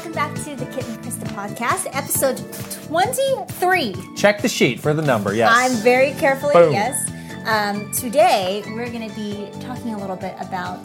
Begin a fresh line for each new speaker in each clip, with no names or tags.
the Kit and Krista podcast, episode 23.
Check the sheet for the number, yes.
I'm very carefully,
Boom.
yes. Um, today, we're going to be talking a little bit about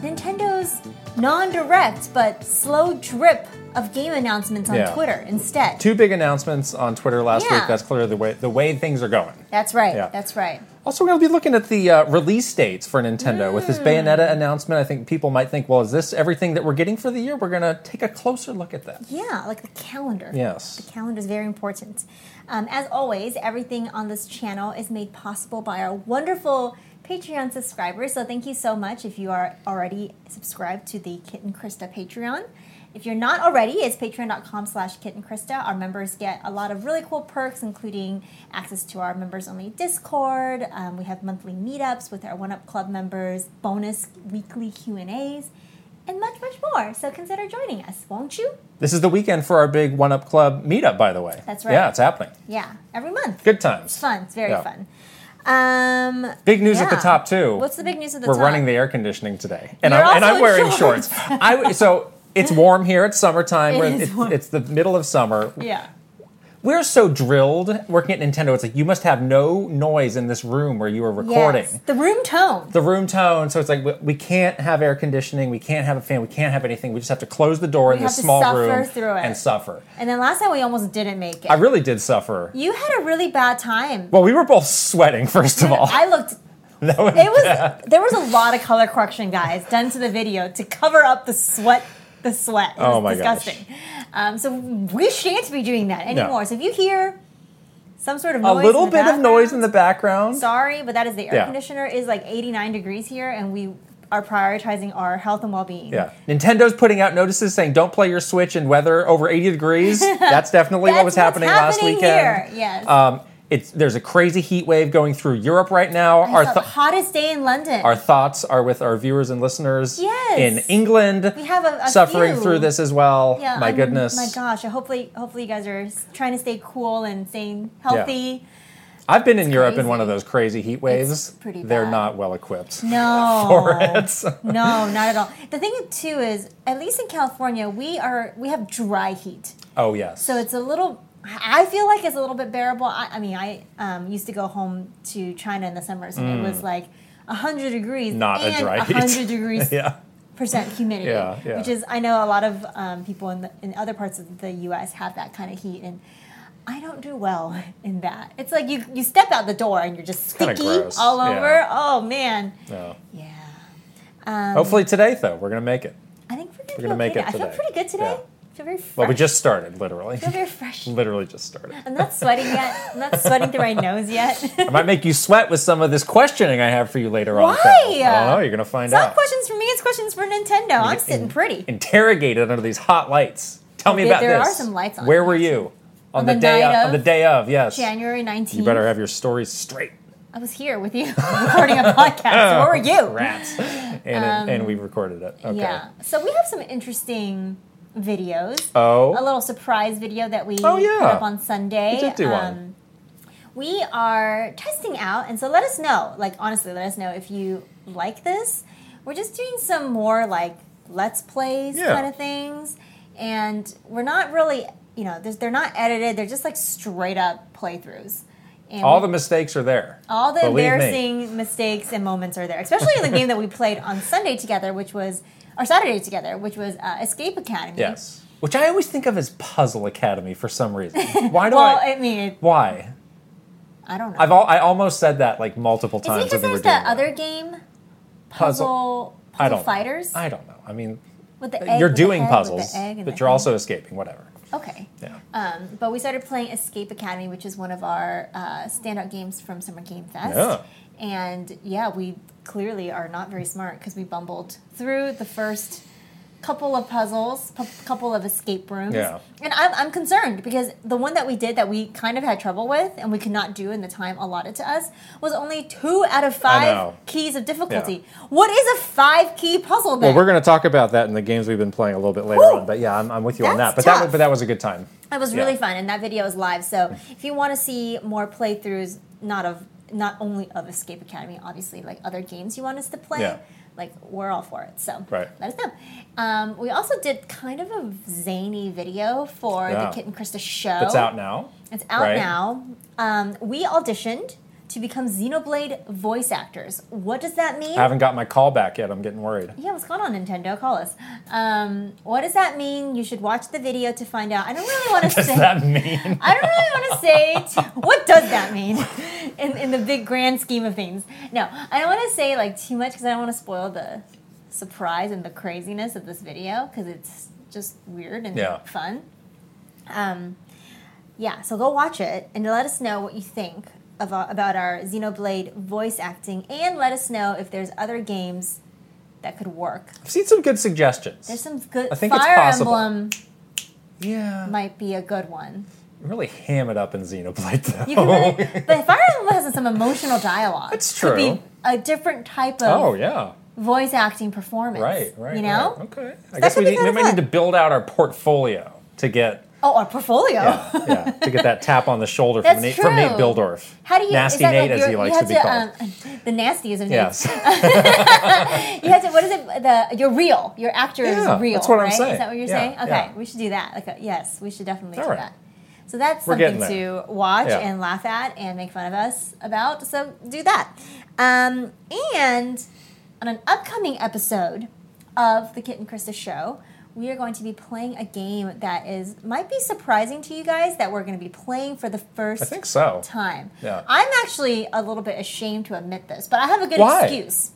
Nintendo's non direct but slow drip of game announcements on
Yeah.
Twitter instead.
Two big announcements on Twitter last
Yeah.
week. That's clearly the way, the way things are going.
That's right.
Yeah.
That's right.
Also, we're going to be looking at the uh, release dates for Nintendo. With
Hmm.
this Bayonetta announcement, I think people might think, well, is this everything that we're getting for the year? We're going to take a closer look at that.
Yeah, like the calendar.
Yes.
Calendar is very important. Um, as always, everything on this channel is made possible by our wonderful Patreon subscribers. So thank you so much if you are already subscribed to the Kit and Krista Patreon. If you're not already, it's patreon.com slash Kit and Krista. Our members get a lot of really cool perks, including access to our members-only Discord. Um, we have monthly meetups with our One Up Club members, bonus weekly Q&As, and much, much more. So consider joining us, won't you?
This is the weekend for our big One Up Club meetup, by the way.
That's right.
Yeah, it's happening.
Yeah, every month.
Good times.
It's fun. It's very
Yeah.
fun. Um,
Big news at the
yeah.
top, too.
What's the big news at the
We're
top?
running the air conditioning today, and
You're
I'm, and
also
I'm
in
wearing
shorts.
shorts. I w so it's warm here. It's summertime.
It
We're-
is
it's,
warm.
it's the middle of summer.
Yeah.
We're so drilled working at Nintendo. It's like you must have no noise in this room where you are recording.
Yes. The room tone.
The room tone. So it's like we, we can't have air conditioning. We can't have a fan. We can't have anything. We just have to close the door in
have
this
to
small
suffer
room
through it.
and suffer.
and then last time we almost didn't make it.
I really did suffer.
you had a really bad time.
Well, we were both sweating first of all.
I looked.
That was-
It was there was a lot of color correction, guys, done to the video to cover up the sweat. The sweat. It
Oh
was
my gosh.
disgusting. Um, so we shan't be doing that anymore. So if you hear some sort of
a
noise in
little
the
bit of noise in
background,
the background.
sorry, but that is the air
Yeah.
conditioner is like 89 degrees here, and we are prioritizing our health and well-being.
Yeah. Nintendo's putting out notices saying don't play your Switch in weather over 80 degrees. That's definitely what was
That's what's
happening, last
happening
weekend.
here, yes.
Um, it's there's a crazy heat wave going through Europe right now.
I
Our
saw
th-
the hottest day in London.
our thoughts are with our viewers and listeners
Yes.
in England
we have a, a
suffering
few.
through this as well.
Yeah,
my
I'm-
goodness.
My gosh. Hopefully, hopefully you guys are s- trying to stay cool and staying healthy.
I've been in Europe in
crazy.
one of those crazy heat waves.
pretty
They're
bad.
not well equipped.
No.
For it.
no, not at all. The thing too is, at least in California, we are we have dry heat.
Oh yes.
So it's a little. I feel like it's a little bit bearable. I, I mean, I um, used to go home to China in the summers, and it was like hundred degrees,
Mm. Not a
and
dry heat.
hundred degrees
yeah.
percent humidity,
Yeah, yeah.
which is I know a lot of um, people in the, in other parts of the U.S. have that kind of heat, and I don't do well in that. It's like you you step out the door and you're just
kinda
sticky
gross,
all
yeah.
over. Oh man,
No.
yeah. Um,
Hopefully today though we're gonna make it.
I think we're gonna,
gonna
do
make
okay
it
today. I
today.
feel pretty good today.
Yeah.
I feel very fresh.
Well, we just started literally.
I feel very fresh.
literally just started.
I'm not sweating yet. I'm not sweating through my nose yet.
I might make you sweat with some of this questioning I have for you later on.
Why?
Kyle. I don't know. You're gonna find
It's not
out.
questions for me. It's questions for Nintendo. I'm sitting pretty.
Interrogated under these hot lights. Tell me
Oh, There-
about
there
this.
are some lights on.
Where were you on,
On
the,
the
day
night
of,
of
on the day of? Yes.
January 19th.
You better have your stories straight,
I was here with you recording a podcast. Where were you?
rats. and it- and we recorded it. Okay.
Yeah. So we have some interesting videos.
Oh.
A little surprise video that we
Oh, yeah.
put up on Sunday. Um,
We did do one.
we are testing out, and so let us know. Like honestly, let us know if you like this. We're just doing some more like let's plays
Yeah.
kind of things, and we're not really, you know, there's- they're not edited. They're just like straight up playthroughs. And
All
we-
the mistakes are there.
all the
Believe me.
embarrassing mistakes and moments are there, especially in the game that we played on Sunday together, which was or Saturday together, which was uh, Escape Academy.
Yes. Which I always think of as Puzzle Academy for some reason. Why do
Well,
I?
I mean, it,
why?
I don't know.
I've all, I almost said that like multiple
Is it
times.
because
when we were
there's
doing
that other game, Puzzle, puzzle
I don't. know.
Fighters,
I don't know. I mean,
with the egg,
you're
with the
doing
head, with the
puzzles,
egg and
but
the
you're
thing.
also escaping. Whatever.
okay.
Yeah.
Um, but we started playing Escape Academy, which is one of our uh, standout games from Summer Game Fest.
Yeah.
And yeah, we clearly are not very smart because we bumbled through the first couple of puzzles, pu- couple of escape rooms.
Yeah.
And I'm, I'm concerned because the one that we did that we kind of had trouble with and we could not do in the time allotted to us was only two out of five
know.
keys of difficulty. What is a five key puzzle then?
Well, we're going to talk about that in the games we've been playing a little bit later
Whew.
on. But yeah, I'm, I'm with you on
That's
that. But
tough.
that but that was a good time.
That was
Yeah.
really fun, and that video is live. So if you want to see more playthroughs, not of not only of Escape Academy, obviously, like other games you want us to play,
Yeah.
like we're all for it. So
Right.
let us know. Um, we also did kind of a zany video for
Yeah.
the Kit and Krista show.
That's out now.
It's out
right?
now. Um, we auditioned to become Xenoblade voice actors. What does that mean?
I haven't got my call back yet. I'm getting worried.
yeah, what's going on, Nintendo? Call us. Um, what does that mean? You should watch the video to find out. I don't really want to
Does
say.
that mean?
I don't really want to say t- what does that mean in, in the big grand scheme of things. No, I don't want to say like too much because I don't want to spoil the surprise and the craziness of this video because it's just weird and
Yeah.
fun. Um, yeah, so go watch it and let us know what you think of, our- about our Xenoblade voice acting and let us know if there's other games that could work.
I've seen some good suggestions.
There's some good
I think it's
Fire
possible.
Emblem
yeah.
might be a good one.
really ham it up in Xenoblade though.
You can really, but Fire Emblem has some emotional dialogue.
Oh. That's
Could
true.
be a different type
oh
of
yeah.
voice acting performance.
Right, right.
You know?
right. Okay. I guess
could be
we, need,
kind
we
of
might need
fun.
to build out our portfolio to get
Oh, or portfolio.
yeah, yeah, to get that tap on the shoulder
That's
from Nate, from Nate
true.
Bildorf.
How do you?
Nasty
is that
Nate,
like
as
your-
he
you
likes to
have
be called.
Um, the nastiest of
yes.
Nates. You have to. What is it? The you're real. Your actor
Yeah,
is real.
that's what I'm
right?
saying.
Is that what you're
Yeah,
saying? Okay,
yeah.
we should do that. Like, a, yes, we should definitely
All
do
right.
that. So that's
We're
something
getting
to watch
Yeah.
and laugh at and make fun of us about. So do that. Um, and on an upcoming episode of the Kit and Krista show, we are going to be playing a game that is might be surprising to you guys that we're going to be playing for the first
I think so.
time.
Yeah.
I'm actually a little bit ashamed to admit this, but I have a good
Why?
excuse.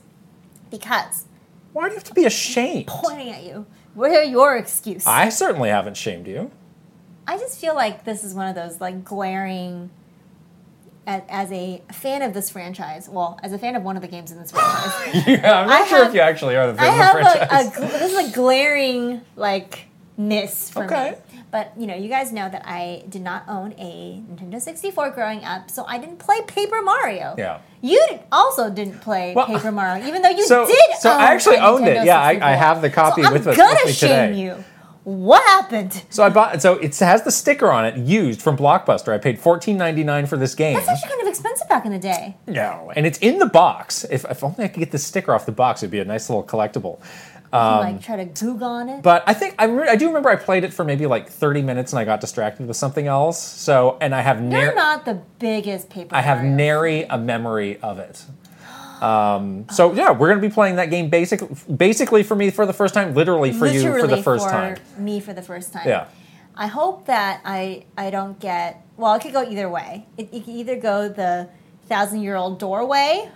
Because
Why do you have to be ashamed?
pointing at you, where your excuse?
I certainly haven't shamed you.
I just feel like this is one of those like glaring. As, as a fan of this franchise, well, as a fan of one of the games in this franchise,
Yeah, I'm not
I
sure if
have-
you actually are the
I
fan of
have
the
a,
franchise.
a gl- this is a glaring like miss for
Okay.
me. But you know, you guys know that I did not own a Nintendo 64 growing up, so I didn't play Paper Mario.
Yeah.
You d- also didn't play
Well,
Paper Mario, even though you
so-
did.
so I
own
actually
a
owned it.
Nintendo
Yeah, I- I
64.
have the copy
So
with
I'm
us-
gonna
with me
shame
today.
you. What happened?
So I bought. So it has the sticker on it, used from Blockbuster. I paid $14.99 for this game.
It's actually kind of expensive back in the day.
No, and it's in the box. If, if only I could get the sticker off the box, it'd be a nice little collectible.
you, like try to goog on it.
Um, But I think I, re- I do remember I played it for maybe like 30 minutes and I got distracted with something else. So and I have
You're
nar-
not the biggest Paper.
I have
Mario.
nary a memory of it. Um,
Oh.
so yeah, we're gonna be playing that game basic, basically for me for the first time, literally for you for the
Literally
first
for
time.
Me for the first time.
Yeah.
I hope that I I don't get well. It could go either way. It, it could either go the thousand year old doorway,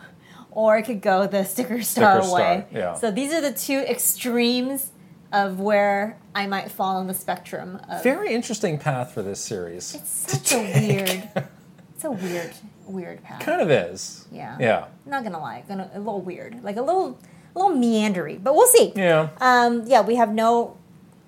or it could go the sticker star
Sticker star,
way.
yeah.
So these are the two extremes of where I might fall on the spectrum of.
Very interesting path for this series.
it's such a weird. It's a weird, weird path.
kind of is.
Yeah.
Yeah.
Not gonna lie, gonna a little weird, like a little, a little meandery, but we'll see.
Yeah.
Um, yeah, we have no,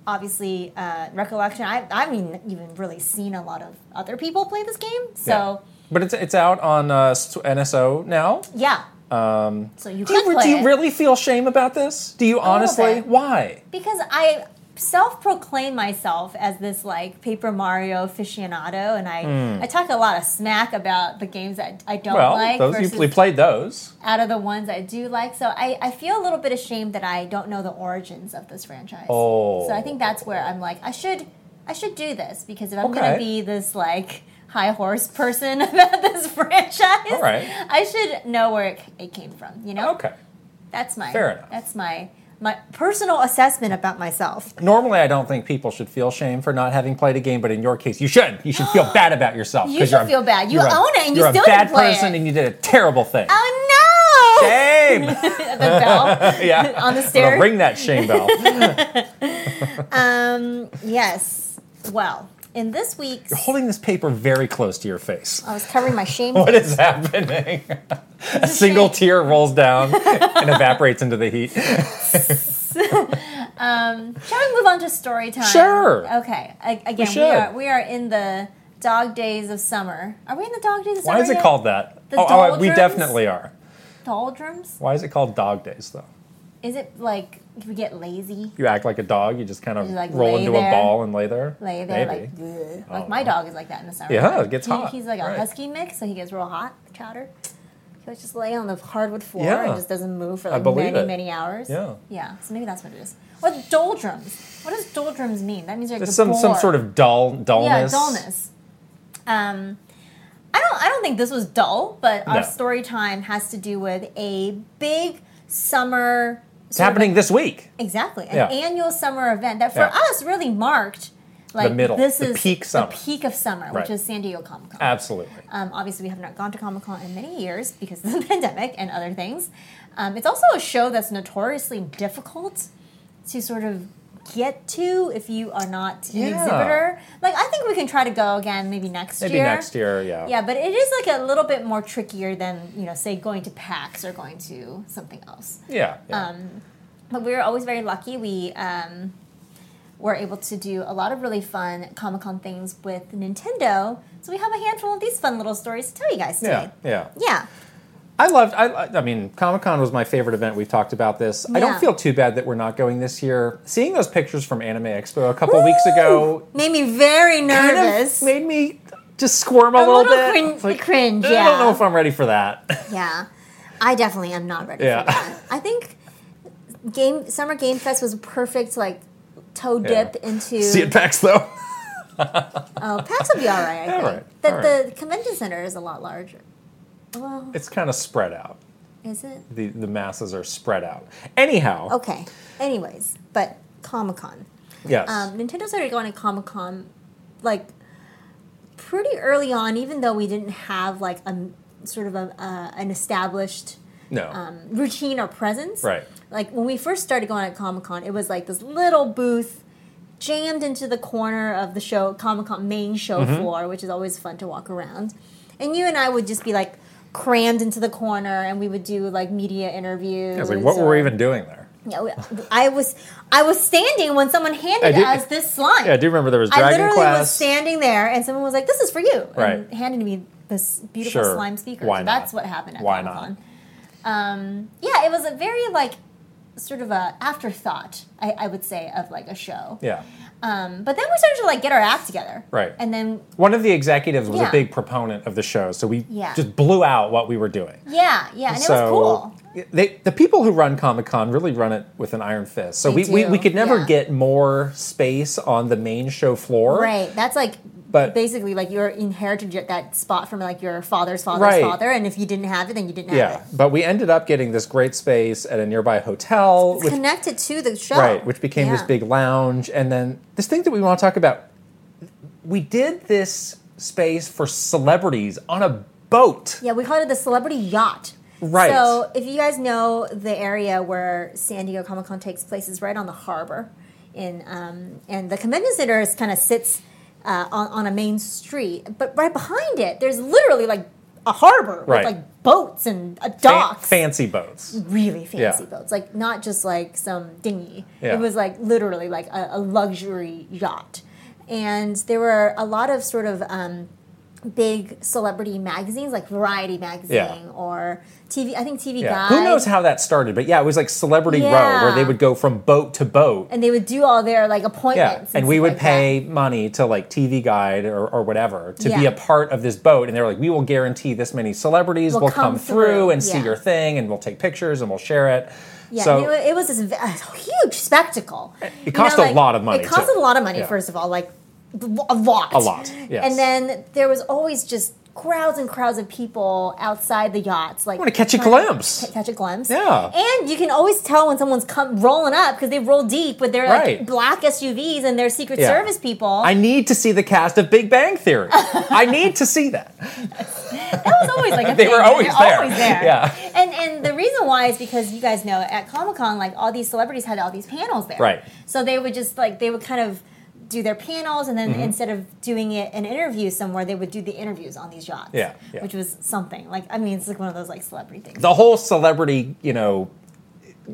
obviously, uh, recollection. I, I haven't even really seen a lot of other people play this game, so
Yeah. But it's it's out on uh, s- NSO now.
yeah. Um, so you
Do you,
could play
do you
it.
really feel shame about this? Do you honestly?
bit.
Why?
because I self-proclaim myself as this like Paper Mario aficionado, and I I talk a lot of smack about the games that I don't
Hmm. Well,
like
those
versus
you, we played those.
out of the ones I do like. So I, I feel a little bit ashamed that I don't know the origins of this franchise.
Oh.
So I think that's where I'm like, I should I should do this because if I'm
Okay.
gonna be this like high horse person about this franchise,
All right.
I should know where it, it came from, you know?
Okay.
That's my
Fair enough.
that's my my personal assessment about myself.
Normally, I don't think people should feel shame for not having played a game, but in your case, you should. You should feel bad about yourself.
You
'cause
should
you're a-
feel bad. You
you're a-
own it and you
you're
still
a bad
didn't play
person,
it.
and you did a terrible thing.
Oh no!
Shame.
the bell
yeah.
on the
I'm gonna
stairs.
ring that shame bell. You're
Yes. Well, in this week's
holding this paper very close to your face.
I was covering my shame.
What is happening? a single
shame.
tear rolls down and evaporates into the heat.
Shall we move on to story time?
Sure.
Okay. A- again, we,
should.
are we are in the dog days of summer. Are we in the dog days of summer?
Why is it
yet?
called that?
The
Oh, oh, we
doldrums?
definitely are.
doldrums?
Why is it called Dog Days though?
Is it like we get lazy,
You act like a dog. You just kind of
You, like,
roll
lay
into a
there.
ball and lay there.
lay there
Maybe. Oh.
like "Ugh." like my dog is like that in the summer.
Yeah, it gets
He-
hot.
He's like a
Right.
husky mix, so he gets real hot chowder. He'll just lay on the hardwood floor
Yeah.
and just doesn't move for
I
like
believe
many,
it.
many hours.
Yeah.
Yeah. So maybe that's what it is. Or doldrums. What does doldrums mean? That means you're
Just some some sort of dull dullness.
Yeah, dullness. Um, I don't. I don't think this was dull, but
No.
our story time has to do with a big summer.
It's happening this week.
exactly an
Yeah.
annual summer event that for
Yeah.
us really marked like
middle,
This
the
is
peak summer.
the peak of summer,
Right.
which is San Diego Comic Con.
Absolutely.
Um, obviously, we have not gone to Comic Con in many years because of the pandemic and other things. Um, it's also a show that's notoriously difficult to sort of get to if you are not an
Yeah.
exhibitor. Like, I think we can try to go again maybe next
Maybe
year.
next year, yeah.
Yeah, but it is like a little bit more trickier than, you know, say going to PAX or going to something else.
Yeah. yeah.
Um, But we were always very lucky. We um, were able to do a lot of really fun Comic Con things with Nintendo. So we have a handful of these fun little stories to tell you guys
yeah.
today.
Yeah.
Yeah.
I loved. I, I- I mean, Comic Con was my favorite event. We've talked about this. I don't
Yeah.
feel too bad that we're not going this year. Seeing those pictures from Anime Expo a couple weeks ago
Made me very
kind of
nervous.
made me just squirm
a
a, little,
little
bit.
crin-
It's like,
cringe,
I don't know
yeah.
if I'm ready for that.
yeah. I definitely am not ready
Yeah.
for that. I think game summer game fest was a perfect like toe dip into
See it packs though.
oh PAX will be all right. I think.
right,
The,
all
the convention center is a lot larger. Well,
It's kind of spread out.
is it?
The the masses are spread out. Anyhow,
Okay. Anyways, but Comic Con.
yes,
Um, Nintendo started going to Comic Con like pretty early on, even though we didn't have like a m- sort of a, uh, an established
no,
um, routine or presence.
Right.
Like when we first started going at Comic Con, it was like this little booth jammed into the corner of the show Comic Con main show
Mm-hmm.
floor, which is always fun to walk around. And you and I would just be like crammed into the corner, and we would do like media interviews.
I was like, what were
or-
we even doing there?
Yeah, we- I was I was standing when someone handed
I do-
us this slime.
Yeah, I do remember there was
I
Dragon
literally
Quest.
was standing there, and someone was like, "This is for you," and
Right.
handed me this beautiful
Sure.
slime speaker.
Why
so
not?
That's what happened. At
Why
Comic-Con. Um, yeah, it was a very like sort of a afterthought, I, I would say, of like a show.
yeah.
Um, but then we started to like get our act together.
Right.
And then
One of the executives was a
Yeah.
big proponent of the show, so we
Yeah.
just blew out what we were doing.
yeah, yeah, and it was
so
cool.
they, the people who run Comic Con really run it with an iron fist. So
They
we, we,
do,
we could never
yeah.
get more space on the main show floor.
Right. That's like
But-
basically like you're inherited your- that spot from like your father's father's
Right.
father, and if you didn't have it, then you didn't have
Yeah.
it.
But we ended up getting this great space at a nearby hotel,
It's
which,
connected to the show,
right, which became this
Oh, Yeah.
big lounge. And then this thing that we want to talk about, we did this space for celebrities on a boat.
Yeah, we called it the celebrity yacht.
Right.
So if you guys know the area where San Diego Comic Con takes place is right on the harbor, in um, and the convention center is kind of sits uh, on on a main street, but right behind it, there's literally like a harbor
Right.
with like boats and uh, a
Fan-
dock.
fancy boats.
really fancy
Yeah.
boats, like not just like some dinghy.
Yeah.
It was like literally like a, a luxury yacht, and there were a lot of sort of um, big celebrity magazines, like Variety magazine or TV. I think TV
Yeah.
Guide.
Who knows how that started? But yeah, it was like Celebrity
Yeah.
Row, where they would go from boat to boat.
and they would do all their like appointments.
yeah, and we
stuff
would
like that.
pay money to like TV Guide or, or whatever to be
Yeah.
a part of this boat, and they were like, "We will guarantee this many celebrities will
Will
come,
come
through,
through,
and see
yeah.
your thing, and we'll take pictures and we'll share it."
Yeah,
so
and it, wa- it was this v- a huge spectacle. You
cost a lot of money,
It cost a
too.
lot of money,
Yeah.
first of all, like a lot,
A lot, yes.
And then there was always just crowds and crowds of people outside the yachts, like
I want to catch a
trying
glimpse.
ca- Catch a glimpse,
Yeah.
And you can always tell when someone's come rolling up because they roll deep with their
Right.
like black SUVs and their Secret
Yeah.
Service people.
I need to see the cast of Big Bang Theory. I need to see that.
was always like a
They
thing.
were always
They're
there.
Always there.
Yeah.
And and the reason why is because you guys know at Comic Con, like all these celebrities had all these panels there.
Right.
So they would just like they would kind of do their panels, and then
Mm-hmm.
instead of doing it an interview somewhere, they would do the interviews on these yachts.
Yeah, yeah.
Which was something like I mean it's like one of those like celebrity things.
The whole celebrity, you know,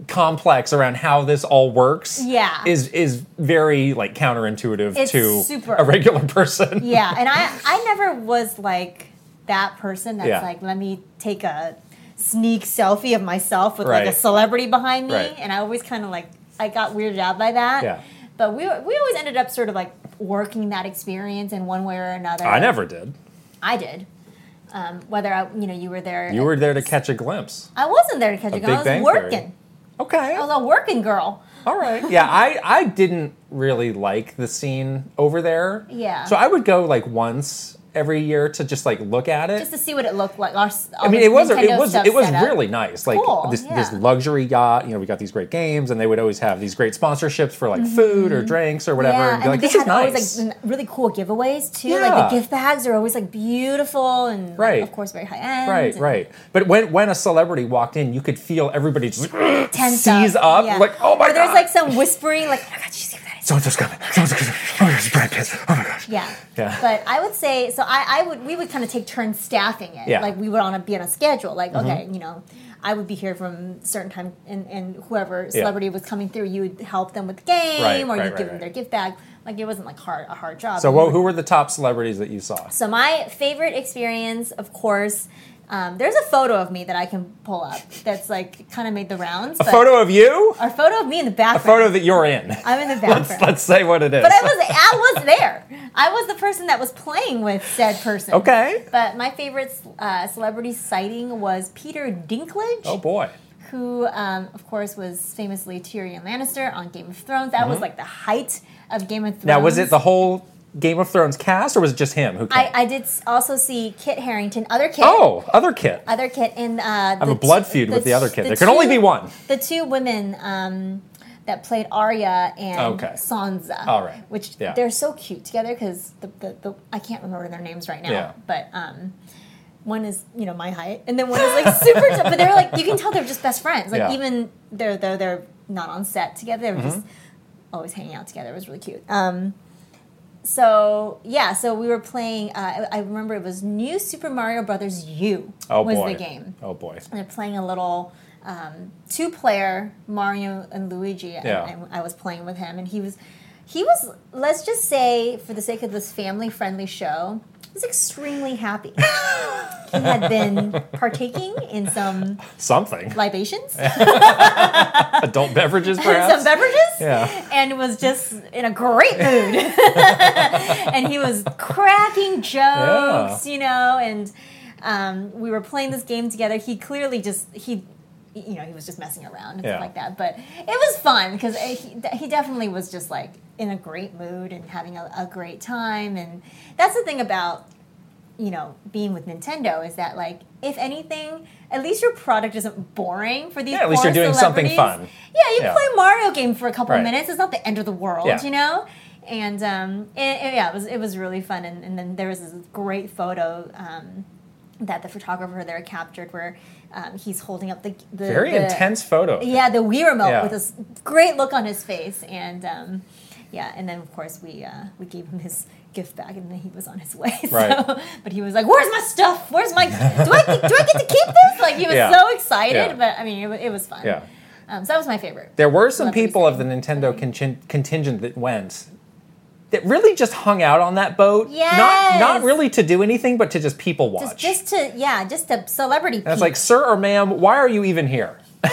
complex around how this all works.
Yeah.
is is very like counterintuitive
It's
to
super-
a regular person.
yeah, and I I never was like that person that's
Yeah.
like let me take a sneak selfie of myself with like
Right.
a celebrity behind me,
Right.
and I always kind of like I got weirded out by that.
Yeah.
But we we always ended up sort of like working that experience in one way or another.
I never did.
I did. Um, whether I, you know you were there.
You were there to catch a glimpse.
I wasn't there to catch a
Big
girl. I
Bang
was
Theory.
working.
Okay.
I was a working girl.
All right. Yeah, I I didn't really like the scene over there.
Yeah.
So I would go like once every year to just like look at it.
Just to see what it looked like. Our,
I mean, it was it was it was
really.
really nice. Like
Cool,
this this
yeah.
luxury yacht. You know, we got these great games, and they would always have these great sponsorships for like food or drinks or whatever.
Mm-hmm. Yeah,
and be like,
they
this is
had
nice.
always like n- really cool giveaways too. Like the
Yeah.
gift bags are always like beautiful and like,
Right.
of course very high end.
Right,
and
right. But when when a celebrity walked in, you could feel everybody just like,
Tense
seize up,
yeah.
like oh my
or
god.
There's like some whispering, like oh my god, did you see what that is?
so and so's coming. So and so's coming. Oh my gosh, it's Brad Pitt. Oh my gosh.
Yeah.
Yeah.
But I would say so. I, I would we would kind of take turns staffing it.
Yeah. Mm-hmm.
Like we would on a be on a schedule. Like okay, you know, I would be here from certain time, and, and whoever celebrity was coming through, you would help them with the game,
Right,
or you
right, right,
would give them
right.
their gift bag. Like it wasn't like hard a hard job.
So
We
wha-
would-
who were the top celebrities that you saw?
So my favorite experience, of course, um, there's a photo of me that I can pull up that's like kind of made the rounds.
A photo of you?
Or photo of me in the
A
background.
photo that you're in.
I'm in the background.
Let's say what it is.
but I was I was there. I was the person that was playing with said person.
okay.
But my favorite uh, celebrity sighting was Peter Dinklage,
Oh boy.
who, um, of course, was famously Tyrion Lannister on Game of Thrones. That was like the height of Game of Thrones.
Mm-hmm. Now was it the whole Game of Thrones cast, or was it just him who? Came?
Um, I, I did s- also see Kit Harrington, other Kit.
oh, other Kit.
other kid and uh, I
have a blood feud with the other kid. There can only be one.
The two women um, that played Arya and
Okay.
Sansa.
All right.
Which
Yeah.
they're so cute together because the, the, the I can't remember their names right now.
Yeah.
But um, one is you know my height, and then one is like super. tall. But they're like you can tell they're just best friends. Like
Yeah.
even they're though they're not on set together. They're just
Mm-hmm.
always hanging out together. It was really cute. Um, so yeah, so we were playing. Uh, I I remember it was New Super Mario Brothers U
Oh
was
boy.
the game
Oh boy.
and they're playing a little um, two-player Mario and Luigi. And,
Yeah.
and I was playing with him, and he was he was let's just say for the sake of this family-friendly show, he was extremely happy. he had been partaking in some
Something.
libations,
Adult beverages, perhaps.
some beverages.
Yeah.
And was just in a great mood, and he was cracking jokes, you know, and um, we were playing this game together. He clearly just he, you know, he was just messing around and
Yeah.
stuff like that. But it was fun because he, he definitely was just like in a great mood and having a, a great time. And that's the thing about you know being with Nintendo is that like if anything. At least your product isn't boring for these.
Yeah, at least
poor
you're doing something
celebrities.
fun.
Yeah, you
Yeah.
play Mario game for a couple
Right.
minutes. It's not the end of the world,
Yeah.
you know. And um, it, it- yeah, it was it was really fun. And, and then there was this great photo um, that the photographer there captured where um, he's holding up the, the
Very
the-
intense photo.
Yeah, the Wii remote
Yeah.
with this great look on his face, and um, yeah, and then of course we uh, we gave him his gift bag, and then he was on his way. So,
Right.
But he was like, "Where's my stuff? Where's my? Do I get- do I get to keep this?" Like he was
Yeah.
so excited.
Yeah.
But I mean, it, wa- it was fun.
Yeah.
Um, so that was my favorite.
There were some
Love these
people of the Nintendo contin- contingent that went that really just hung out on that boat. Not
Yes.
not really to do anything, but to just people
Just,
watch.
just to yeah, just a celebrity.
and it's
peep.
like, sir or ma'am, why are you even here?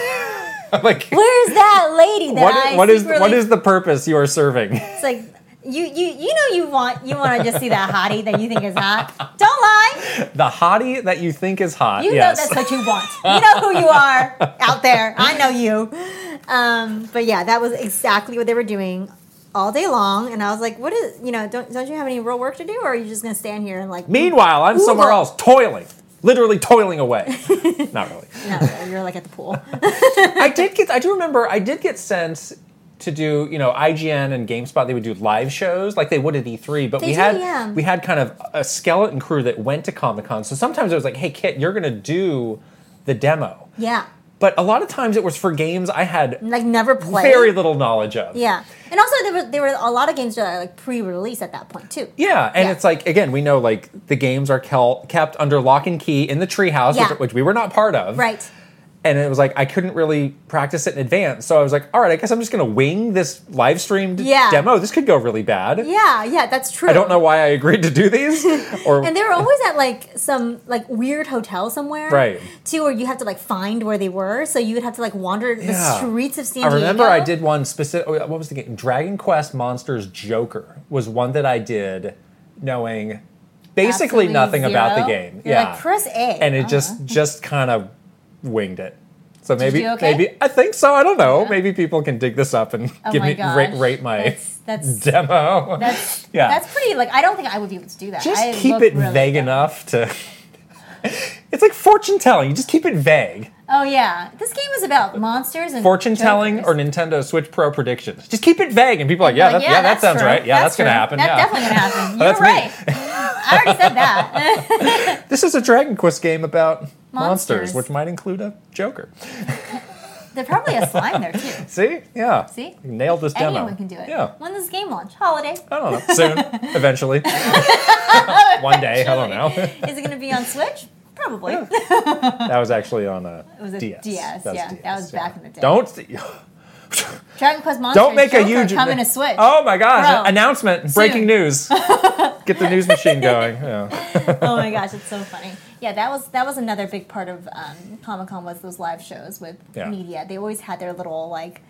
like,
where's that lady that
what
I
is, what is
secretly-
what is the purpose you are serving?
It's like you you you know you want you want to just see that hottie that you think is hot. Don't lie.
the hottie that you think is hot.
You
yes.
know that's what you want. You know who you are out there. I know you. Um, but yeah, that was exactly what they were doing all day long, and I was like, what is you know don't don't you have any real work to do, or are you just gonna stand here and like
Meanwhile, I'm somewhere
Ooh.
else toiling, literally toiling away. Not really.
No, you're like at the pool.
I did get. I do remember. I did get sent to do. You know, IGN and GameSpot. They would do live shows like they would at E3. But
They
we
do,
had
yeah.
we had kind of a skeleton crew that went to Comic Con. So sometimes it was like, "Hey, Kit, you're gonna do the demo."
Yeah,
But a lot of times it was for games I had
like never play.
very little knowledge of.
Yeah, and also there were there were a lot of games that are like pre-release at that point too.
Yeah, and
Yeah.
it's like again, we know like the games are kel- kept under lock and key in the treehouse,
Yeah.
which, which we were not part of.
Right.
and it was like I couldn't really practice it in advance. So I was like, all right, I guess I'm just going to wing this live streamed
Yeah.
demo. This could go really bad.
Yeah, yeah, that's true.
I don't know why I agreed to do these. Or
And they were always at like some like weird hotel somewhere,
Right.
Too, where you have to like find where they were, so you would have to like wander the
Yeah.
streets of San
I
Diego.
remember I did one specific. oh, What was the game? Dragon Quest Monsters Joker was one that I did, knowing basically
absolutely
nothing about the
zero.
game.
You're
yeah,
like, press A.
and it
Oh.
just just kind of winged it. So maybe
you do okay?
maybe I think so. I don't know. Maybe people can dig this up and
Oh
give
my
me rate,
gosh.
rate my
That's- that's-
demo.
That's
Yeah.
That's pretty. Like I don't think I would be able to do that.
just
I
keep
look
it
really
vague
dumb.
enough to. it's like fortune telling. You just keep it vague.
Oh yeah, this game is about monsters and
Fortune telling or
jokers.
Nintendo Switch Pro predictions. Just keep it vague, and people are like, yeah,
Like,
that, yeah, that sounds
true.
right. Yeah, that's, gonna
true.
happen.
That's
yeah.
definitely gonna happen. You're
That's me.
right. I already said that.
This is a Dragon Quest game about monsters,
Monsters.
which might include a Joker.
There's probably a slime there too.
See? Yeah.
See?
You nailed this demo.
Anyone can do it.
Yeah.
When does this game launch? Holiday.
I don't know. Soon, eventually. One day, I don't know.
Is it gonna be on Switch? Probably.
Yeah. That was actually on a
It was a
DS.
DS. yeah, that was back in the day.
Don't
Dragon Quest Monsters.
don't make a
Joker
huge
coming to Switch.
Oh my gosh!
Bro.
Announcement! Breaking news! Get the news machine going. Yeah.
oh my gosh, it's so funny. Yeah, that was that was another big part of um, Comic Con was those live shows with
Yeah.
media. They always had their little like,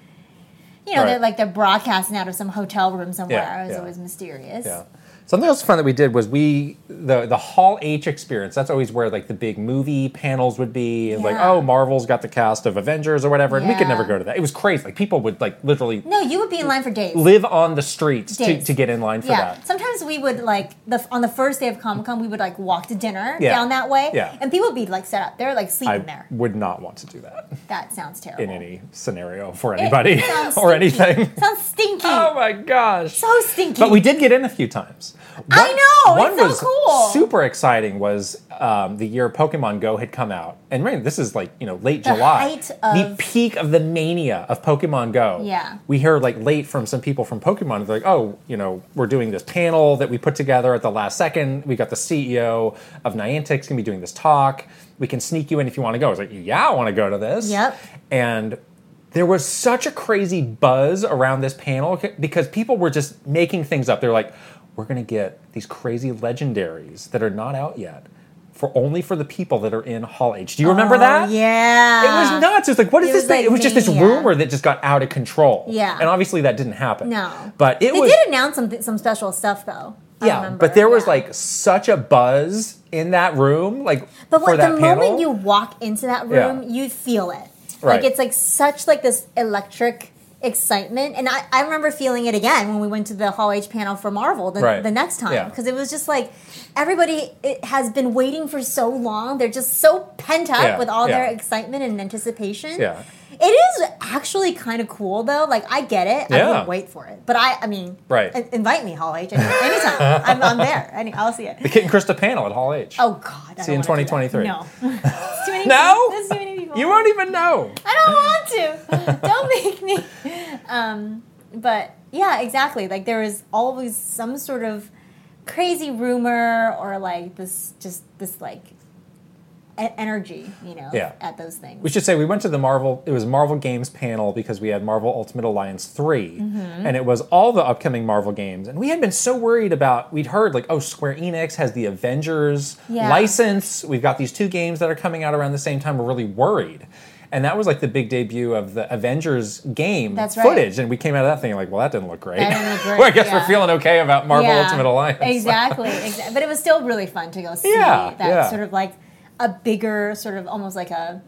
you know,
Right.
they're like they're broadcasting out of some hotel room somewhere.
Yeah,
it was
yeah.
always mysterious.
Yeah. Something else fun that we did was we the the Hall H experience. That's always where like the big movie panels would be, and like
Yeah.
oh Marvel's got the cast of Avengers or whatever, and we could
Yeah.
never go to that. It was crazy. Like people would like literally
No, you would be in line for days.
live on the streets to,
Days.
to get in line for
yeah.
that.
Sometimes we would like the on the first day of Comic Con, we would like walk to dinner
Yeah.
down that way,
Yeah.
and people would be like set up. They're like sleeping
I
there.
would not want to do that
That sounds terrible.
in any scenario for
It
anybody
sounds
or
stinky.
anything.
Sounds stinky.
Oh my gosh.
so stinky.
But we did get in a few times.
I know, it's
One
so
was
cool.
super exciting was um, the year Pokemon Go had come out, and right, this is like you know late
The
July,
height
the
of-
peak of the mania of Pokemon Go.
Yeah.
we heard like late from some people from Pokemon. They're like, oh, you know, we're doing this panel that we put together at the last second. We got the CEO of Niantic's gonna be doing this talk. We can sneak you in if you want to go. I was like, yeah, I want to go to this.
Yep.
And there was such a crazy buzz around this panel c- because people were just making things up. They're like, we're going to get these crazy legendaries that are not out yet for only for the people that are in Hall H. Do you remember
Oh,
that? It
Yeah.
was nuts. It was like, what is
Uh, It
this
was
thing?
like
it was just this
mania.
rumor that just got out of control.
Yeah.
And obviously that didn't happen.
No.
But it
They
was
did announce some some special stuff though. I
yeah,
remember,
but there was
yeah.
like such a buzz in that room like
But
for
what,
that
the
panel.
moment you walk into that
Yeah.
room, you feel it.
Right.
Like it's like such like this electric excitement, and I, I remember feeling it again when we went to the Hall H panel for Marvel the,
Right.
the next time
Yeah.
because it was just like everybody it has been waiting for so long. They're just so pent up
Yeah,
with all their
yeah.
excitement and anticipation.
Yeah.
It is actually kind of cool though. Like I get it. I
Yeah.
wouldn't wait for it, but I I mean
Right.
in- invite me Hall H any- anytime. I'm, I'm there. Any, I'll see it.
the Kit and Krista panel at Hall H.
Oh God! I
See you
don't
in
wanna do that.
2023.
No, It's too many
No?
people. There's too many people.
You won't even know.
I don't want to. don't make me. Um, but yeah, exactly. Like there is always some sort of crazy rumor or like this, just this like e- energy, you know,
Yeah.
at those things.
we should say we went to the Marvel. It was Marvel Games panel because we had Marvel Ultimate Alliance 3
Mm-hmm.
and it was all the upcoming Marvel games. And we had been so worried about. We'd heard like, oh, Square Enix has the Avengers
Yeah.
license. We've got these two games that are coming out around the same time. We're really worried. And that was like the big debut of the Avengers game
That's right.
footage, and we came out of that thing like, well, that didn't look great.
That didn't look great,
well, I guess
yeah.
we're feeling okay about Marvel
Yeah,
Ultimate Alliance.
Exactly, exactly. But it was still really fun to go see
Yeah,
that
yeah.
sort of like a bigger, sort of almost like a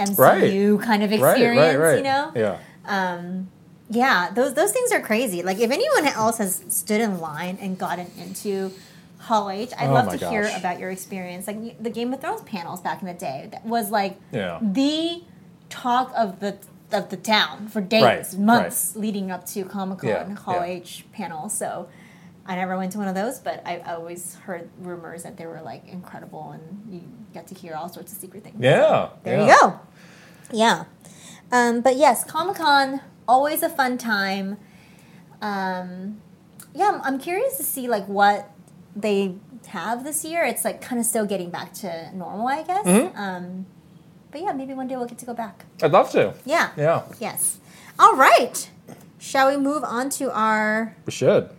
MCU kind of
right,
experience,
right, right.
you know?
Yeah.
Yeah, those those things are crazy. Like if anyone else has stood in line and gotten into Hall H, I'd
Oh
love
my
to hear
gosh.
about your experience. Like y- the Game of Thrones panels back in the day that was like
Yeah.
the talk of the of the town for days,
Right,
months leading up to Comic Con
Yeah,
Hall
yeah.
H panel. So I never went to one of those, but I I always heard rumors that they were like incredible and you got to hear all sorts of secret things.
Yeah.
There
yeah.
you go. Yeah. Um, but yes, Comic Con always a fun time. Um, yeah, I'm, I'm curious to see like what they have this year. It's like kind of still getting back to normal, I guess. Um, but yeah, maybe one day we'll get to go back.
I'd love to.
Yeah.
Yeah.
Yes. All right. Shall we move on to our
We should.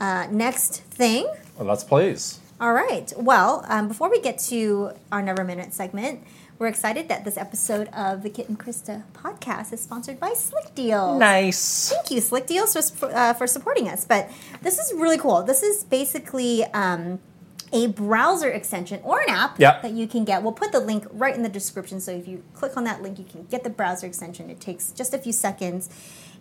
uh, next thing?
Well, let's please.
All right. Well, um, before we get to our Never Minute segment, we're excited that this episode of the Kit and Krista podcast is sponsored by Slick Deals.
Nice.
Thank you, Slick Deals, for, uh, for supporting us. But this is really cool. This is basically um, a browser extension or an app
Yep.
that you can get. We'll put the link right in the description. So if you click on that link, you can get the browser extension. It takes just a few seconds.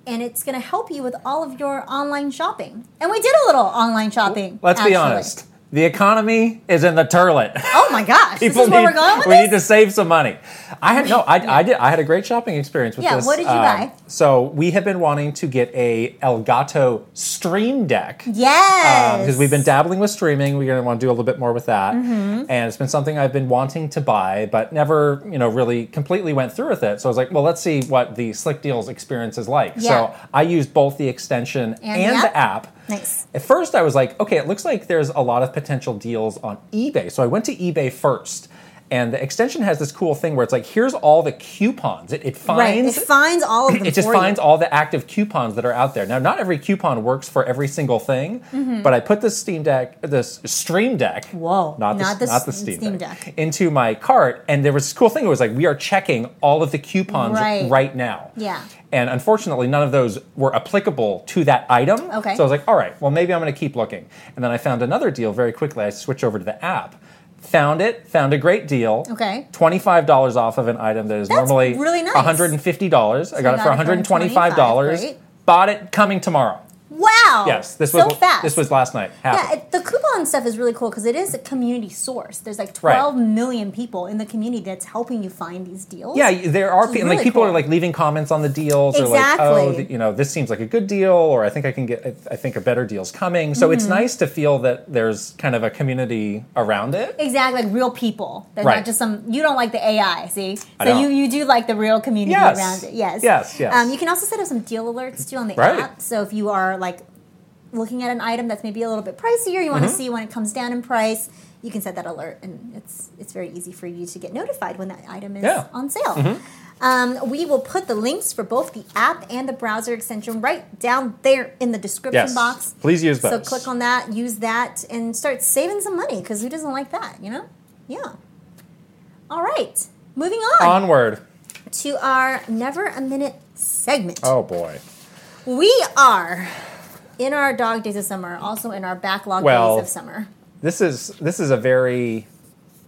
And it's going to help you with all of your online shopping. And we did a little online shopping.
Let's
actually.
be honest. The economy is in the turlet.
Oh my gosh. this is where
need,
we're going with
we
this?
need to save some money. I had no, I, I did. I had a great shopping experience with
Yeah,
this.
what did you
um,
buy?
So we have been wanting to get a Elgato Stream Deck.
Yes. Mm-hmm.
because Um, uh, we've been dabbling with streaming. We're going to want to do a little bit more with that. And it's been something I've been wanting to buy, but never, you know, really completely went through with it. So I was like, well, let's see what the Slick Deals experience is like.
Yeah.
So I used both the extension and,
And the
the app.
Nice.
At first, I was like, okay, it looks like there's a lot of potential deals on eBay. So I went to eBay first. And the extension has this cool thing where it's like, here's all the coupons. It, it
Right. It
finds
finds all of them.
it just
for you.
finds all the active coupons that are out there. Now, not every coupon works for every single thing, but I put the Steam Deck, this Stream Deck,
Mm-hmm. Whoa,
not the,
not the
not the
S-
Steam,
Steam
deck,
Deck.
into my cart, and there was this cool thing. It was like we are checking all of the coupons
Right.
right, now.
Yeah.
And unfortunately, none of those were applicable to that item.
Okay.
So I was like, all right, well, maybe I'm going to keep looking. And then I found another deal very quickly. I switched over to the app. Found it, found a great deal.
Okay.
$25 off of an item that is normally
really nice.
$150. I got
you
it for
got it for
$125.
$125,
Bought it coming tomorrow.
Wow.
Yes, this
Oh, so
was
fast.
this was last night. Happened.
Yeah, it, the coupon stuff is really cool because it is a community source. There's like
Right.
twelve million people in the community that's helping you find these deals.
Yeah, y- there are
is
people, and like
really
people
cool.
are like leaving comments on the deals, or like, oh,
Exactly.
th- you know, this seems like a good deal, or I think I can get, I- I think a better deal's coming. So
Mm-hmm.
it's nice to feel that there's kind of a community around it.
Exactly, like real people. They're not
Right.
just some. You don't like the AI, see? So
I don't.
you you do like the real community
Yes.
around it. Yes.
Yes, yes.
Um, you can also set up some deal alerts too on the
Right.
app. So if you are like looking at an item that's maybe a little bit pricier, you want
Mm-hmm.
to see when it comes down in price. You can set that alert, and it's it's very easy for you to get notified when that item is
Yeah. Mm-hmm.
on sale. Um, we will put the links for both the app and the browser extension right down there in the description
Yes.
box.
Please use
So
those.
click on that, use that, and start saving some money because who doesn't like that, you know? Yeah. All right. Moving on,
Onward.
to our Never a Minute segment.
Oh boy.
We are in our dog days of summer, also in our backlog
Well-
days of summer.
This is this is a very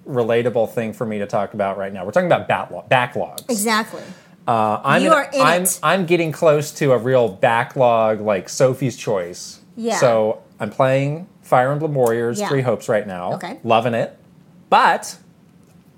relatable thing for me to talk about right now. We're talking about batlo- backlogs.
Exactly.
Uh, I'm
You are in
I'm,
it.
I'm getting close to a real backlog, like Sophie's Choice.
Yeah.
So I'm playing Fire Emblem Warriors
Yeah.
Three Hopes right now.
Okay.
Loving it, but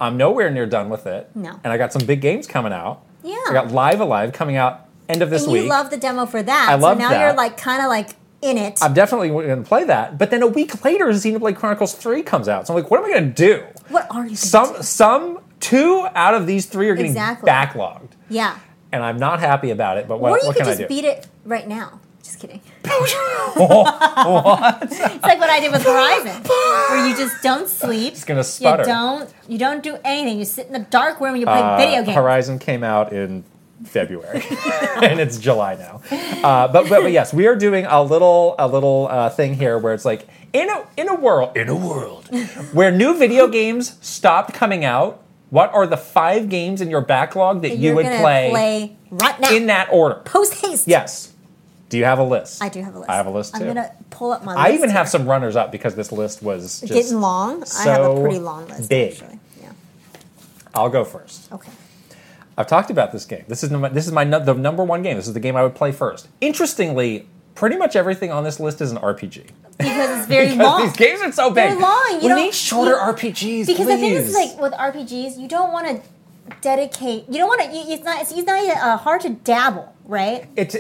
I'm nowhere near done with it.
No.
And I got some big games coming out.
Yeah.
I got Live Alive coming out end of this
And
week.
you love the demo for that.
I
so
loved
now
that.
you're like kind of like in it.
I'm definitely going to play that. But then a week later, Xenoblade Chronicles Three comes out. So I'm like, what am I going to do?
what are you? gonna
Some some two out of these three are getting
Exactly.
backlogged,
do? Yeah.
and I'm not happy about it. But what,
or you
what
could
can
just
I do?
beat it right now. Just kidding. It's like what I did with Horizon, where you just don't sleep. It's
gonna sputter.
You don't. You don't do anything. You sit in the dark room and you play video
Uh,
games.
Horizon came out in February, and it's July now. Uh, but, but but yes, we are doing a little a little uh, thing here where it's like in a in a world in a world where new video games stopped coming out. What are the five games in your backlog that you
You're
would
gonna
play,
right now.
in that order?
post haste.
Yes. Do you have a list?
I do have a list.
I have a list too.
I'm gonna pull up my. list
I even have
here.
some runners up because this list was just
Getting long. I have a
so
pretty long list.
big.
Actually. Yeah.
I'll go first.
Okay.
I've talked about this game. This is num- this is my nu- the number one game. This is the game I would play first. Interestingly, pretty much everything on this list is an RPG.
Because it's very
Because
long.
These games are so big.
They're long, you
we
don't-
need shorter
you-
RPGs,
because
please.
the thing is, like with RPGs, you don't want to dedicate. You don't want to. It's not. It's, it's not uh, hard to dabble, right?
it's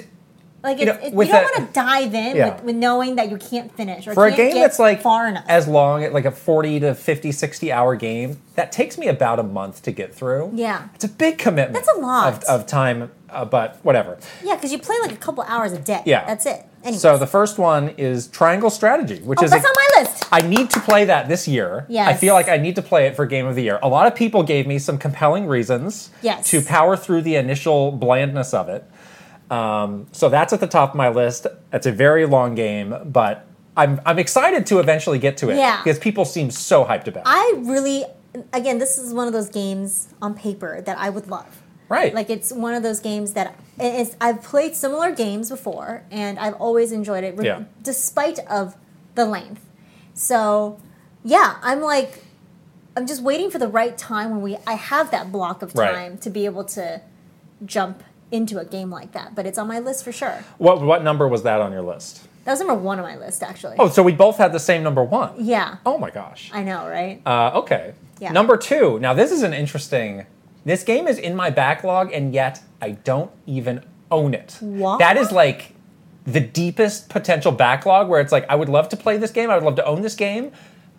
Like it's,
You know,
it's, you
with
don't
a-
want to dive in
Yeah.
with, with knowing that you can't finish or
for a
can't
game
get
that's like
far enough.
as long like a 40 to 50 60 hour game that takes me about a month to get through
Yeah.
it's a big commitment
That's a lot.
of, of time uh, but whatever
yeah, because you play like a couple hours a day.
Yeah.
that's it. Anyways.
so the first one is triangle strategy which
oh,
is
that's
a-
on my list.
I need to play that this year.
Yes.
I feel like I need to play it for game of the year. A lot of people gave me some compelling reasons
Yes.
to power through the initial blandness of it. Um, so that's at the top of my list. It's a very long game, but I'm I'm excited to eventually get to it
Yeah.
because people seem so hyped about it.
I really, again, this is one of those games on paper that I would love.
Right.
Like it's one of those games that it is, I've played similar games before, and I've always enjoyed it, re-
Yeah.
despite of the length. So yeah, I'm like, I'm just waiting for the right time when we I have that block of
Right.
time to be able to jump into a game like that. But it's on my list for sure.
What what number was that on your list?
That was number one on my list actually.
Oh, so we both had the same number one.
Yeah,
Oh my gosh.
I know, right?
Uh, okay.
Yeah.
Number two. Now this is an interesting. This game is in my backlog, and yet I don't even own it.
What?
That is like the deepest potential backlog, where it's like I would love to play this game, I would love to own this game,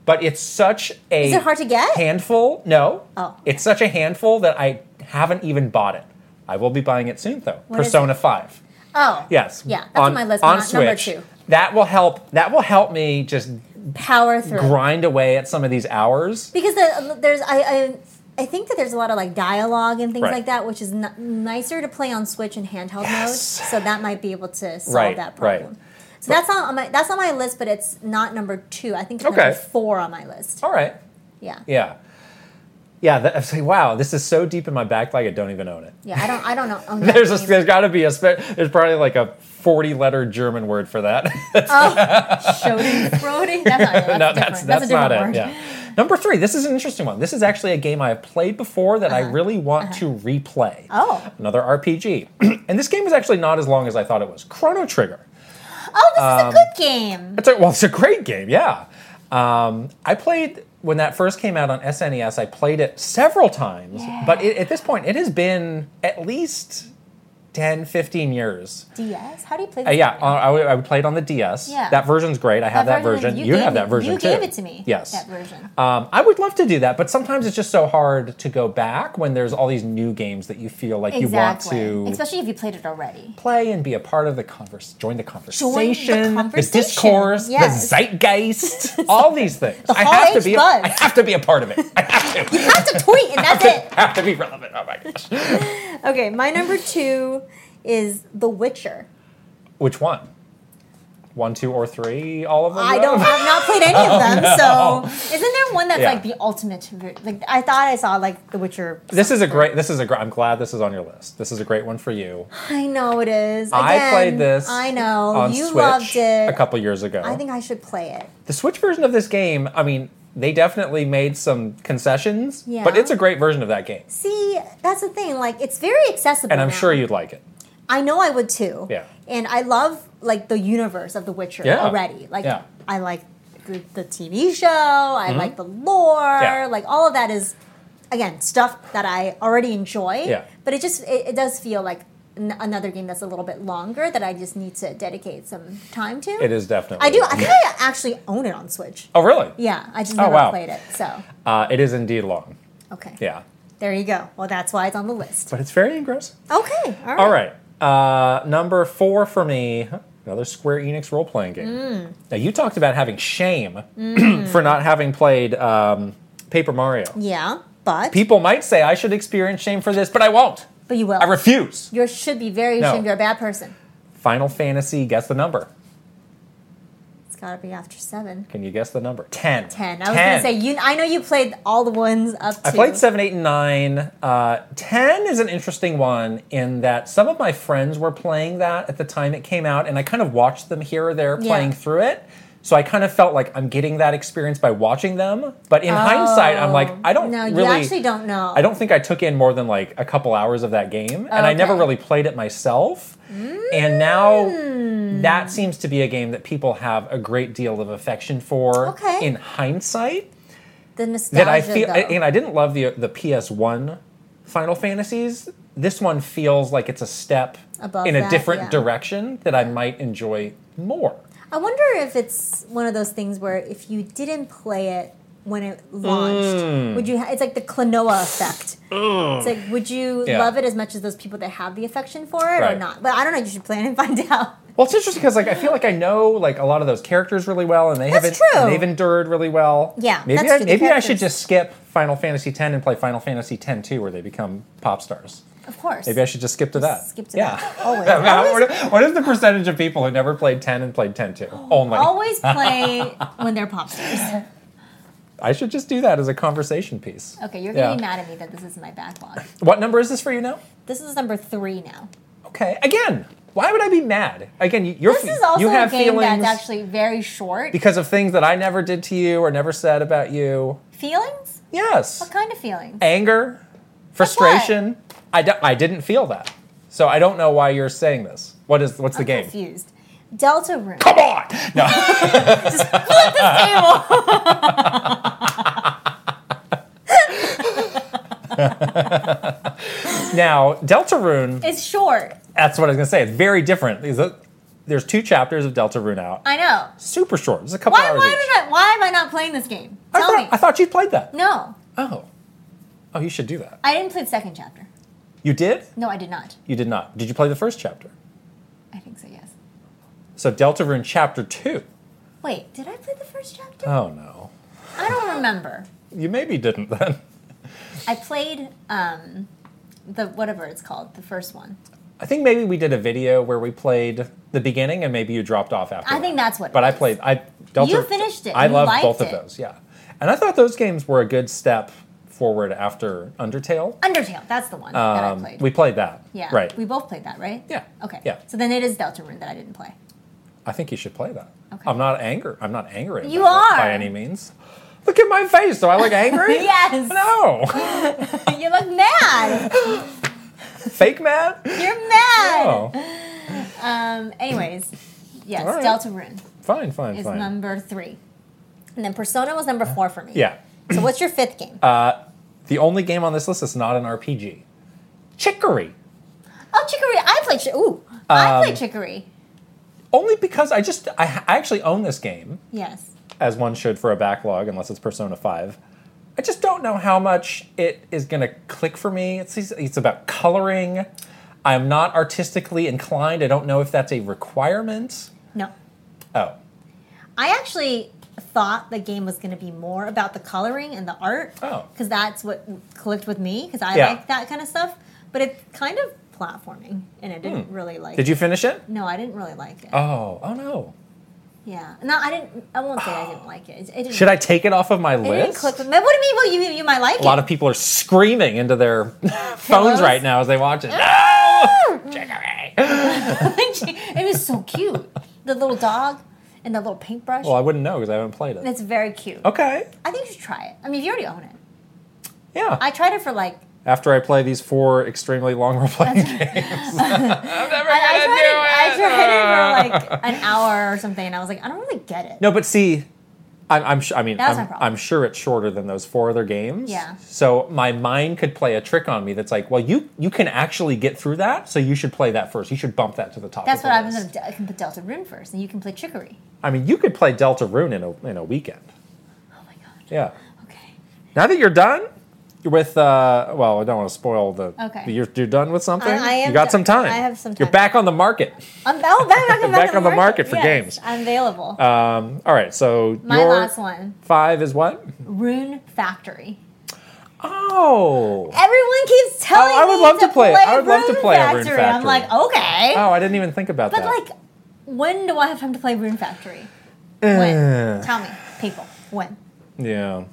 but it's such a
Is it hard to get?
handful. No.
Oh.
It's such a handful that I haven't even bought it. I will be buying it soon, though.
What is
Persona Five.
oh,
Yes.
yeah. That's on, my list.
on
not number
Switch.
two.
That will help. That will help me just
Power through.
grind away at some of these hours.
because the, um, there's I, I I think that there's a lot of like dialogue and things
Right.
like that, which is n- nicer to play on Switch and handheld mode.
Yes.
So that might be able to solve
Right,
that
right.
problem. So that's not on my that's on my list, but it's not number two. I think it's
Okay.
number four on my list.
All right.
Yeah. yeah.
Yeah. Yeah. That, I was like, wow, this is so deep in my backlog. I don't even own it.
I don't. I don't know. Oh, own that
There's a,
game.
there's got to be a spe- there's probably like a 40 letter German word for that.
Schadenfreude? That's not it. That's,
no,
different.
that's
That's,
that's
a
not
different
it.
word.
Yeah. Number three. This is an interesting one. This is actually a game I have played before that I really want to replay.
Uh-huh. Oh.
Another RPG, and this game is actually not as long as I thought it was. Chrono Trigger.
Oh, this
Um,
is a good game.
It's like, well, it's a great game, yeah. Um, I played when that first came out on SNES. I played it several times, but it, at this point, it has been at least 10, 15 years.
DS. How do you play
Uh,
this?
yeah, I, I would- I would play it on the DS.
Yeah.
That version's great. I have that, version. You,
gave
have
me-
that version
You
too.
gave it to me.
Yes.
That version.
Um, I would love to do that, but sometimes it's just so hard to go back when there's all these new games that you feel like
Exactly.
you want to
Especially if you played it already.
play and be a part of the converse, join the conversation,
conversation,
discourse,
yes.
the zeitgeist, all these things. I
whole
have to
age
be, a,
buzz.
I have to be a part of it. I have to,
You have to tweet, and that's it.
I have to be relevant. Oh my gosh,
Okay, my number two is The Witcher.
which one? One, two, or three? All of them?
I don't. I've not played any of them. So, isn't there one that's
Yeah.
like the ultimate? ver- Like I thought I saw like The Witcher.
This is a great. This is a. Gr- I'm glad this is on your list. This is a great one for you.
I know it is.
I
Again,
played this.
I know
on
Oh, you
Switch
loved it.
a couple years ago.
I think I should play it.
the Switch version of this game. I mean, they definitely made some concessions,
Yeah.
but it's a great version of that game,
See, that's the thing. Like it's very accessible.
and I'm
now.
sure you'd like it.
I know I would too.
Yeah.
And I love like the universe of The Witcher
Yeah.
already. Like
Yeah. Mm-hmm.
I like the, the TV show. I like the lore.
Yeah.
Like all of that is again stuff that I already enjoy.
Yeah.
But it just it, it does feel like n- another game that's a little bit longer that I just need to dedicate some time to.
It is definitely.
I do. I think I actually own it on Switch.
Oh really?
Yeah. I just
Oh,
never
wow.
played it. So
Uh, it is indeed long.
okay.
Yeah.
There you go. Well, that's why it's on the list.
But it's very engrossing.
Okay. All right.
All right. Uh, number four for me, another Square Enix role playing game.
Mm.
Now, you talked about having shame for not having played um, Paper Mario.
Yeah. But
People might say I should experience shame for this, but I won't.
but you will.
I refuse.
You should be very
No.
ashamed you're a bad person.
Final Fantasy, guess the number.
It's got to be after seven.
Can you guess the number? Ten.
Ten. I was gonna say you. I know you played all the ones up to.
I played seven, eight, and nine. Uh, ten is an interesting one in that some of my friends were playing that at the time it came out, and I kind of watched them here or there
Yeah.
playing through it. So I kind of felt like I'm getting that experience by watching them. But in hindsight, I'm like, I don't
Oh, No,
really.
you actually don't know.
I don't think I took in more than like a couple hours of that game, and I never
Okay.
really played it myself. And
Mm.
now that seems to be a game that people have a great deal of affection for
Okay.
in hindsight
The nostalgia.
that I feel,
though.
and I didn't love the the PS One Final Fantasies. This one feels like it's a step
Above
in a
that,
different
yeah.
direction that I might enjoy more.
I wonder if it's one of those things where if you didn't play it when it launched,
Mm.
would you? Ha- it's like the Klonoa effect. It's like, would you
Yeah.
love it as much as those people that have the affection for it or
Right.
not? But I don't know. You should play it and find out.
Well, it's interesting because like I feel like I know like a lot of those characters really well, and they
That's
haven't
true.
and they've endured really well.
Yeah,
maybe
that's
I,
true, the
maybe I should
characters.
just skip Final Fantasy X and play Final Fantasy X two, where they become pop stars.
Of course.
Maybe I should just skip to that.
skip to
yeah.
that. Always.
What is- what is the percentage of people who never played 10 and played 10 2? Only.
Always play when they're pop stars.
I should just do that as a conversation piece.
Okay, you're
Yeah.
gonna be mad at me that this is my backlog.
What number is this for you now?
This is number three now.
Okay, again, Why would I be mad? Again, you- you're,
This is also
Hmm. you have
a game
feelings
that's actually very short.
because of things that I never did to you or never said about you.
feelings?
Yes.
What kind of feelings?
Anger, frustration. I, don't- I didn't feel that. So I don't know why you're saying this. What is what's the
I'm
game?
confused. Delta Room.
Come on. No.
Just flip this table.
now, Deltarune,
it's short.
that's what I was going to say. It's very different. These are- There's two chapters of Deltarune out.
I know.
Super short. It's a couple
Why?
hours
Why
each.
did I? Why am I not playing this game?
I
Tell
thought,
me.
I thought you played that.
no,
Oh. Oh, you should do that.
I didn't play the second chapter.
You did?
No, I did not.
You did not. Did you play the first chapter?
I think so. Yes.
So Deltarune chapter 2.
Wait, did I play the first chapter?
Oh no.
I don't remember.
You maybe didn't then.
I played um, the whatever it's called, the first one.
I think maybe we did a video where we played the beginning and maybe you dropped off after.
I think
that.
that's what. it
But I
was.
played I Delta
You finished it.
I
You
loved
liked
both
it.
of those, yeah. And I thought those games were a good step forward after Undertale.
Undertale. That's the one that I
Um,
played.
We played that.
yeah,
Right.
We both played that, right?
Yeah.
Okay.
Yeah.
So then it is Deltarune that I didn't play.
I think you should play that.
Okay.
I'm not angry. I'm not angry.
You
about it
are.
by any means. Look at my face. Do I look angry?
Yes.
No.
you look mad.
Fake mad.
You're mad.
Oh,
Um. Anyways, yes,
All right.
Deltarune
fine, fine,
is
fine.
number three, and then Persona was number four for me.
yeah. Uh,
So what's your fifth game?
The only game on this list that's not an RPG. Chicory.
oh, Chicory. I played. Chi- Ooh,
um,
I played Chicory.
Only because I just I, I actually own this game
Yes.
as one should for a backlog unless it's Persona 5. I just don't know how much it is going to click for me. It's it's about coloring. I'm not artistically inclined. I don't know if that's a requirement.
No.
Oh.
I actually thought the game was going to be more about the coloring and the art.
Oh.
Because that's what clicked with me, because I
Yeah.
like that kind of stuff. But it's kind of platforming, and I didn't really like
Hmm. Did
it.
you finish it?
No, I didn't really like it.
Oh, oh no.
yeah. No, I didn't. I won't say I didn't like it. It, it didn't,
Should I take it off of my
It didn't
list?
click with me. What do you mean? Well, you, you might like
A lot
it.
of people are screaming into their
Pillows? Ah!
phones right now as they watch it. No! Chicory!
it was so cute. The little dog and the little paintbrush.
Well, I wouldn't know because I haven't played it.
it's very cute.
Okay.
I think you should try it. I mean, if you already own it.
Yeah.
I tried it for like
After I play these four extremely long role playing games, I'm never
I,
gonna
I tried it. I
do it.
tried it for like an hour or something, and I was like, I don't really get it.
No, but see, I'm, I'm su- I mean,
That was
I'm,
my problem.
I'm sure it's shorter than those four other games.
Yeah.
So my mind could play a trick on me that's like, well, you you can actually get through that, so you should play that first. You should bump that to the top.
That's
of the
what I was
list.
gonna. do. I can put Delta Rune first, and you can play Chicory.
I mean, you could play Delta Rune in a in a weekend.
Oh my god.
Yeah.
Okay.
Now that you're done with, uh, well, I don't want to spoil the.
Okay.
You're, you're done with something.
I- I am
you got
done.
some time.
I have some
You're
time.
back on the market.
I'm oh, back, back, back,
Back on the market for
Yes,
games.
I'm available.
Um, all right. So
My
your
last one,
five is what?
Rune Factory.
Oh.
Everyone keeps telling
I would
me
love to play-
play
I would love to
Rune
play a
Factory.
Rune
I'm
Factory.
like, okay,
Oh, I didn't even think about
but
that.
like, when do I have time to play Rune Factory?
Uh.
When?
Ugh.
Tell me, people, when?
Yeah.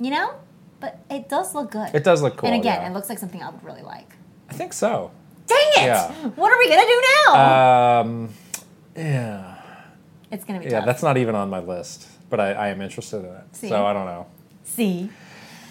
You know, but it does look good.
It does look cool.
and again,
yeah.
it looks like something I would really like.
I think so.
Dang it!
Yeah.
What are we gonna do now?
Um, yeah.
it's gonna be
Yeah,
tough.
that's not even on my list, but I, I am interested in it.
See?
So I don't know.
See.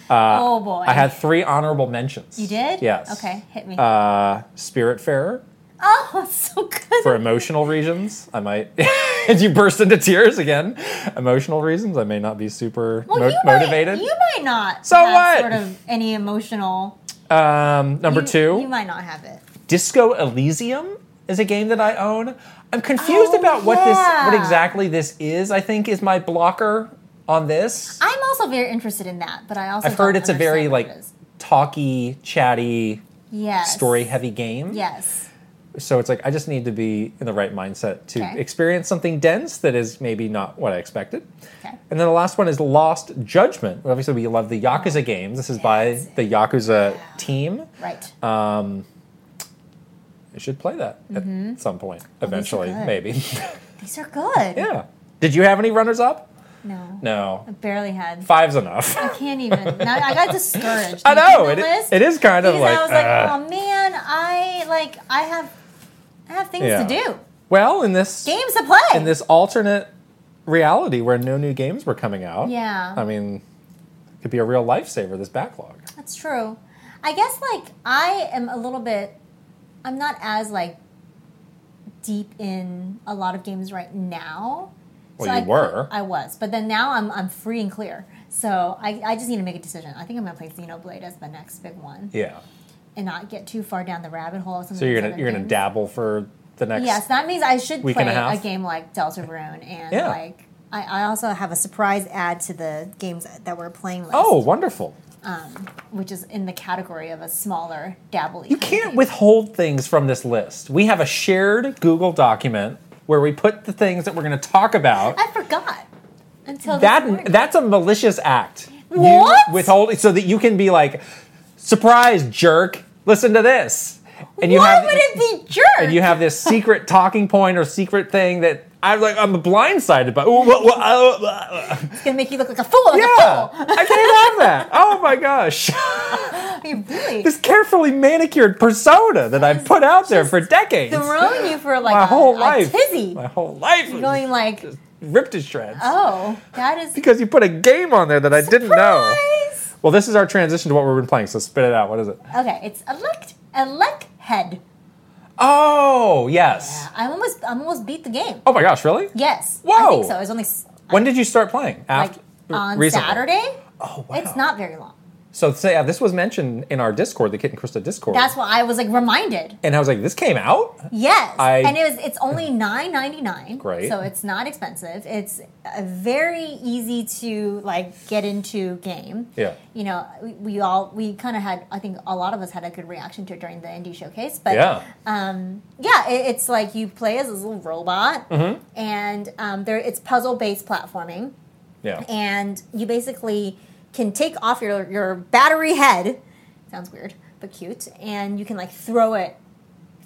Uh,
oh boy.
I had three honorable mentions.
You did?
Yes.
Okay, hit me.
Uh, Spiritfarer,
oh, it's so good.
for emotional reasons, I might. and you burst into tears again. Emotional reasons, I may not be super
well,
mo-
you
motivated.
Might, you might not.
So
have
what?
Sort of any emotional.
um, number
you-
two,
You might not have it.
Disco Elysium is a game that I own. I'm confused
Oh,
about what
yeah.
this, what exactly this is. I think is my blocker on this.
I'm also very interested in that, but I also
I've heard
don't
it's a very
understand what
like
it is.
talky, chatty,
yes
story-heavy game.
Yes.
So it's like I just need to be in the right mindset to
Okay.
experience something dense that is maybe not what I expected.
Okay.
And then the last one is Lost Judgment. Obviously, we love the Yakuza games. This is by
Yes.
the Yakuza team.
Right.
Uh, I should play that
Mm-hmm.
at some point, eventually,
good.
maybe.
These are good.
yeah. Did you have any runners up?
No.
No.
I barely had.
Five's enough.
I can't even. Now I got discouraged. Looking at
I know.
the
It,
list, "Oh."
it is kind of uh,
because
like.
I was like,
uh,
oh man, I like I have I have things
Yeah.
to do,
Well, in this
games to play.
in this alternate reality where no new games were coming out,
Yeah.
I mean, it could be a real lifesaver. This backlog.
That's true. I guess like I am a little bit I'm not as like deep in a lot of games right now.
Well,
I,
you were.
I was, but then now I'm I'm free and clear. So I, I just need to make a decision. I think I'm gonna play Xenoblade as the next big one,
Yeah.
and not get too far down the rabbit hole. Of some
So
of
you're
these
gonna
other
you're gonna
games.
dabble for the next.
Yes, that means I should
Week
play
and a
a
half?
game like Deltarune and
Yeah.
like I, I also have a surprise add to the games that we're playing list
Oh, wonderful!
which is in the category of a smaller dabble.
You can't withhold things from this list. We have a shared Google document where we put the things that we're going to talk about.
I forgot until this
That
morning.
that's a malicious act. You
What?
withhold so that you can be like, surprise, jerk! Listen to this, and you
Why
have
would it be jerk?
and you have this secret talking point or secret thing that I'm like I'm blindsided by. Ooh, wha- wha- uh, uh, uh.
it's gonna make you look like a fool.
Yeah,
Yeah.
I can't have that. Oh my gosh,
A fool. You're bullied.
this carefully manicured persona that I've put out there for decades,
Throwing you for like
my
a,
whole
a
life,
tizzy.
my whole life, was
Going like,
ripped to shreds
oh, that is
because you put a game on there that I didn't know.
surprise.
Well, this is our transition to what we've been playing, so spit it out. What is it?
Okay, it's elect elect head.
Oh, yes.
I almost I almost beat the game.
Oh my gosh, really?
Yes. I
Whoa.
think so. It was only s-
When did you start playing?
like
After,
on
recently?
Saturday.
Oh, wow.
It's not very long.
So, say, yeah, this was mentioned in our Discord, the Kit and Krista Discord.
That's why I was like reminded.
and I was like, this came out?
Yes,
I-
and it was it's only nine ninety nine.
Great.
So it's not expensive. It's a very easy to like get into game.
Yeah.
You know, we, we all we kind of had. I think a lot of us had a good reaction to it during the indie showcase. But
Yeah.
um, yeah, it, it's like you play as this little robot,
Mm-hmm.
and um, there it's puzzle based platforming
Yeah.
and you basically can take off your your battery head. Sounds weird, but cute. And you can like throw it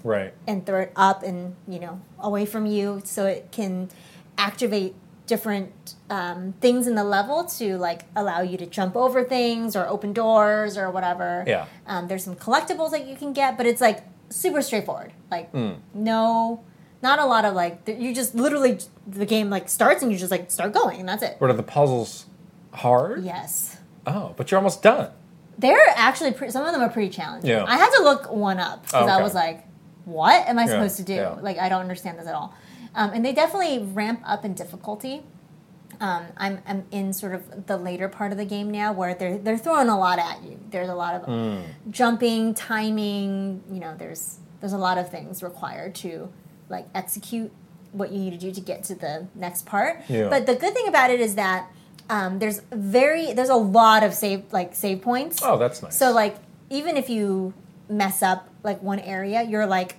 right.
and throw it up and you know away from you, so it can activate different um, things in the level to like allow you to jump over things or open doors or whatever.
Yeah.
Um, there's some collectibles that you can get, but it's like super straightforward. Like no. Not a lot of like th- you just literally the game like starts and you just like start going and that's it.
What are the puzzles hard?
Yes.
Oh, but you're almost done.
They're actually pre- some of them are pretty challenging.
Yeah.
I had to look one up because
Oh, okay.
I was like, "What am I supposed to do?
yeah.
Like, I don't understand this at all." Um, and they definitely ramp up in difficulty. Um, I'm I'm in sort of the later part of the game now where they're they're throwing a lot at you. There's a lot of
Mm.
jumping, timing. You know, there's there's a lot of things required to like execute what you need to do to get to the next part.
Yeah.
But the good thing about it is that um, there's very there's a lot of save like save points.
Oh, that's nice.
So like even if you mess up like one area, you're like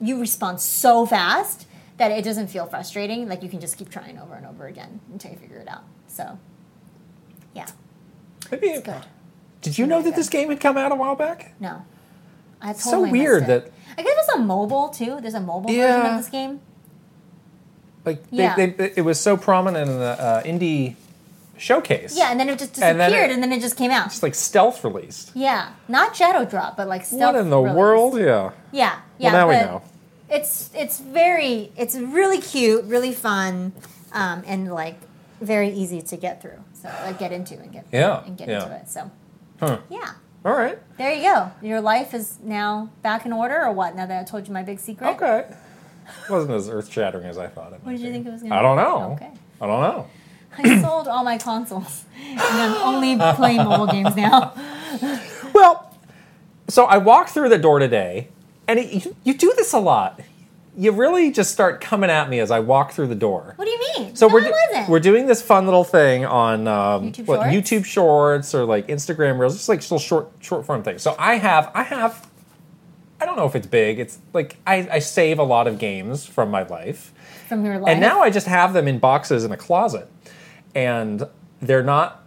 you respond so fast that it doesn't feel frustrating. Like you can just keep trying over and over again until you figure it out. So yeah.
Maybe,
Good.
did you know that this game had come out a while back?
No. I
so
totally missed
weird
it.
that-
I guess there's a mobile too. There's a mobile version
Yeah.
of this game.
Like, they,
Yeah.
they, it was so prominent in the uh, indie showcase.
Yeah, and then it just disappeared and
And then
then
it-
it, just came out.
It's like stealth released.
Yeah. Not Shadow Drop, but like
What
stealth
in the
release.
world? Yeah.
Yeah. Yeah.
well, now we
but-
know.
it's it's very it's really cute, really fun, um, and like very easy to get through. So like get into and get
Yeah,
and get
yeah.
into it. So
Huh.
yeah,
All right.
there you go. Your life is now back in order, or what? Now that I told you my big secret.
Okay. wasn't as earth shattering as I thought it
What
might
did you
be.
think it was going to?
I don't know.
Okay.
I don't know.
I sold all my consoles, and I'm only playing mobile games now.
Well, so I walked through the door today, and it, you, you do this a lot. You really just start coming at me as I walk through the door.
What do you mean?
So
no,
we're
I
do-
wasn't.
we're doing this fun little thing on um,
YouTube
what
Shorts?
YouTube Shorts or like Instagram Reels, just like little short short form things. So I have I have I don't know if it's big. It's like I, I save a lot of games from my life.
from your life.
And now I just have them in boxes in a closet. And they're not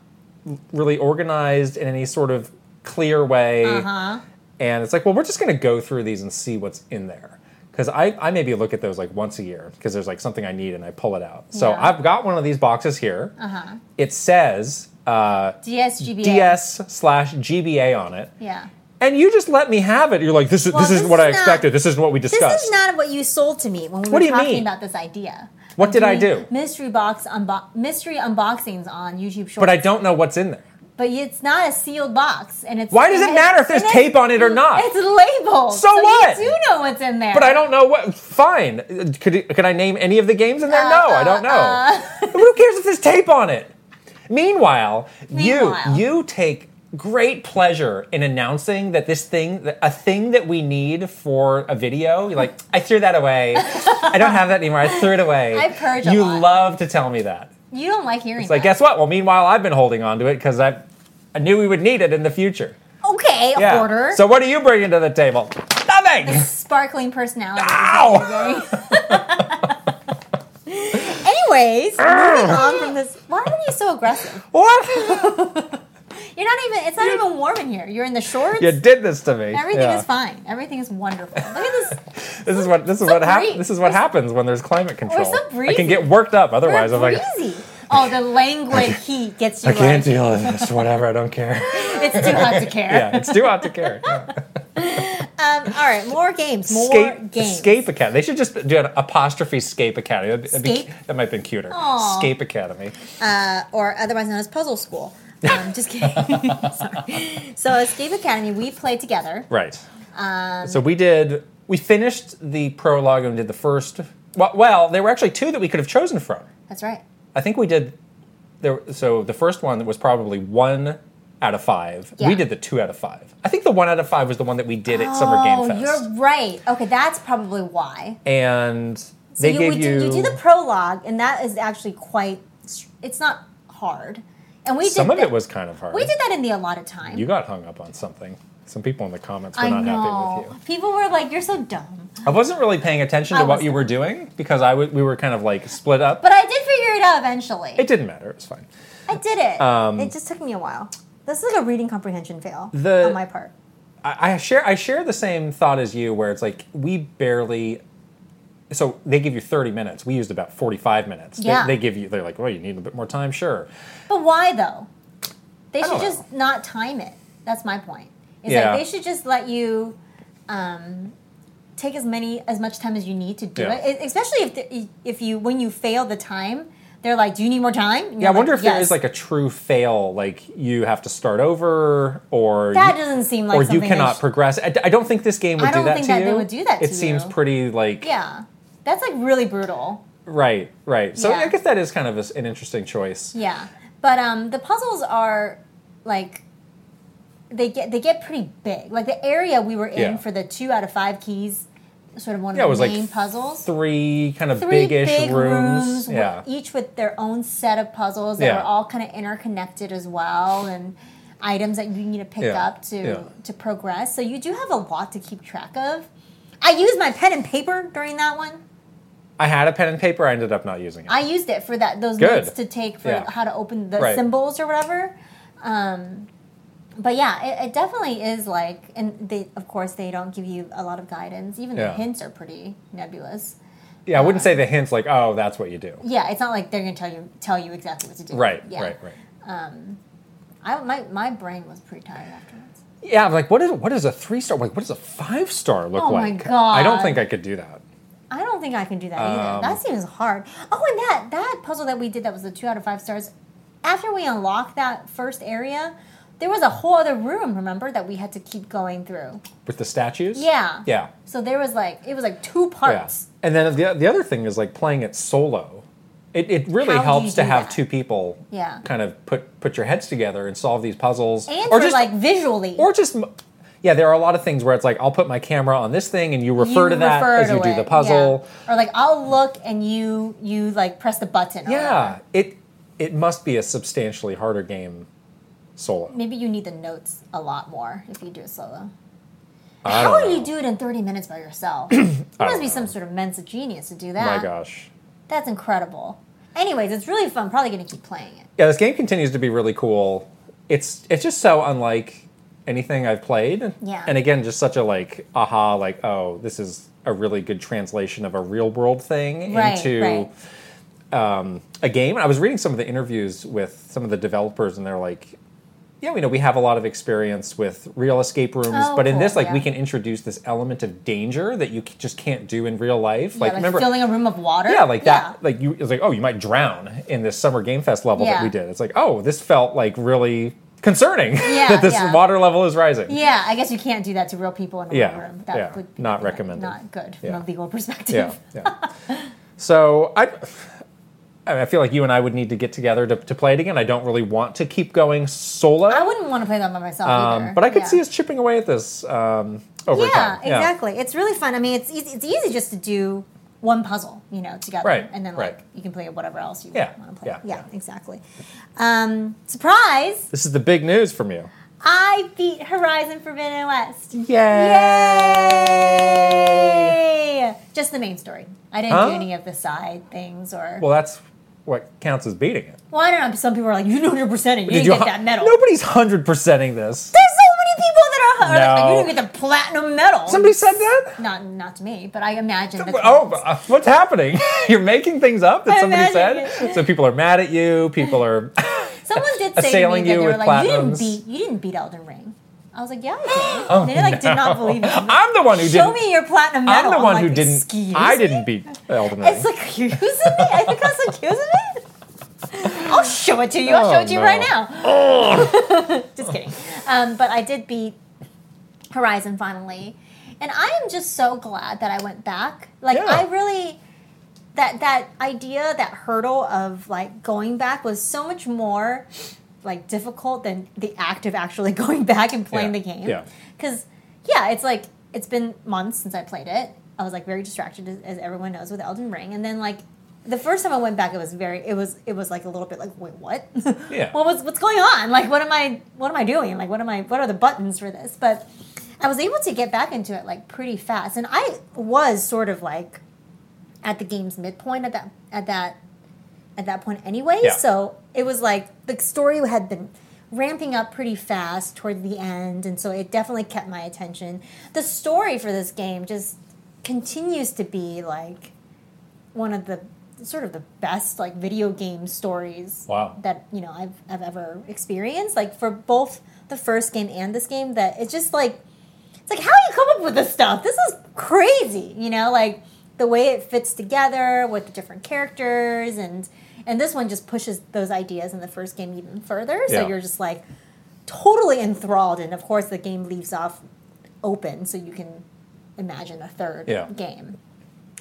really organized in any sort of clear way.
uh huh.
And it's like, well, we're just going to go through these and see what's in there. Because I, I maybe look at those like once a year because there's like something I need and I pull it out. So
Yeah.
I've got one of these boxes here.
Uh-huh.
It says uh,
DSGBA.
DS slash GBA on it.
Yeah.
And you just let me have it. You're like, this is
Well,
this
this
isn't what
is
I
not-
expected. This isn't what we
This
discussed.
is not what you sold to me when we
What do
were
you
talking
mean?
about this idea.
What
of
did I
doing
do?
Mystery box unbo- mystery unboxings on YouTube Shorts.
but I don't know what's in there.
But it's not a sealed box, and it's
Why does it
and
matter if there's
and
tape on it or not?
It's labeled.
So what?
You do know what's in there.
But I don't know what. Fine. Could could I name any of the games in there?
Uh,
no, I don't know. Who cares if there's tape on it? Meanwhile,
Meanwhile.
you you take great pleasure in announcing that this thing, a thing that we need for a video, you're like, I threw that away. I don't have that anymore. I threw it away.
I purge a
You
lot.
love to tell me that.
You don't like hearing.
It's like,
that.
guess what? Well, meanwhile, I've been holding on to it because I, I knew we would need it in the future.
Okay,
Yeah.
order.
So what are you bringing to the table? Nothing.
sparkling personality. is
Ow!
what you're doing. Anyways, moving on from this. Why are you so aggressive?
What?
You're not even. It's not even warm in here. You're in the shorts.
you did this to me.
Everything
Yeah.
is fine. Everything is wonderful. Look at this.
This is what this is what
breeze.
happens. This is what happens when there's climate control.
Oh, so
I can
breezy.
get worked up. Otherwise,
We're
I'm like,
breezy. Oh, the languid heat gets you.
I can't
like,
deal with this. Whatever. I don't care.
It's too hot to care.
yeah, it's too hot to care. Yeah.
Um, all right, more games. More
Escape,
games.
Escape Academy. They should just do an apostrophe Escape Academy. That'd be- that'd be-
Escape?
that might have been cuter.
Aw.
Escape Academy.
uh, or otherwise known as Puzzle School. Um, just kidding. Sorry. So Escape Academy, we play together.
Right.
Um,
so we did. We finished the prologue and did the first. Well, well, there were actually two that we could have chosen from.
That's right.
I think we did. There, so the first one was probably one out of five.
Yeah.
We did the two out of five. I think the one out of five was the one that we did at Summer Game Fest.
Oh, you're right. Okay, that's probably why.
And
So
they
you,
gave
we
you,
do, you do the prologue, and that is actually quite. str- It's not hard, and we
some
did
of
that-
it was kind of hard.
We did that in the allotted time.
You got hung up on something. Some people in the comments were
I
not
know.
happy with you.
People were like, "You're so dumb,"
I wasn't really paying attention to
I
what you
wasn't.
were doing because I w- we were kind of like split up.
but I did figure it out eventually.
it didn't matter. It was fine.
I did it.
Um,
it just took me a while. This is like a reading comprehension fail
The-
on my part.
I, I share I share the same thought as you, where it's like we barely. So they give you thirty minutes. We used about forty-five minutes. They-
Yeah.
They, give you. They're like, well, you need a bit more time. Sure.
But why though? They
I
should
don't know.
just not time it. That's my point. It's
Yeah.
like they should just let you um, take as many as much time as you need to do
Yeah.
it. it. Especially if the, e, if you when you fail the time, they're like, "Do you need more time?"
Yeah. I wonder if there is like a true fail, like you have to start over, or
that
you,
doesn't seem like
or you
something
cannot
That sh-
progress. I, I don't think this game would
I
do
don't
that
think
to
that
you.
they would do that
It
to
seems
you.
pretty like
yeah, that's like really brutal.
right, right. So
Yeah.
I guess that is kind of a s an interesting choice.
Yeah, but um, the puzzles are like they get they get pretty big. Like the area we were in
Yeah.
for the two out of five keys, sort of one of
Yeah, it
the
was like
main puzzles.
Three kind of
Three
big-ish
big
rooms.
rooms, with-
Yeah.
each with their own set of puzzles that
Yeah.
were all kind of interconnected as well, and items that you need to pick
Yeah,
up to
yeah.
to progress. So you do have a lot to keep track of. I used my pen and paper during that one.
I had a pen and paper. I ended up not using it.
I used it for that those
Good.
notes to take for
Yeah.
how to open the
Right.
symbols or whatever. Um, but yeah, it, it definitely is like, and they of course they don't give you a lot of guidance. Even the
Yeah.
hints are pretty nebulous.
Yeah, I wouldn't say the hints like, oh, that's what you do.
Yeah, it's not like they're gonna tell you tell you exactly what to do.
Right,
Yeah.
right, right.
I my my brain was pretty tired afterwards.
Yeah, I'm like what is what is a three star? Like what does a five star look
Oh my
like?
God.
I don't think I could do that.
I don't think I can do that
Um,
either. That seems hard. Oh, and that that puzzle that we did that was the two out of five stars. After we unlocked that first area, there was a whole other room. Remember that we had to keep going through.
With the statues?
Yeah.
Yeah.
So there was like it was like two
Yeah.
parts.
And then the, the other thing is like playing it solo. It, it really
How do you
helps to
do
have
that?
two people
Yeah.
kind of put put your heads together and solve these puzzles.
And
or
for
just
like visually.
or just m- yeah, there are a lot of things where it's like I'll put my camera on this thing and you
you
refer to that
refer
as
to
you do
it,
the puzzle.
yeah. Or like I'll look and you you like press the button. or whatever.
Yeah, it it must be a substantially harder game solo. Oh
Maybe you need the notes a lot more if you do it solo.
I
How
don't
do
know.
you do it in 30 minutes by yourself? you must
don't
be some sort of mensa genius to do that.
My gosh.
That's incredible. Anyways, it's really fun. Probably going to keep playing it.
Yeah, this game continues to be really cool. It's it's just so unlike anything I've played.
Yeah.
And again, just such a like aha, like oh, this is a really good translation of a real world thing
Right,
into
right.
um, a game. And I was reading some of the interviews with some of the developers, and they're like, yeah, we know we have a lot of experience with real escape rooms,
Oh,
but in
cool,
this, like, we
yeah.
can introduce this element of danger that you c- just can't do in real life.
like,
like, remember,
filling a room of water.
yeah, like that, like you, it's like, oh, you might drown in this summer game fest level that
Yeah.
we did. It's like, oh, this felt like really concerning
Yeah,
that this
yeah.
water level is rising.
Yeah, I guess you can't do that to real people in a
Yeah,
room. That
yeah,
would be
not
like,
recommended.
Not good from
Yeah.
a legal perspective.
yeah, yeah. So I, I, mean, I feel like you and I would need to get together to, to play it again. I don't really want to keep going solo,
I wouldn't want to play that by myself either.
um, but I could
yeah.
see us chipping away at this um, over
Yeah,
time.
exactly. It's really fun. I mean, it's easy, it's easy just to do one puzzle, you know, together,
Right,
and then like
right.
you can play whatever else you
Yeah,
want to play.
yeah, yeah.
exactly. Um, surprise!
This is the big news from you.
I beat Horizon Forbidden West.
Yay!
Yay! Just the main story. I didn't
Huh?
do any of the side things or. Well,
Well, that's what counts as beating it.
I don't know. Some people are like, you 100 percent and you didn't
you
get
hu-
that medal.
Nobody's hundred percenting
There's
this.
so many people that are, are like,
No.
you didn't get the platinum medal.
Somebody said that.
Not, not to me, but I imagine. That's
Oh, uh, what's happening? You're making things up that
I'm
somebody
imagining
said. So people are mad at you. People are.
Someone did say to me
assailing
that they
you
were
with
like, "You didn't
platinums. Oh,
beat, you didn't beat Elden Ring." I was like, "Yeah, I did." they like did not believe me.
I'm the one who
Show
didn't.
me your platinum
I'm
medal.
the one
like,
who didn't.
Excuse
I
me?"
didn't beat Elden Ring.
It's like accusing me. I think I was accusing me. I'll show it to you. I'll show
Oh,
it to you
no.
right now. just kidding. Um, but I did beat Horizon finally, and I am just so glad that I went back. Like
Yeah.
I really that that idea that hurdle of like going back was so much more like difficult than the act of actually going back and playing the
Yeah.
game.
Yeah.
Because, yeah, it's like, it's been months since I played it. I was like very distracted, as, as everyone knows, with Elden Ring. And then, like, the first time I went back, it was very, it was, it was like a little bit like, wait, what?
Yeah.
what was, what's going on? Like, what am I, what am I doing? Like, what am I, what are the buttons for this? But I was able to get back into it like pretty fast. And I was sort of like at the game's midpoint at that, at that, at that point anyway.
Yeah.
So it was like the story had been ramping up pretty fast toward the end, and so it definitely kept my attention. The story for this game just continues to be like one of the sort of the best like video game stories
Wow.
that you know I've, I've ever experienced like for both the first game and this game that it's just like it's like how do you come up with this stuff this is crazy you know like the way it fits together with the different characters and and this one just pushes those ideas in the first game even further so
Yeah.
you're just like totally enthralled and of course the game leaves off open so you can imagine a third
Yeah.
game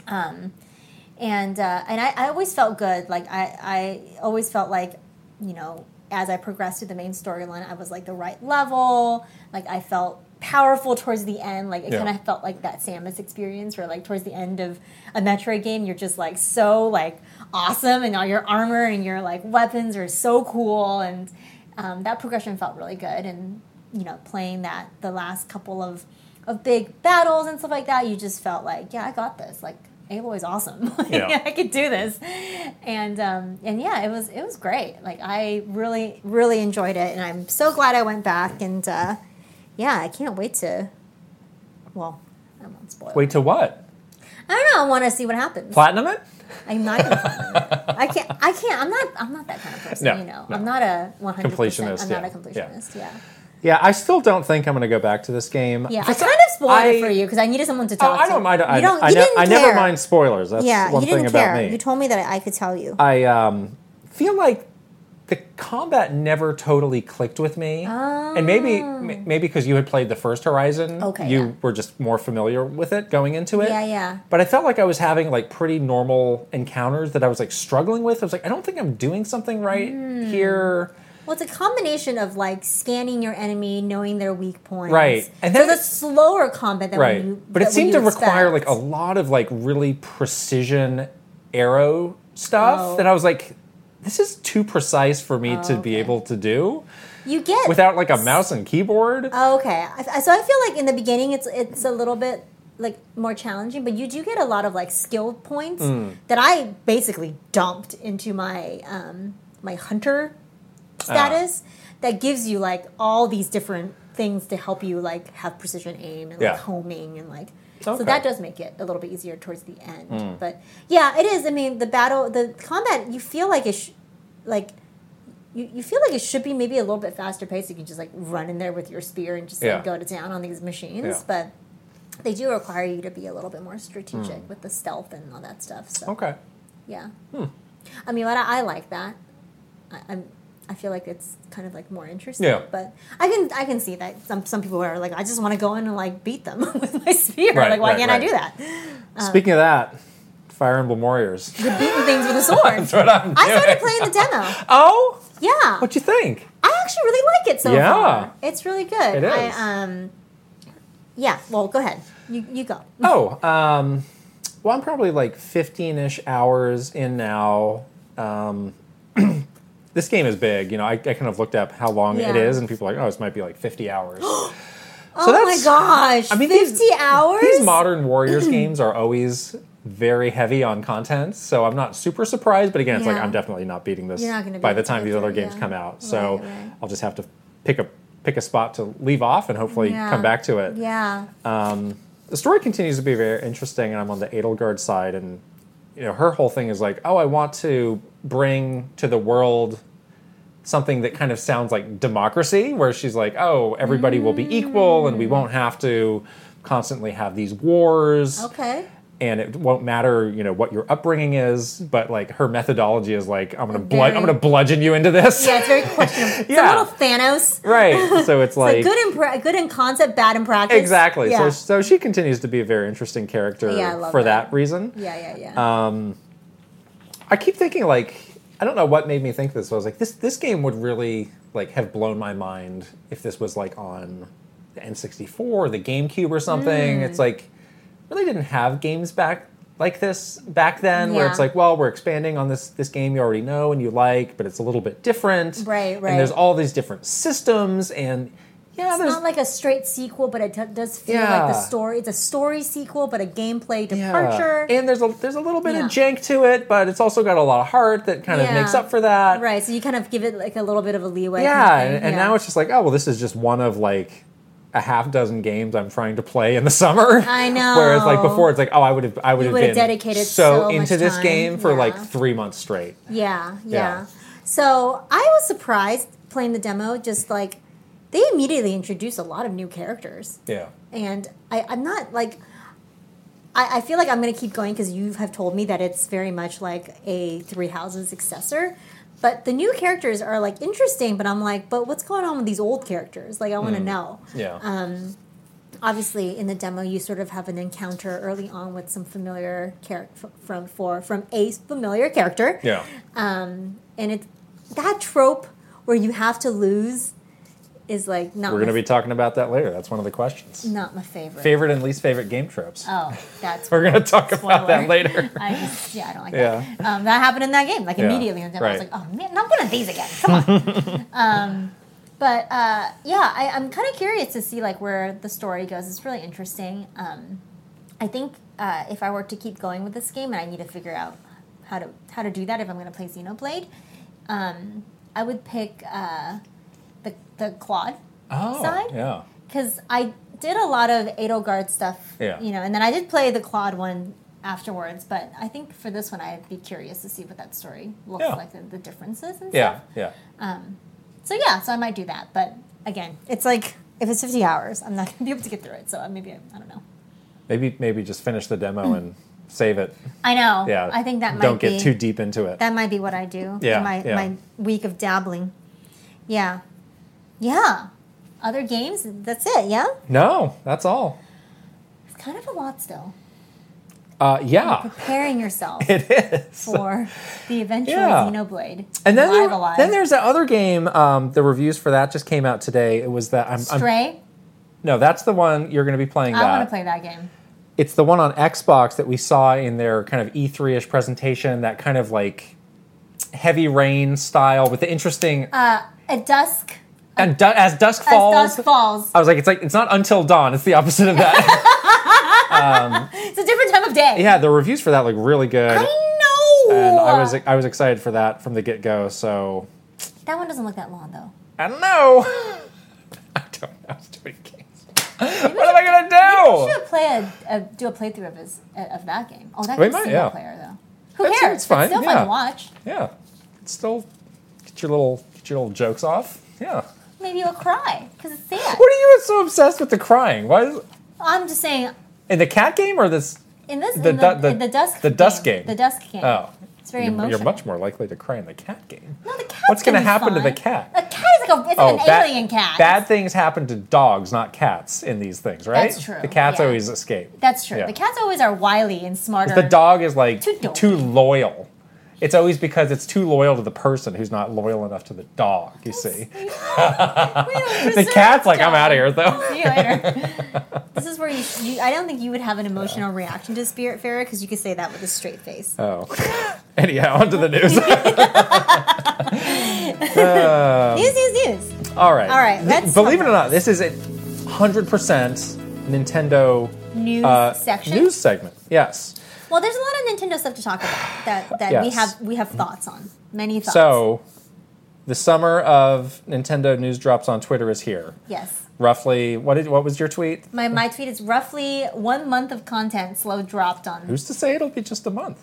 um, and uh, and I, I always felt good like I, I always felt like you know as i progressed through the main storyline i was like the right level like i felt powerful towards the end like it
Yeah.
kind of felt like that samus experience where like towards the end of a metroid game you're just like so like awesome and all your armor and your like weapons are so cool and um, that progression felt really good and you know playing that the last couple of of big battles and stuff like that you just felt like yeah i got this like aloy's awesome Like,
Yeah.
i could do this and um and yeah it was it was great like i really really enjoyed it and i'm so glad i went back and uh yeah i can't wait to well i won't spoil
Wait to what?
i don't know i want to see what happens
Platinum it?
I'm not. Gonna comment on it. I can't. I can't. I'm not. I'm not that kind of person.
No,
you know,
no.
I'm not a 100.
Completionist,
I'm not a
yeah, yeah.
completionist. Yeah.
Yeah, I still don't think I'm going to go back to this game.
Yeah.
For
I
some-
kind of spoiled it
I-
for you because I needed someone to
Oh,
talk.
I
to.
don't mind. I,
You don't.
I,
you
ne-
didn't
I never
care.
mind spoilers. That's
Yeah.
one
you didn't
thing
care.
about me.
You told me that I could tell you.
I um, feel like the combat never totally clicked with me, and maybe m- maybe because you had played the first Horizon,
Ah. Okay,
you
yeah.
were just more familiar with it going into it.
Yeah, yeah.
But I felt like I was having like pretty normal encounters that I was like struggling with. I was like, I don't think I'm doing something right
Hmm.
here.
well, it's a combination of like scanning your enemy, knowing their weak points.
Right.
And
And
then
then
so it's a slower combat than
right
what you.
but
that
it seemed
what
to
you
require like
expect.
a lot of like really precision arrow stuff
Oh.
that i was like this is too precise for me to be
okay.
able to do
You get
without like a mouse and keyboard
Oh, okay. I, I- so I feel like in the beginning, it's it's a little bit like more challenging, but you do get a lot of like skill points
Mm.
that I basically dumped into my um, my hunter status.
Ah.
That gives you like all these different things to help you like have precision aim and
Yeah.
like homing and like. So
Okay. Mm.
that does make it a little bit easier towards the end, but yeah, it is. I mean, the battle, the combat, you feel like it, sh- like you, you feel like it should be maybe a little bit faster paced. You can just like run in there with your spear and just like,
Yeah.
go to town on these machines,
Yeah.
but they do require you to be a little bit more strategic
Hmm.
with the stealth and all that stuff. So
Okay.
yeah,
Hmm.
I mean, what I, I like that. I, I'm. I feel like it's kind of like more interesting,
Yeah.
but I can I can see that some some people are like I just want to go in and like beat them with my spear.
Right,
like why
right,
can't
right.
I do that? uh.
Speaking of that, Fire Emblem Warriors.
The beating things with a sword.
That's what I'm doing.
I started playing the demo.
Oh,
Yeah,
what you think?
I actually really like it so
Yeah.
far. It's really good.
It is.
I, um, yeah. Well, go ahead. You you go.
Oh, um, well, I'm probably like 15 ish hours in now. Um, this game is big. You know, I, I kind of looked up how long it
Yeah.
is, and people are like, oh, this might be like 50 hours.
oh my
that's-
gosh!
I mean, these-
fifty hours.
These modern Warriors games are always very heavy on content, so I'm not super surprised. But again, it's like
Yeah.
I'm definitely not beating this
You're not gonna
by
beat
the
it
time these
either,
other games
yeah.
come out. So
Right, right.
I'll just have to pick a pick a spot to leave off and hopefully
Yeah.
come back to it.
Yeah.
Uh, The story continues to be very interesting, and I'm on the Adelgard side, and you know her whole thing is like, oh, I want to bring to the world something that kind of sounds like democracy, where she's like, oh, everybody will be equal,
Mm.
and we won't have to constantly have these wars
Okay.
and it won't matter, you know, what your upbringing is, but like her methodology is like, I'm gonna blood,
Very-
I'm gonna bludgeon you into this,
Yeah, it's very questionable.
Yeah.
It's a little Thanos.
right? So it's like,
Like, good in pra- good in concept, bad in practice.
exactly.
Yeah.
So, so she continues to be a very interesting character
Yeah, I love
for
that.
that, reason.
yeah, yeah,
Um,
yeah.
I keep thinking like, I don't know what made me think this. But I was like, this this game would really like have blown my mind if this was like on the N64 or the GameCube or something.
Hmm.
It's like really didn't have games back like this back then where
Yeah.
it's like well we're expanding on this this game you already know and you like but it's a little bit different
Right, right.
and there's all these different systems and yeah
it's
there's
not like a straight sequel, but it t- does feel like the
Yeah.
story. It's a story sequel, but a gameplay
yeah.
departure.
and there's a there's a little bit
Yeah.
of jank to it but it's also got a lot of heart that kind
Yeah.
of makes up for that
right. So you kind of give it like a little bit of a leeway.
yeah
kind of
and,
thing,
and
yeah.
now it's just like oh well this is just one of like a half dozen games I'm trying to play in the summer.
I know.
Whereas like before, it's like oh, I would have, I would have
would've
been
dedicated
so,
so
into
much
this
time.
game for like
Yeah.
three months straight.
Yeah, yeah.
Yeah.
So I was surprised playing the demo, just like they immediately introduce a lot of new characters.
Yeah.
And I, I'm not like, I, I feel like I'm going to keep going because you have told me that it's very much like a Three Houses successor. But the new characters are like interesting, but I'm like, but what's going on with these old characters? Like, I want to know.
Yeah.
Um, Obviously, in the demo, you sort of have an encounter early on with some familiar character from for from a familiar character
yeah.
and it's that trope where you have to lose is like not
We're going to
my,
be talking about that later. That's one of the questions.
not my favorite.
Favorite and least favorite game tropes.
Oh, that's
We're going to talk about that
Spoiler.
later.
I just yeah, I don't like
Yeah.
that. Um, that happened in that game, like
Yeah,
immediately in the demo. I was
right.
like, oh man, not one of these again. Come on. um, but uh, yeah, I, I'm kind of curious to see like where the story goes. It's really interesting. Um, I think uh, if I were to keep going with this game, and I need to figure out how to how to do that if I'm going to play Xenoblade, um, I would pick uh, the the Claude
Oh,
Side?
yeah.
because I did a lot of Edelgard stuff,
Yeah.
you know, and then I did play the Claude one afterwards. But I think for this one, I'd be curious to see what that story looks
Yeah.
like, the, the differences and
Yeah,
stuff.
yeah.
So yeah, so I might do that. But again, it's like if it's fifty hours, I'm not gonna be able to get through it. So maybe I, I don't know.
Maybe maybe just finish the demo and save it.
I know. Mm.
Yeah.
I think that might
Don't
be
get too deep into it.
that might be what I do.
Yeah,
in my
yeah.
my week of dabbling. Yeah, yeah. Other games. That's it. Yeah.
no, that's all.
It's kind of a lot still.
Uh, yeah.
Preparing yourself.
It is.
for the eventual
Yeah.
Xenoblade.
And then,
Live
there-
Alive.
then there's that other game. Um, the reviews for that just came out today. It was that I'm, I'm
Stray.
no, that's the one you're going to be playing.
I
that
want to play that game.
it's the one on Xbox that we saw in their kind of E3ish presentation. That kind of like heavy rain style with the interesting
Uh, at dusk,
and du- as dusk falls. Uh,
as dusk falls,
I was like, it's like it's not until dawn. It's the opposite of that.
it's a different time of day.
yeah, the reviews for that look really good,
I know.
and I was I was excited for that from the get go. So
that one doesn't look that long though.
I don't know. I don't know. It's too many games. What am I gonna
We
do?
should play a, a do a playthrough of his of that game. Oh, that
We
game's
might,
single
yeah.
player though. Who
That's-
cares?
it's fine,
still
yeah.
fun to watch.
Yeah, it's still get your little get your old jokes off. Yeah.
Maybe you'll cry because it's sad.
What are you so obsessed with the crying? Why is
I'm just saying,
in the cat game or this?
in this,
The
in the,
du- the-
in the dusk,
the dusk game.
the dusk game.
Oh,
It's very
you're,
emotional.
you're much more likely to cry in the cat game.
No, the cat's
What's
gonna
gonna
be
happen to
fine.
the cat? Oh,
A cat is like a it's like an
bad,
alien cat.
Bad things happen to dogs, not cats, in these things, right?
That's true,
The cats
yeah.
always escape.
That's true.
Yeah.
The cats always are wily and smarter.
the dog is like
Too
too,
dope.
loyal. It's always because it's too loyal to the person who's not loyal enough to the dog. You see, the
the
cat's like, I'm out of here though.
See you later. this is where you, you. I don't think you would have an emotional reaction to Spirit Fairer because you could say that with a straight face.
Oh, anyhow, onto the news. Um,
news, news, news.
All right,
All right,
Th-
let's
believe it
talk
or
about
not, this is a hundred percent Nintendo
News
uh,
section.
news segment. Yes.
Well, there's a lot of Nintendo stuff to talk about that that we
Yes.
have we have thoughts on. Many thoughts.
So, the summer of Nintendo news drops on Twitter is here.
yes.
Roughly, what did what was your tweet?
My, my tweet is roughly one month of content slow dropped on.
Who's to say it'll be just a month?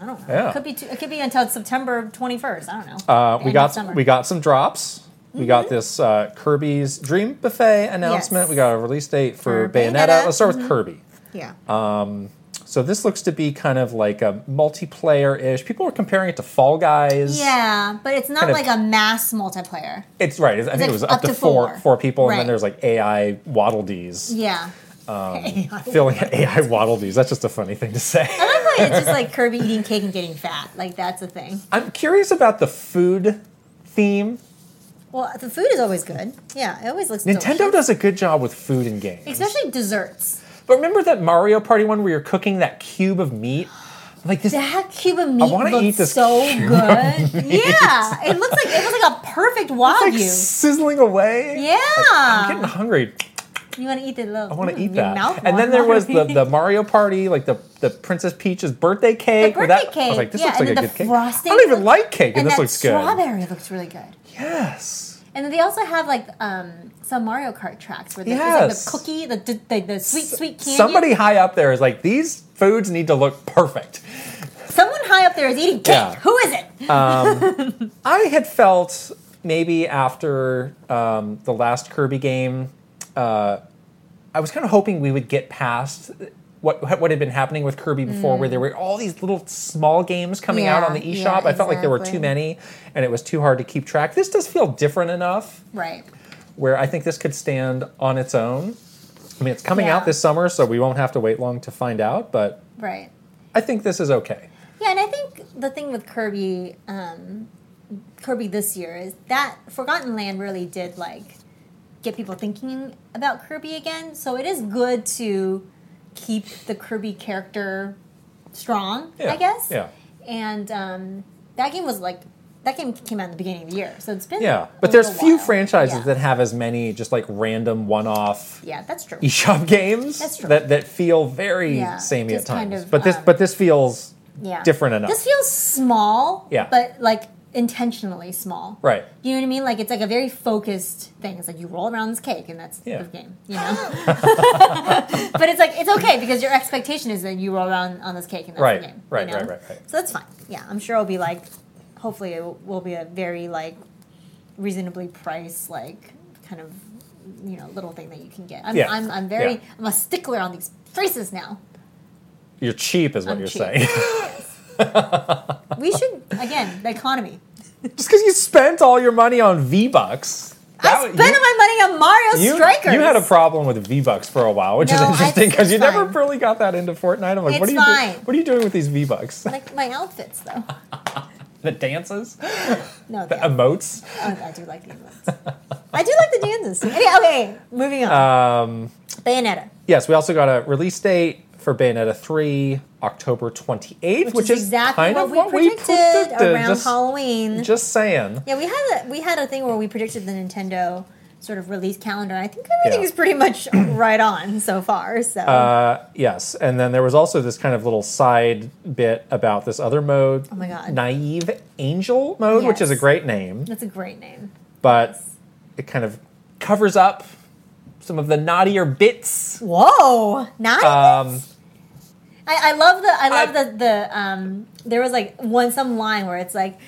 I don't know.
Yeah.
It could be two, it could be until September 21st. I don't know.
Uh, we
End
got
of summer. Mm-hmm.
we got some drops. We got this uh, Kirby's Dream Buffet announcement.
Yes.
We got a release date
For
for Bayonetta.
Bayonetta. Mm-hmm.
Let's start with Kirby.
yeah.
uh, So this looks to be kind of like a multiplayer-ish. People are comparing it to Fall Guys.
yeah, but it's not
kind of-
like a mass multiplayer.
It's right. I think
like
it was up, to, four four people, and
Right.
then there's like AI waddledees.
Yeah.
Um,
Okay.
Feeling AI waddledees. That's just a funny thing to say.
I like how it's just like Kirby eating cake and getting fat. Like that's a thing.
I'm curious about the food theme.
Well, the food is always good. Yeah, it always looks
Nintendo
delicious.
does a good job with food in games.
especially desserts.
But remember that Mario Party one where you're cooking that cube of meat? Like this
That cube of meat
wanna
looks
eat this
so good. Yeah, it looks like it looks like a perfect
like
wagyu.
sizzling away.
Yeah,
I'm getting hungry.
you want to eat the little.
I want to eat
your
that.
mouth
and
water.
then there was the, the Mario Party, like the, the Princess Peach's birthday cake.
birthday
that, I
cake,
was like, this
yeah,
looks
and
like a
then
good
the
cake.
frosting
I don't even
look-
like cake, and,
and
this
that
looks good.
strawberry looks really good.
Yes.
And then they also have like um, some Mario Kart tracks where there's
Yes.
like the cookie, the, the, the, the sweet sweet candy.
Somebody high up there is like, these foods need to look perfect.
someone high up there is eating cake.
Yeah. Uh,
Who is it?
I had felt maybe after um, the last Kirby game, uh, I was kind of hoping we would get past what what had been happening with Kirby before, where there were all these little small games coming out
Yeah,
on the eShop.
Mm. yeah,
I felt like there were
exactly.
too many, and it was too hard to keep track. This does feel different enough
right.
where I think this could stand on its own. I mean, it's coming
Yeah.
out this summer, so we won't have to wait long to find out. But
Right.
I think this is okay.
Yeah, and I think the thing with Kirby, um, Kirby this year is that Forgotten Land really did like get people thinking about Kirby again. So it is good to keep the Kirby character strong,
Yeah,
I guess.
yeah.
And um, that game was like that game came out in the beginning of the year, so it's been
Yeah,
a
but there's
little
few
while.
franchises
Yeah.
that have as many just like random one-off
Yeah, that's true.
eShop games
That's true.
that that feel very
Yeah,
samey at
just
times.
kind of,
but this
um,
but this feels
Yeah,
different enough.
This feels small.
Yeah.
but like intentionally small.
right.
You know what I mean? Like it's like a very focused thing. It's like you roll around this cake and that's
Yeah.
the game, you know? but it's like it's okay because your expectation is that you roll around on this cake and that's
Right,
the game. you
right, right,
know?
right, right.
So that's fine. Yeah, I'm sure it'll be like hopefully it will- will be a very like reasonably priced like kind of you know little thing that you can get. I'm
Yeah,
I'm, I'm very
yeah.
I'm a stickler on these prices now.
You're cheap is what
I'm
you're
cheap.
saying.
We should again, the economy.
just because you spent all your money on V Bucks.
I spent my money on Mario
you,
Strikers.
you had a problem with V Bucks for a while, which is
No, I-
interesting because
it's
you never
fine.
really got that into Fortnite. I'm like, what
It's
are you doing?
fine.
What are you doing with these V Bucks?
like my outfits though.
the dances,
No,
the
yeah.
emotes.
Oh, I do like the dances. I do like the dances. Anyway, okay, moving on. Um, Bayonetta,
Yes, we also got a release date for Bayonetta 3, October 28th, which,
which, is exactly
kind
what,
of
we,
what
predicted
we predicted.
around
just,
Halloween.
just saying.
yeah, we had a, we had a thing where we predicted the Nintendo sort of release calendar. and I think everything
Yeah.
is pretty much right on so far. So
Uh, yes, and then there was also this kind of little side bit about this other mode. Oh
my God.
Naive Angel mode, which is a
Yes.
great name,
that's a great name.
but it kind of covers up some of the naughtier bits.
Whoa, not.
Um,
I, I love the I love
I-
the the um there was like one some line where it's like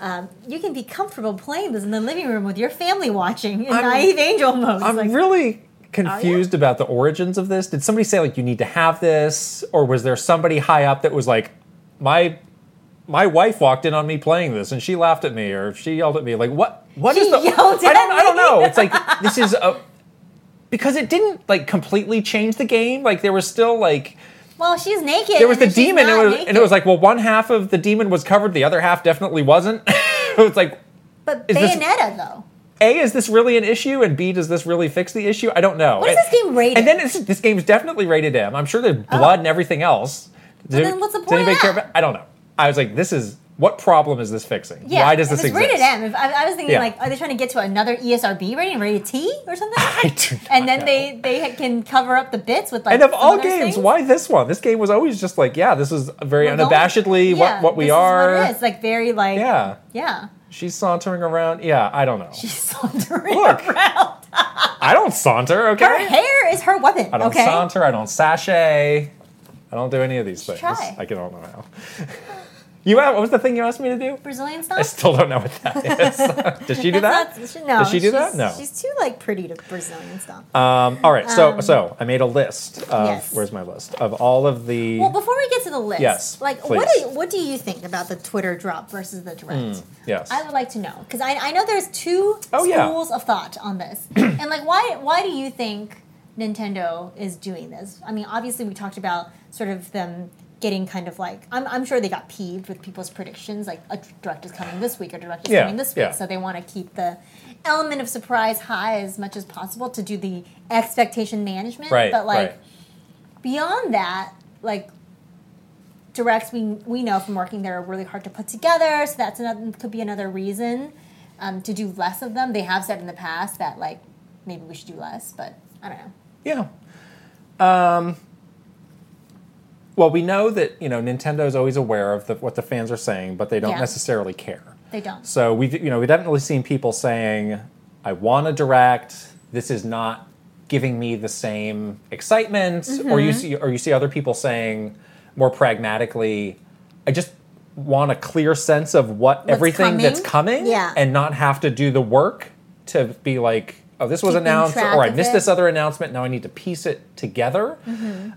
um, you can be comfortable playing this in the living room with your family watching in
I'm-
naive angel mode.
I'm
Like, "Oh,
really confused about the origins of this. Did somebody say like you need to have this, or was there somebody high up that was like, my my wife walked in on me playing this and she laughed at me or she yelled at me? Like what? What is
She
the?
yelled
I
at
don't. I don't
me.
know. It's like this is a because it didn't like completely change the game. Like there was still like
well, she's naked.
there was
and
the
then she's
demon and
not
it, was,
naked.
and it was like well one half of the demon was covered, the other half definitely wasn't. it's like
but
is this-
Bayonetta though.
a, is this really an issue? And B, does this really fix the issue? I don't know.
What is
And-
this game rated?
And then it's, this game's definitely rated M. I'm sure there's blood and everything else. Does
then
any-
what's the
does
point of
anybody care
that?
about- I don't know. I was like, this is what problem is this fixing?
Yeah,
Why does
if
this
it's
exist?
Rated M. If, I, I was thinking
Yeah.
like, are they trying to get to another E ESRB rating, rated T or something?
I do not
and then
know.
they they can cover up the bits with like
And of
some
all
other
games,
things.
why this one? This game was always just like, yeah, this is very
We're going-
unabashedly
Yeah,
what, what we
this is
are.
what it is. like very like
Yeah.
yeah
She's sauntering around. Yeah, I don't know.
she's sauntering
Look.
around
I don't saunter, okay?
her hair is her weapon
I don't
okay
saunter. I don't sashay. I don't do any of these things.
try.
I can- don't know how. you a- what was the thing you asked me to do?
Brazilian
I
stuff
still don't know what that is. Does she do that?
That's not- she- no,
Does she do
she's-
that? No.
she's too like pretty to Brazilian stuff
Um, all right. So
Um,
so I made a list of
Yes.
where's my list of all of the.
well before we get to the list
Yes,
like what
please. Hmm.
do, what do you think about the Twitter drop versus the direct
yes.
I would like to know because I, I know there's two
Oh, yeah.
schools of thought on this, and like why why do you think Nintendo is doing this? I mean, obviously we talked about sort of them getting kind of like I'm, I'm sure they got peeved with people's predictions like a direct is coming this week or direct is
Yeah,
coming this week,
yeah.
so they want to keep the element of surprise high as much as possible to do the expectation management.
right.
but like
right.
beyond that, like directs we we know from working they're really hard to put together, so that's another could be another reason um, to do less of them. They have said in the past that like maybe we should do less, but I don't know.
Yeah. Um, well, we know that you know Nintendo's always aware of the, what the fans are saying, but they don't
Yeah.
necessarily care.
They don't.
So we've you know we've definitely seen people saying, "I want to direct. This is not giving me the same excitement." Or
Mm-hmm.
you see or you see other people saying more pragmatically, "I just want a clear sense of what everything that's
coming?
coming,
Yeah.
and not have to do the work to be like." Oh, this was
Keeping
announced,
track
or I
of
missed
it.
this other announcement. Now I need to piece it together.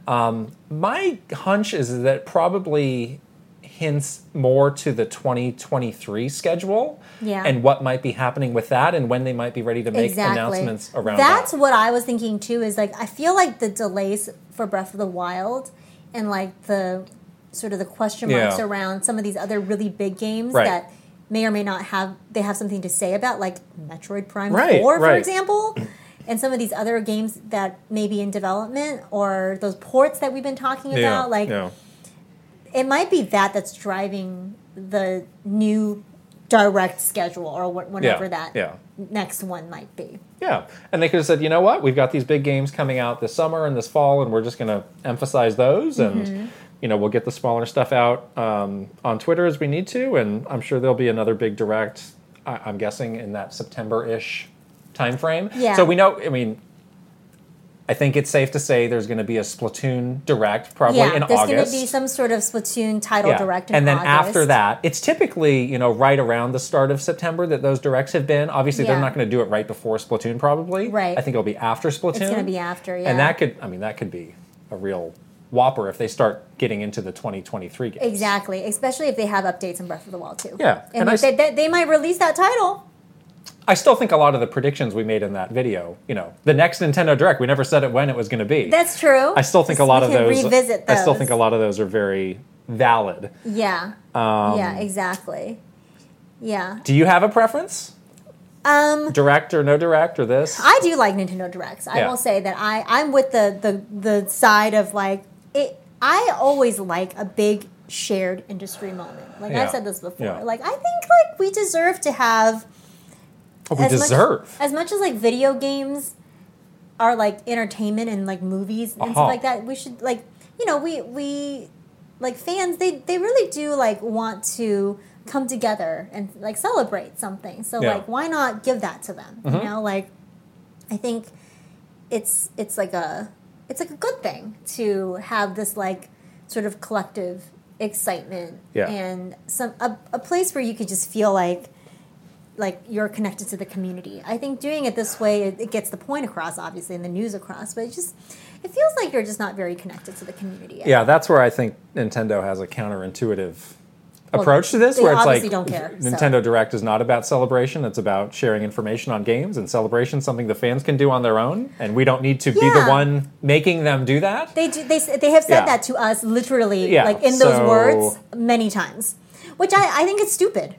Um, my hunch is that it probably hints more to the 2023 schedule
Yeah.
and what might be happening with that and when they might be ready to make announcements around
That's
that.
what I was thinking too. Is like I feel like the delays for Breath of the Wild and like the sort of the question marks
Yeah.
around some of these other really big games
Right.
that may or may not have they have something to say about, like Metroid Prime
Right,
Four, for
right.
example. And some of these other games that may be in development, or those ports that we've been talking about, like it might be that that's driving the new direct schedule, or wh- whatever that
yeah.
next one might be.
Yeah. And they could have said, you know what? We've got these big games coming out this summer and this fall, and we're just going to emphasize those.
Mm-hmm.
And, you know, we'll get the smaller stuff out um, on Twitter as we need to. And I'm sure there'll be another big direct, I- I'm guessing, in that September ish time frame.
Yeah.
So we know, I mean, I think it's safe to say there's going to be a Splatoon direct probably
yeah,
in
there's
August.
going to be some sort of Splatoon title
Yeah.
direct, in
and then
August.
after that it's typically you know right around the start of september that those directs have been obviously
Yeah.
they're not going to do it right before splatoon probably
Right.
i think it'll be after splatoon
it's going to be after. Yeah,
and that could i mean that could be a real whopper if they start getting into the 2023 games
exactly, especially if they have updates in Breath of the Wild too.
Yeah,
and,
and I
if they,
s-
they, they might release that title.
i still think a lot of the predictions we made in that video you know the next nintendo direct we never said it when it was going to be
That's true.
i still think a
So
lot
we
of
can
those
Revisit
i
those.
still think a lot of those are very valid
Yeah.
Um,
yeah. Exactly. Yeah.
do you have a preference
Um,
direct or no direct or this
I do like Nintendo Directs. I
Yeah.
will say that I I'm with the the the side of like it. I always like a big shared industry moment. Like I've
Yeah.
said this before.
Yeah.
Like I think like we deserve to have
Oh, we deserve
Much, as much as like video games are like entertainment and like movies and
Uh-huh.
stuff like that, we should like you know we we like fans they they really do like want to come together and like celebrate something. So
Yeah. Mm-hmm.
like why not give that to them? You know like I think it's it's like a it's like a good thing to have this like sort of collective excitement
Yeah.
and some a, a place where you could just feel like like you're connected to the community. I think doing it this way it, it gets the point across obviously and the news across, but it just it feels like you're just not very connected to the community.
Yeah, that's where I think Nintendo has a counterintuitive approach to this,
they
where it's like
obviously don't care, so.
Nintendo Direct is not about celebration; it's about sharing information on games, and celebration something the fans can do on their own, and we don't need to be the
Yeah.
one making them do that.
They do. They s- they have said
Yeah.
that to us literally,
Yeah,
like in those
so-
words, many times, which I, I think it's stupid.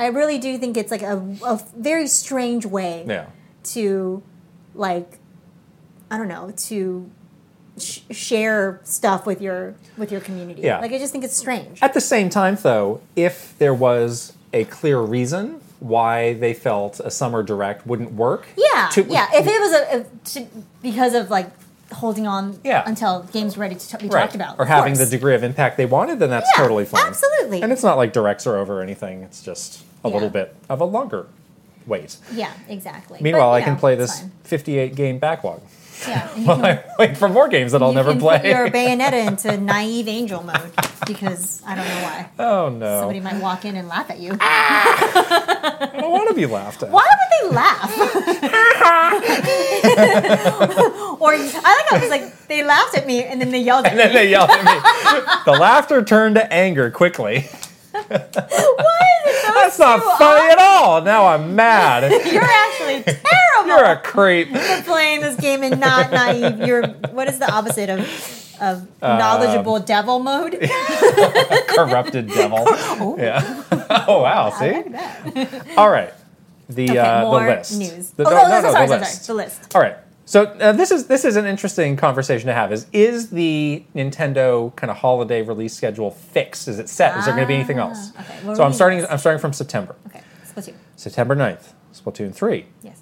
I really do think it's like a, a very strange way
Yeah,
to, like, I don't know, to sh- share stuff with your with your community.
Yeah.
Like I just think it's strange.
At the same time, though, if there was a clear reason why they felt a summer direct wouldn't work,
yeah,
to-
yeah. If it was a, if- to, because of like holding on
Yeah.
until games ready to t- be
right,
talked about
or
of
having the
course.
degree of impact they wanted, then that's
Yeah,
totally fine.
absolutely.
and it's not like directs are over or anything; it's just a
Yeah.
little bit of a longer wait.
yeah exactly. But,
Meanwhile,
you
I can
know,
play
it's
this
fine.
58 game backlog.
Yeah, and you
While
can
I wait for more games that I'll
you
never
can
play.
Put your Bayonetta into naive angel mode because I don't know why.
oh no!
Somebody might walk in and laugh at you.
I don't want to be laughed at.
Why would they laugh? or I like how it was like they laughed at me and then they yelled at
And then they yelled at me. the laughter turned to anger quickly.
me.
That's not funny at all. Now I'm mad.
You're actually terrible
You're a creep.
at playing this game and not naive. You're what is the opposite of of
Uh,
knowledgeable devil mode?
Corrupted devil.
Oh.
Yeah. Oh wow. See.
Look at that.
All right. The
Okay,
uh,
more
the list.
news.
The,
oh,
no,
no,
no,
that's-
no,
sorry,
the
sorry,
list.
sorry, the list.
All right. So uh, this is this is an interesting conversation to have. Is is the Nintendo kind of holiday release schedule fixed? Is it set? is there going to be anything else?
Ah, okay. What
So
are
I'm
we
starting.
next?
I'm starting from September.
Okay, split two.
September 9th, Splatoon three.
Yes.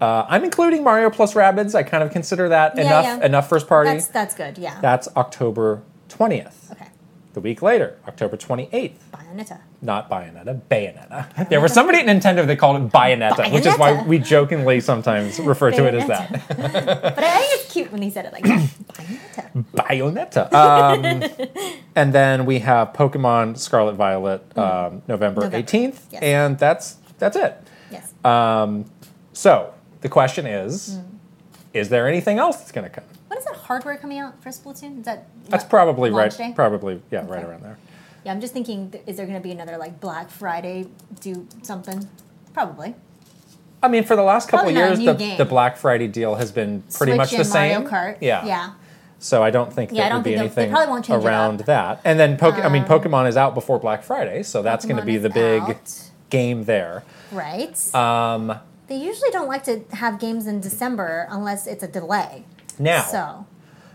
Uh, I'm including Mario plus Rabbids. I kind of consider that
Yeah,
enough
yeah.
enough first party.
That's that's good, yeah.
That's October 20th.
okay.
The week later, October 28th.
Bayonetta.
Not Bayonetta, Bayonetta. There was somebody at Nintendo that called it Bayonetta, which is why
Bayonetta.
we jokingly sometimes refer to it as that.
But I think it's cute when he said it like that.
Mm.
Bayonetta.
Bayonetta. Um, and then we have Pokemon Scarlet Violet um, November
November.
eighteenth,
Yes.
and that's that's it.
Yes.
Uh, So the question is,
Mm.
is there anything else that's going to come?
what is that hardware coming out for Splatoon? Is that
That's
la-
probably right.
launch day?
Probably yeah, right
Okay.
around there.
yeah, I'm just thinking, th- is there going to be another like Black Friday do something? Probably.
I mean, for the last couple
Probably
of
not a
years,
new
the,
game.
the Black Friday deal has been pretty
Switch
much the
and
same.
Mario Kart.
Yeah.
Yeah.
So I don't think
Yeah, I
there
don't
would be
think they'll- they
anything
probably won't change it up. Um,
around that. And then, Poke- I mean, Pokemon is out before Black Friday, so that's going to
Pokemon
be
is
the big
out.
game there.
Right.
Um,
they usually don't like to have games in December unless it's a delay.
now,
So,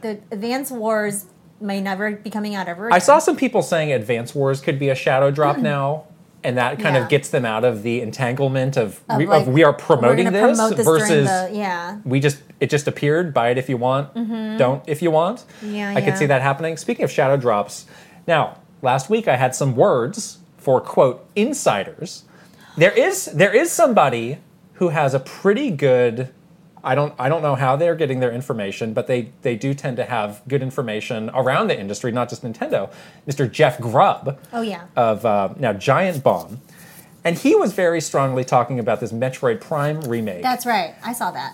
the Advance Wars may never be coming out ever.
I
again. Mm.
saw some people saying Advance Wars could be a shadow drop now, and that kind
Yeah.
of gets them out of the entanglement of,
Of,
we,
like,
of we are
we're gonna
promoting this,
promote this during
versus
the- yeah.
we just it just appeared. Buy it if you want, don't if you want.
Mm-hmm. Yeah,
I
yeah.
could see that happening. Speaking of shadow drops, now last week I had some words for quote insiders. There is there is somebody who has a pretty good. I don't I don't know how they're getting their information, but they they do tend to have good information around the industry, not just Nintendo. Mr. Jeff Grubb
Oh yeah.
of uh, now Giant Bomb, and he was very strongly talking about this Metroid Prime remake.
That's right. I saw that.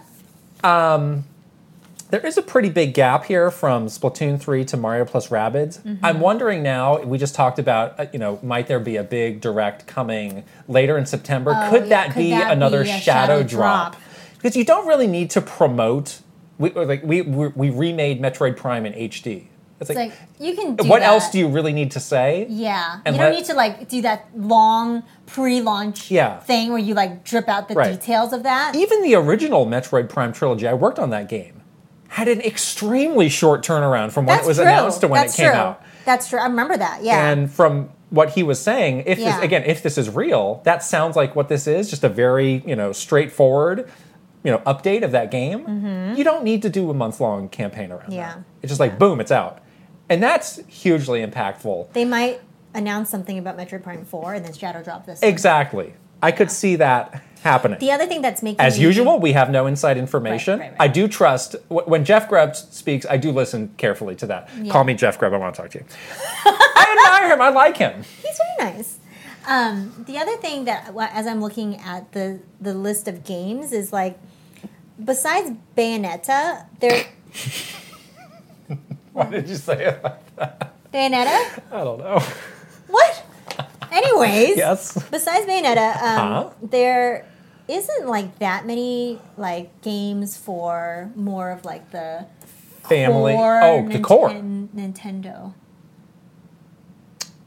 There is a pretty big gap here from Splatoon 3 to Mario plus Rabbids.
Mm-hmm.
I'm wondering now, we just talked about, uh, you know, might there be a big direct coming later in September? could
Oh, yeah.
that
Could
be
that
another
be a
shadow,
shadow
drop?
drop?
Because you don't really need to promote. We, or like, we, we, we remade Metroid Prime in HD. It's
It's
like,
like you can. Do
what
that.
else do you really need to say?
Yeah,
And
you don't
let-
need to like do that long pre-launch
Yeah.
thing where you like drip out the
Right.
details of that.
Even the original Metroid Prime trilogy, I worked on that game, had an extremely short turnaround from when
That's
it was
true.
announced to when
That's
it came
true.
out.
That's true. I remember that. Yeah.
And from what he was saying, if
Yeah.
this, again, if this is real, that sounds like what this is, just a very, you know, straightforward, you know, update of that game. You don't need to do a month-long campaign around
Mm-hmm. Yeah.
that. It's just like boom, it's out. And that's hugely impactful.
they might announce something about Metroid Prime Four and then shadow drop this. one.
Exactly. I could see that happening.
The other thing that's making
As
me-
usual, we have no inside information.
Right, right, right.
I do trust wh- when Jeff Grubb speaks. I do listen carefully to that. Call me Jeff Grubb. I want to talk to you. I admire him. I like him.
he's very nice. Um, the other thing that, well, as I'm looking at the the list of games, is like besides Bayonetta, there
Why did you say it? like-
Bayonetta.
I don't know.
What? Anyways,
Yes. Uh-huh.
Besides Bayonetta, um,
Huh?
there isn't like that many like games for more of like the
Family.
core
oh, the
Ninten-
core.
Nintendo.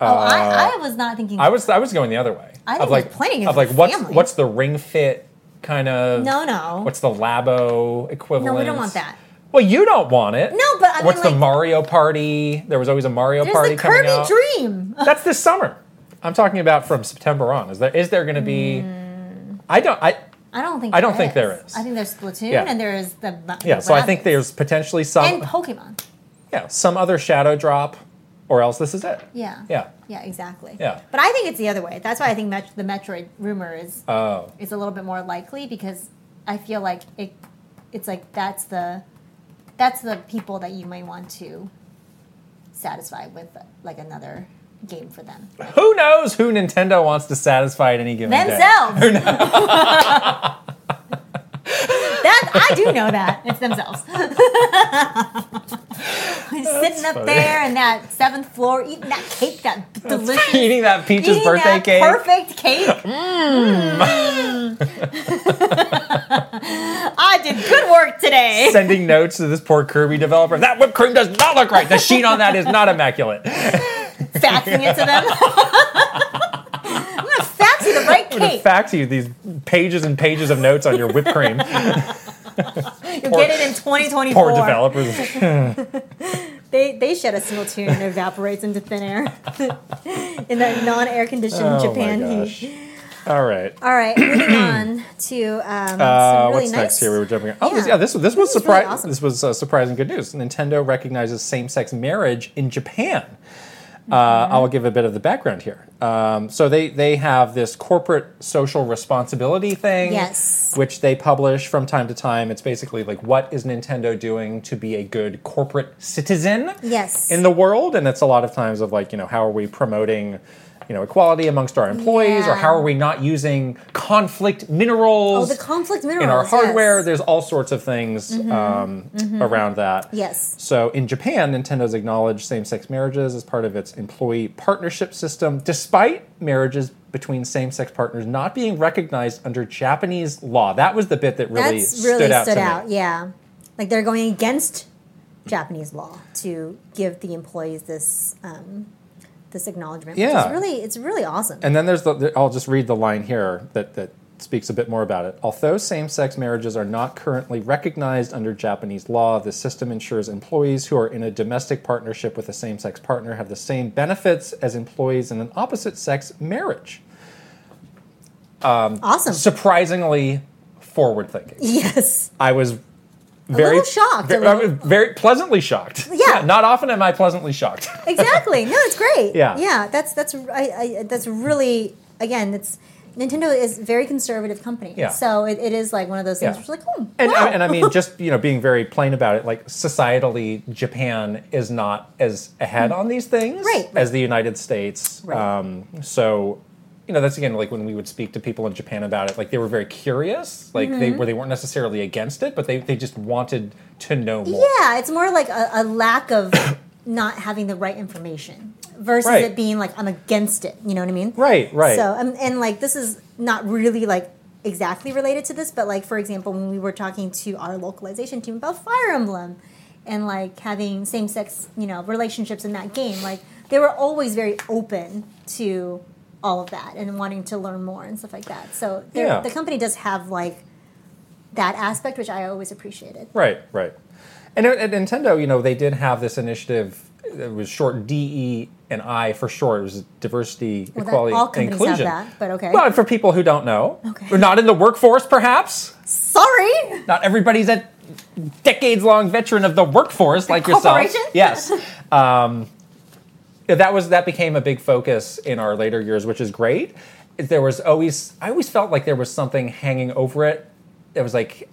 Uh,
oh, I, I was not thinking.
I was I was going the other way.
I think
of like
we're playing as
of
a
like what's
family.
what's the Ring Fit kind of
no, no,
What's the Labo
no.
equivalent?
We don't want that.
Well, you don't want it.
No, but I mean,
what's the
like-
Mario Party? There was always a Mario
There's
Party
the
coming
Kirby
out.
Dream.
That's this summer. I'm talking about from September on. Is there is there going to be?
Hmm.
I don't. I
I don't think.
I don't think there is.
I think there's Splatoon
Yeah.
and there is the the
yeah. So I think
rabbits.
there's potentially some
and Pokemon.
yeah some other shadow drop, or else this is it.
Yeah.
Yeah.
Yeah. Exactly.
Yeah.
But I think it's the other way. That's why I think Met- the Metroid rumor is
Oh.
is a little bit more likely because I feel like it. It's like that's the that's the people that you might want to satisfy with like another game for them
Who knows who Nintendo wants to satisfy at any given day?
themselves. that I do know that it's themselves. Sitting up
funny.
there in that seventh floor, eating that cake, that delicious
Eating that Peach's
eating
birthday
that
cake.
perfect cake. Mm. I did good work today.
Sending notes to this poor Kirby developer. That whipped cream does not look right. The sheen on that is not immaculate.
Faxing it to them. I'm gonna fax you the right
I'm gonna
cake.
fax you these pages and pages of notes on your whipped cream.
You'll get it in 2024.
Poor developers.
They they shed a single tear and evaporates into thin air in that non-air conditioned
Oh my
Japan
gosh.
heat.
All right.
All right, moving on to um,
Uh,
some really
what's
nice.
next here? We were jumping. On. Oh, this,
Yeah.
yeah. This this was
This is really
surprising.
awesome.
This was uh, surprising good news. Nintendo recognizes same-sex marriage in Japan. Uh,
Mm-hmm.
I'll give a bit of the background here. Um, so they they have this corporate social responsibility thing,
Yes.
which they publish from time to time. It's basically like what is Nintendo doing to be a good corporate citizen?
Yes.
in the world and it's a lot of times of like you know how are we promoting you know equality amongst our employees or
Yeah.
how are we not using conflict
oh,
minerals
the conflict minerals
in our
yes. Mm-hmm.
hardware there's all sorts of things um, around that
Yes.
so in japan nintendo's acknowledged same-sex marriages as part of its employee partnership system despite marriages between same-sex partners not being recognized under japanese law that was the bit that really
That's
stood
really
out
stood
to
out.
me
Yeah, like they're going against Japanese law to give the employees this um, this acknowledgement.
Yeah.
which is really it's really awesome.
And then there's the, the- I'll just read the line here that, that speaks a bit more about it. Although same sex marriages are not currently recognized under Japanese law, the system ensures employees who are in a domestic partnership with a same sex partner have the same benefits as employees in an opposite sex marriage.
awesome.
Surprisingly forward thinking.
yes.
I was very
little shocked, a
Very, I was very pleasantly shocked.
Yeah.
Not often am I pleasantly shocked.
exactly. No, it's great.
Yeah.
yeah. That's that's I, I, that's really again. It's Nintendo is a very conservative company.
Yeah.
So it, it is like one of those things.
Yeah.
Which like, oh,
And,
wow.
and I mean, just you know, being very plain about it, like societally, Japan is not as ahead on these things
Mm. Right, right.
as the United States.
Right.
Um, so, you know, that's again like when we would speak to people in Japan about it, like they were very curious, like they
Mm-hmm.
were they weren't necessarily against it, but they they just wanted to know more.
yeah, it's more like a, a lack of not having the right information versus
Right.
it being like I'm against it. You know what I mean?
Right, right.
So um, and like this is not really like exactly related to this, but like for example, when we were talking to our localization team about Fire Emblem and like having same sex, you know, relationships in that game, like they were always very open to all of that and wanting to learn more and stuff like that. So they're-
Yeah.
the company does have like that aspect, which I always appreciated.
Right, right. And uh, at, at Nintendo, you know, they did have this initiative. It was short DE and I for short. It was diversity,
that-
equality,
all
and
companies have
inclusion.
that, but okay.
Well, and for people who don't know,
Okay.
or not in the workforce, perhaps.
Sorry.
Not everybody's a decades-long veteran of the workforce like yourself.
corporation?
Yes. Um, yeah, that was that became a big focus in our later years, which is great. there was always I always felt like there was something hanging over it. There was like,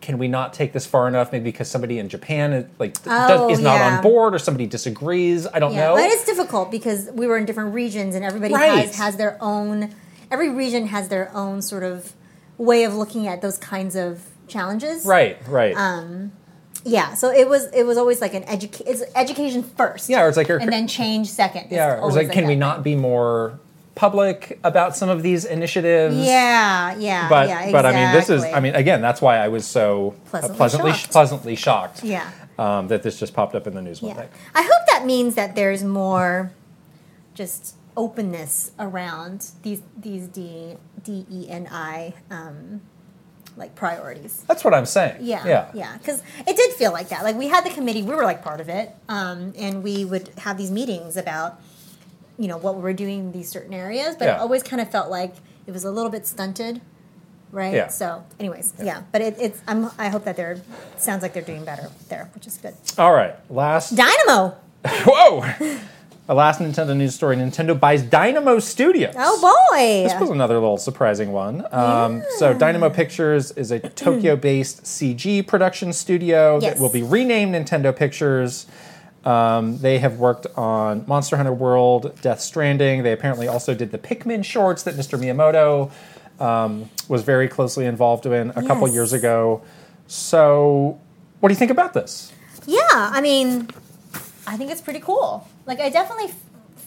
can we not take this far enough? Maybe because somebody in Japan is, like
Oh,
does, is not
yeah.
on board, or somebody disagrees. I don't
Yeah,
know.
but it's difficult because we were in different regions, and everybody
Right.
has, has their own. Every region has their own sort of way of looking at those kinds of challenges.
right, right.
Yeah. So it was. It was always like an education. It's education first.
yeah, or it's like you're-
And then change second. It's
yeah, or it's
always
like, can we
that.
not be more public about some of these initiatives?
Yeah. Yeah.
But
yeah,
but I mean, this is I
exactly.
mean, again, that's why I was so
Pleasantly
pleasantly pleasantly
shocked.
shocked, pleasantly shocked
Yeah.
um, that this just popped up in the news one
Yeah.
day.
I hope that means that there's more just openness around these these D D E N I um, like priorities.
That's what I'm saying.
Yeah.
yeah,
Yeah. Because it did feel like that. Like we had the committee, we were like part of it. Um, and we would have these meetings about, you know, what we were doing in these certain areas, but it
Yeah.
always kind of felt like it was a little bit stunted. Right.
Yeah.
So, anyways, yeah. But it, it's I'm I hope that they're sounds like they're doing better there, which is good.
All right, last
Dynamo.
Whoa! The last Nintendo news story Nintendo buys Dynamo Studios.
Oh boy.
This was another little surprising one. Um, So, Dynamo Pictures is a Tokyo based CG production studio
Yes.
that will be renamed Nintendo Pictures. Um, they have worked on Monster Hunter World, Death Stranding. They apparently also did the Pikmin shorts that Mr. Miyamoto um, was very closely involved in a couple
Yes.
years ago. So, what do you think about this?
Yeah, I mean, I think it's pretty cool. Like, I definitely f-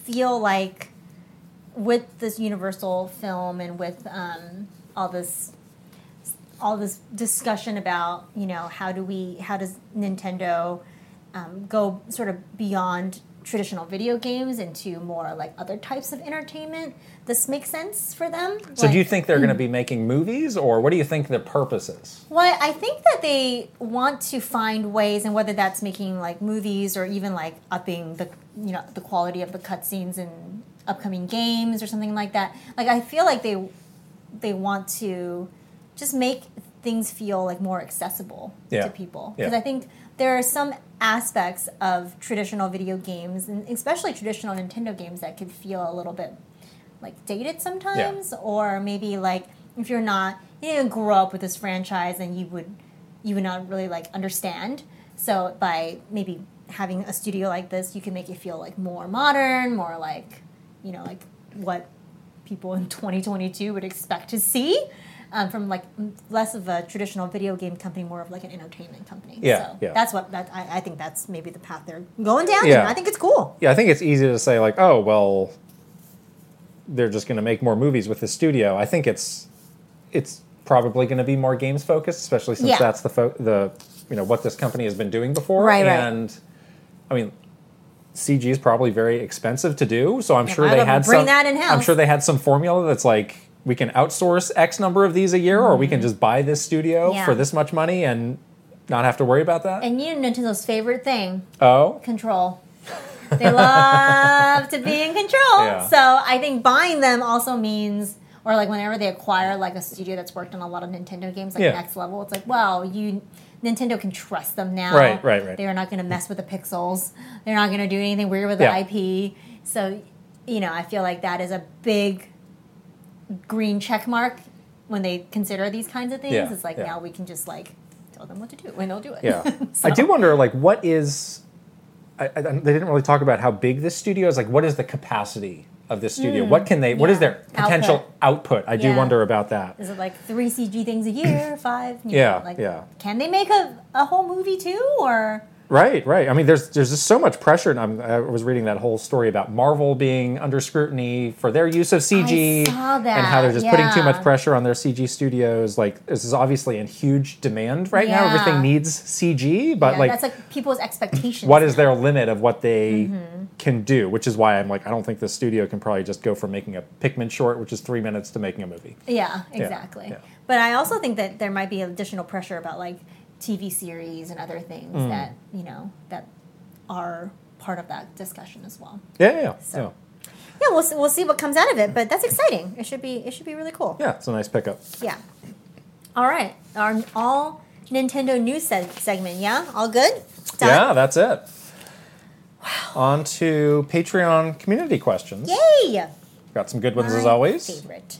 feel like with this Universal film and with um, all this all this discussion about you know how do we how does Nintendo um, go sort of beyond traditional video games into more like other types of entertainment? This makes sense for them.
So, do you
Like-
think they're going to
Hmm.
be making movies, or what do you think their purpose is?
Well, I think that they want to find ways, and whether that's making like movies or even like upping the you know the quality of the cutscenes in upcoming games or something like that. Like I feel like they they want to just make things feel like more accessible
Yeah.
to people
Yeah.
because I think there are some aspects of traditional video games and especially traditional Nintendo games that could feel a little bit like dated sometimes or maybe like if you're not you didn't grow up with this franchise then you would you would not really like understand so by maybe having a studio like this you can make it feel like more modern more like you know like what people in 2022 would expect to see um, from like m- less of a traditional video game company more of like an entertainment company
Yeah,
so
yeah.
that's what that I, I think that's maybe the path they're going down
Yeah.
and i think it's cool
Yeah, I think it's easy to say like, oh well, they're just going to make more movies with the studio. I think it's it's probably going to be more games focused, especially since
Yeah.
that's the fo- the you know what this company has been doing before.
Right, right.
and I mean, CG is probably very expensive to do, so I'm sure
might
they
as well
had
bring
some.
that in-house.
I'm sure they had some formula that's like we can outsource X number of these a year, or we can just buy this studio
Mm-hmm. Yeah.
for this much money and not have to worry about that.
and you know nintendo's favorite thing
oh,
control. They love to be in control.
Yeah.
So I think buying them also means, or like whenever they acquire like a studio that's worked on a lot of Nintendo games, like
Yeah.
next level, it's like, wow, you Nintendo can trust them now.
Right, right, right.
They are not going to mess with the pixels. They're not going to do anything weird with
Yeah.
the IP. So, you know, I feel like that is a big green check mark when they consider these kinds of things.
Yeah,
It's like
yeah.
now we can just like tell them what to do and they'll do it.
Yeah,
So-
I do wonder like what is. I, I, they didn't really talk about how big this studio is. Like, what is the capacity of this studio? what can they? What is
Hmm. yeah.
their potential output? I do
Yeah.
wonder about that.
Is it like three CG things a year, five? You
Yeah,
know, like,
yeah.
Can they make a, a whole movie too, or
Right, right. I mean, there's there's just so much pressure, and I'm, I was reading that whole story about Marvel being under scrutiny for their use of CG
saw that,
and how they're just putting too
yeah.
much pressure on their CG studios. Like, this is obviously in huge demand right now.
Yeah.
Everything needs CG, but
yeah,
like
that's like people's expectations?
what is their limit of what they
Mm-hmm.
can do which is why i'm like i don't think the studio can probably just go from making a pikmin short which is three minutes to making a movie
Yeah, exactly.
yeah.
But I also think that there might be additional pressure about like TV series and other things
Mm.
that you know that are part of that discussion as well.
yeah yeah yeah,
So- Yeah, we'll see, we'll see what comes out of it, but that's exciting. It should be it should be really cool.
yeah. Yeah, it's a nice pickup
Yeah. All right, our all Nintendo news seg- segment. Yeah, all good. Done?
yeah that's it on to patreon community questions
Yay!
Got some good ones as
My
always.
Favorite.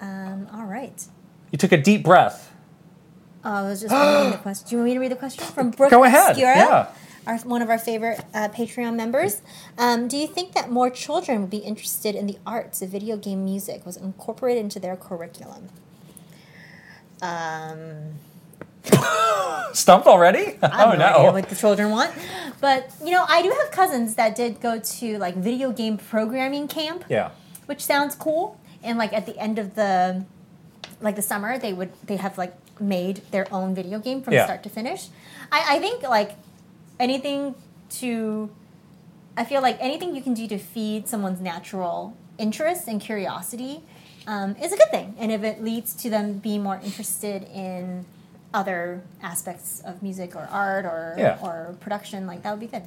Um, all right.
You took a deep breath.
Oh, I was just reading the question. Do you want me to read the question from Brooke
Go ahead,
Obscura,
yeah.
our, one of our favorite uh, Patreon members? Um, do you think that more children would be interested in the arts if video game music was incorporated into their curriculum? Um,
Stumped already?
I have
oh
no, idea
no.
what the children want. But, you know, I do have cousins that did go to like video game programming camp.
Yeah.
which sounds cool. And like at the end of the like the summer, they would they have like made their own video game from
Yeah.
start to finish. I, I think like anything to I feel like anything you can do to feed someone's natural interest and curiosity um, is a good thing. And if it leads to them being more interested in other aspects of music or art or
Yeah.
or production, like that would be good.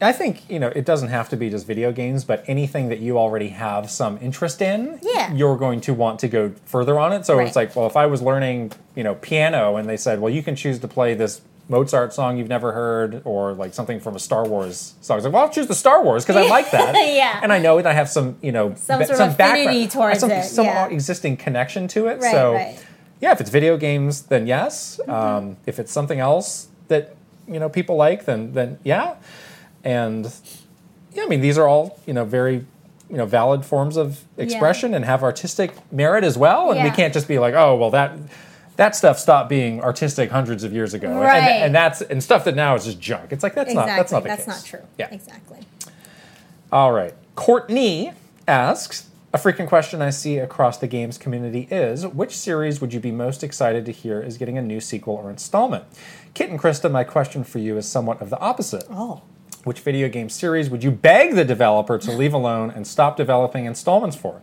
I think, you know, it doesn't have to be just video games, but anything that you already have some interest in,
Yeah.
you're going to want to go further on it. So
Right.
it's like, well, if I was learning, you know, piano and they said, well, you can choose to play this Mozart song you've never heard or like something from a Star Wars song. It's like, well, I'll choose the Star Wars because I like that.
Yeah.
And I know it. I have some, you know,
Some
ba-
sort of affinity towards
some,
it,
Some
yeah.
existing connection to it.
Right,
so
right. Mm-hmm.
yeah, if it's video games, then yes. Um, if it's something else that you know people like, then then yeah. And yeah, I mean these are all you know very you know valid forms of expression and have artistic merit as well. And
Yeah.
we can't just be like, oh well that that stuff stopped being artistic hundreds of years ago, And-
Right.
and, that's and stuff that now is just junk. It's like that's
exactly.
not that's not the
that's
case.
not true.
Yeah.
Exactly.
All right. Courtney asks a frequent question I see across the games community is which series would you be most excited to hear is getting a new sequel or installment? Kit and Krista, my question for you is somewhat of the opposite.
Oh.
Which video game series would you beg the developer to leave alone and stop developing installments for?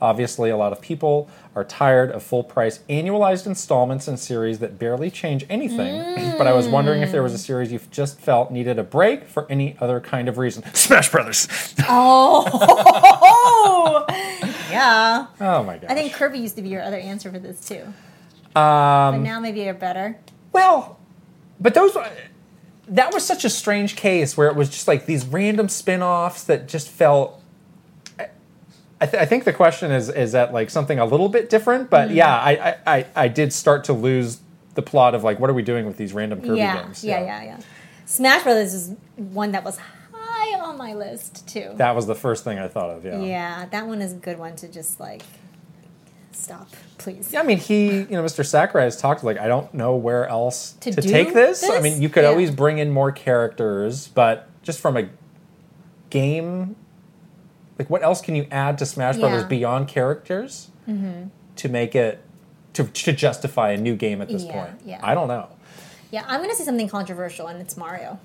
Obviously, a lot of people are tired of full price annualized installments and series that barely change anything. But I was wondering if there was a series you just felt needed a break for any other kind of reason. Smash Brothers!
Oh, yeah.
Oh my gosh.
I think Kirby used to be your other answer for this too. Um, but now maybe you're better.
Well, but those that was such a strange case where it was just like these random spin-offs that just felt I, th- I think the question is is that like something a little bit different, but
Mm-hmm.
yeah, I, I I I did start to lose the plot of like what are we doing with these random Kirby
yeah,
games?
yeah, yeah, yeah. Smash Brothers is one that was high on my list too.
That was the first thing I thought of, yeah.
yeah, that one is a good one to just like stop, please.
Yeah, I mean, he, you know, Mr. Sakurai has talked like I don't know where else
To
to,
do
take this. I
this?
mean, you could
Yeah.
always bring in more characters, but just from a game, like what else can you add to Smash Brothers
Yeah. Mm-hmm.
beyond characters to make it to, to justify a new game at this
Yeah,
point?
yeah.
I don't know.
Yeah, I'm gonna say something controversial, and it's Mario,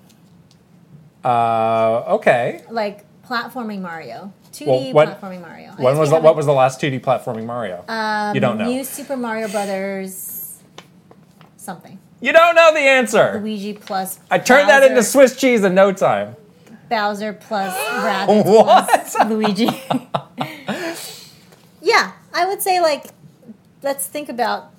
Uh, okay,
like platforming Mario, 2D
Well, what-
platforming Mario. I guess we
when was the,
haven't-
what was the last 2D platforming Mario?
um,
you don't know.
New Super Mario Brothers, something.
you don't know the answer.
Luigi plus.
I turned that
Bowser.
into Swiss cheese in no time.
Bowser plus Rabbit plus Luigi. yeah, I would say like let's think about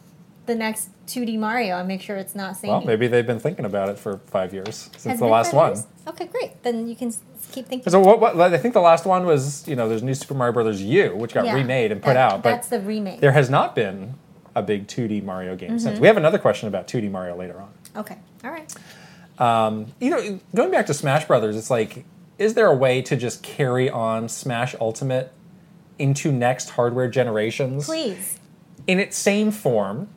the next 2D Mario and make sure it's not samey.
Well, maybe they've been thinking about it for five years
Has
since
it
the
been
last
five
one.
years? Okay, great. Then you can s- keep thinking.
So what, what? I think the last one was you know there's new Super Mario Brothers U, which got
Yeah,
remade and put
that-
out, but
that's the remake.
there has not been a big 2D Mario game since.
Mm-hmm.
We have another question about 2D Mario later on.
Okay, all right.
You know, going back to Smash Brothers, it's like, is there a way to just carry on Smash Ultimate into next hardware generations?
Please.
in its same form.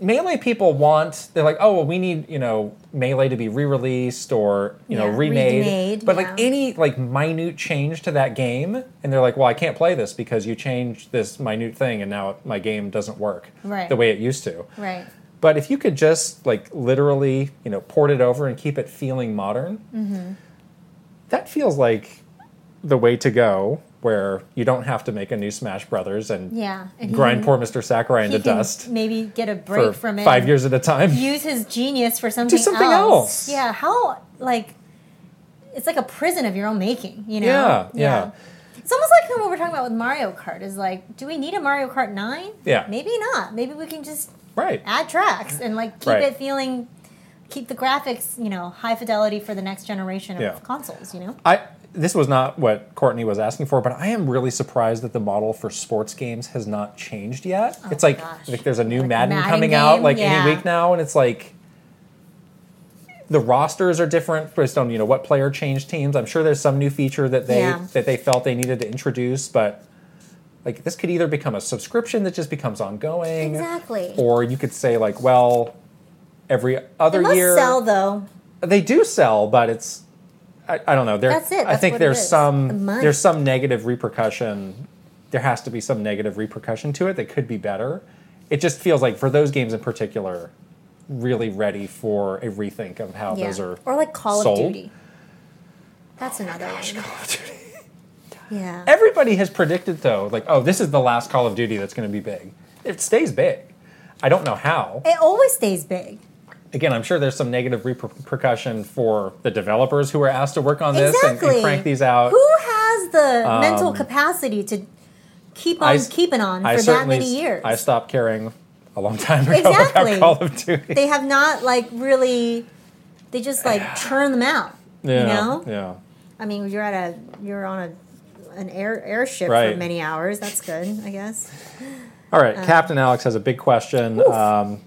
Melee people want they're like, oh well, we need you know melee to be re-released or you know
Yeah,
remade.
remade,
but like
yeah.
any like minute change to that game, and they're like, well, I can't play this because you changed this minute thing, and now my game doesn't work
Right.
the way it used to.
Right.
But if you could just like literally, you know, port it over and keep it feeling modern,
Mm-hmm.
that feels like the way to go. Where you don't have to make a new Smash Brothers and
Yeah. and he can-
grind poor Mr. Sakurai
he
into
can
dust
Maybe get a break
for
from it.
five
and
years at a time.
Use his genius for something.
something else.
Yeah. How like it's like a prison of your own making. You know.
Yeah, yeah.
It's almost like what we're talking about with Mario Kart is like, do we need a Mario Kart 9?
Yeah.
Maybe not. Maybe we can just
Right.
add tracks and like keep
Right.
it feeling, keep the graphics, you know, high fidelity for the next generation of
Yeah.
consoles, you know?
I this was not what Courtney was asking for, but I am really surprised that the model for sports games has not changed yet. it's like,
Oh gosh.
like there's a new
Like
Madden,
Madden
coming out
game,
like
yeah.
any week now, and it's like the rosters are different based on you know what player changed teams. I'm sure there's some new feature that they
Yeah.
that they felt they needed to introduce, but like this could either become a subscription that just becomes ongoing,
Exactly.
or you could say like, well, every
They
other
must
year
sell though.
they do sell, but it's I, I don't know. There,
That's it.
I
That's
think
what it
there's
is. The
some
money.
there's some negative repercussion. There has to be some negative repercussion to it that could be better. It just feels like for those games in particular, really ready for a rethink of how
Yeah.
Oh, those are.
or like Call
sold.
of Duty. That's another one. Yeah.
Everybody has predicted though, like, oh, this is the last Call of Duty that's going to be big. It stays big. I don't know how.
it always stays big.
Again, I'm sure there's some negative repercussion for the developers who are asked to work on this and-
exactly.
and, crank these out.
Who has the mental capacity to keep on
um, I s-
keeping on
I
for that
certainly
many
s-
years?
I stopped caring a long time ago
Exactly.
about Call of Duty.
they have not like really. They just like churn them out.
yeah,
You know.
yeah.
I mean, you're at a you're on a an air airship for
Right.
many hours. That's good, I guess.
All right,
Uh,
Captain Alex has a big question. Um,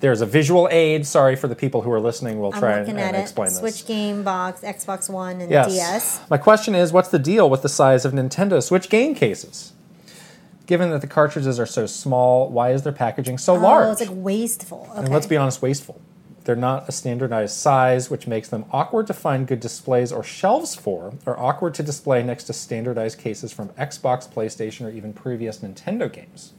there's a visual aid. Sorry for the people who are listening. We'll
I'm
try and,
looking
and
at it.
explain
Switch
this.
game box, Xbox One, and
Yes.
DS.
My question is, what's the deal with the size of Nintendo Switch game cases? Given that the cartridges are so small, why is their packaging so large?
Oh, it's like wasteful. Okay.
And let's be honest, wasteful. They're not a standardized size, which makes them awkward to find good displays or shelves for, or awkward to display next to standardized cases from Xbox, PlayStation, or even previous Nintendo games.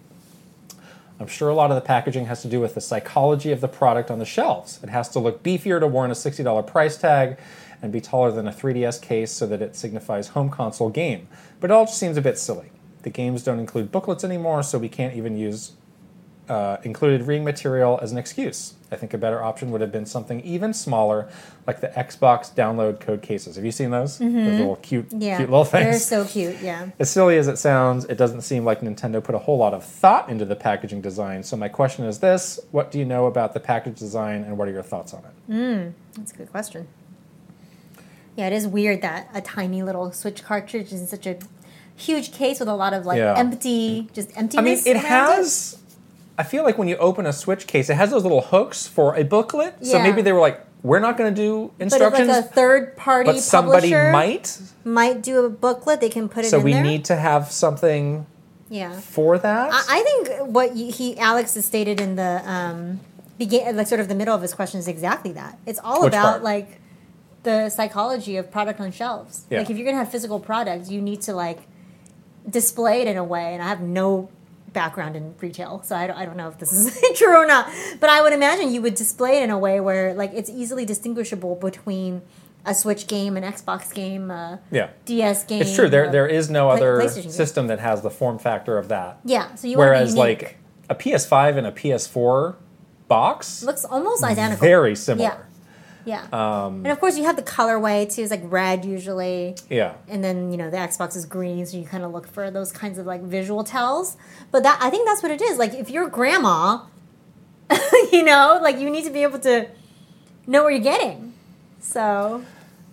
I'm sure a lot of the packaging has to do with the psychology of the product on the shelves. It has to look beefier to warrant a $60 price tag and be taller than a 3DS case so that it signifies home console game. But it all just seems a bit silly. The games don't include booklets anymore, so we can't even use uh, included reading material as an excuse. I think a better option would have been something even smaller, like the Xbox download code cases. Have you seen those? Those little cute,
Mm-hmm. Yeah,
cute little things.
they're so cute. Yeah.
As silly as it sounds, it doesn't seem like Nintendo put a whole lot of thought into the packaging design. So my question is this: What do you know about the package design, and what are your thoughts on it?
That's a good question. Yeah, it is weird that a tiny little Switch cartridge is in such a huge case with a lot of like
Yeah.
empty, just
I mean,
emptiness.
it
around
has. I feel like when you open a Switch case, it has those little hooks for a booklet. So
Yeah.
maybe they were like, "We're not going to do
But if like
instructions,
a third party
but somebody
publisher
might."
might do a booklet, they can put it
So
in
we
there.
need to have something
yeah.
for that.
I, I think what you, he Alex has stated in the um, begin like sort of the middle of his question is exactly that. It's all
Which
about
part?
like the psychology of product on shelves.
Yeah.
Like if you're gonna have physical products, you need to like display it in a way. And I have no background in retail, so I don't, I don't know if this is true or not. But I would imagine you would display it in a way where like it's easily distinguishable between a Switch game, an Xbox game, a
yeah,
DS game.
it's true. There
a-
there is no
Play-
other
PlayStation game.
system that has the form factor of that.
Yeah, so you wanna be
Whereas
unique.
like a PS5 and a PS4 box,
looks almost identical.
very similar.
Yeah. Yeah.
Um,
and of course, you have the colorway too. It's like red usually.
Yeah.
And then, you know, the Xbox is green, so you kind of look for those kinds of like visual tells. But that I think that's what it is. Like, if you're grandma, you know, like you need to be able to know what you're getting. So,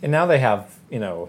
And now they have you know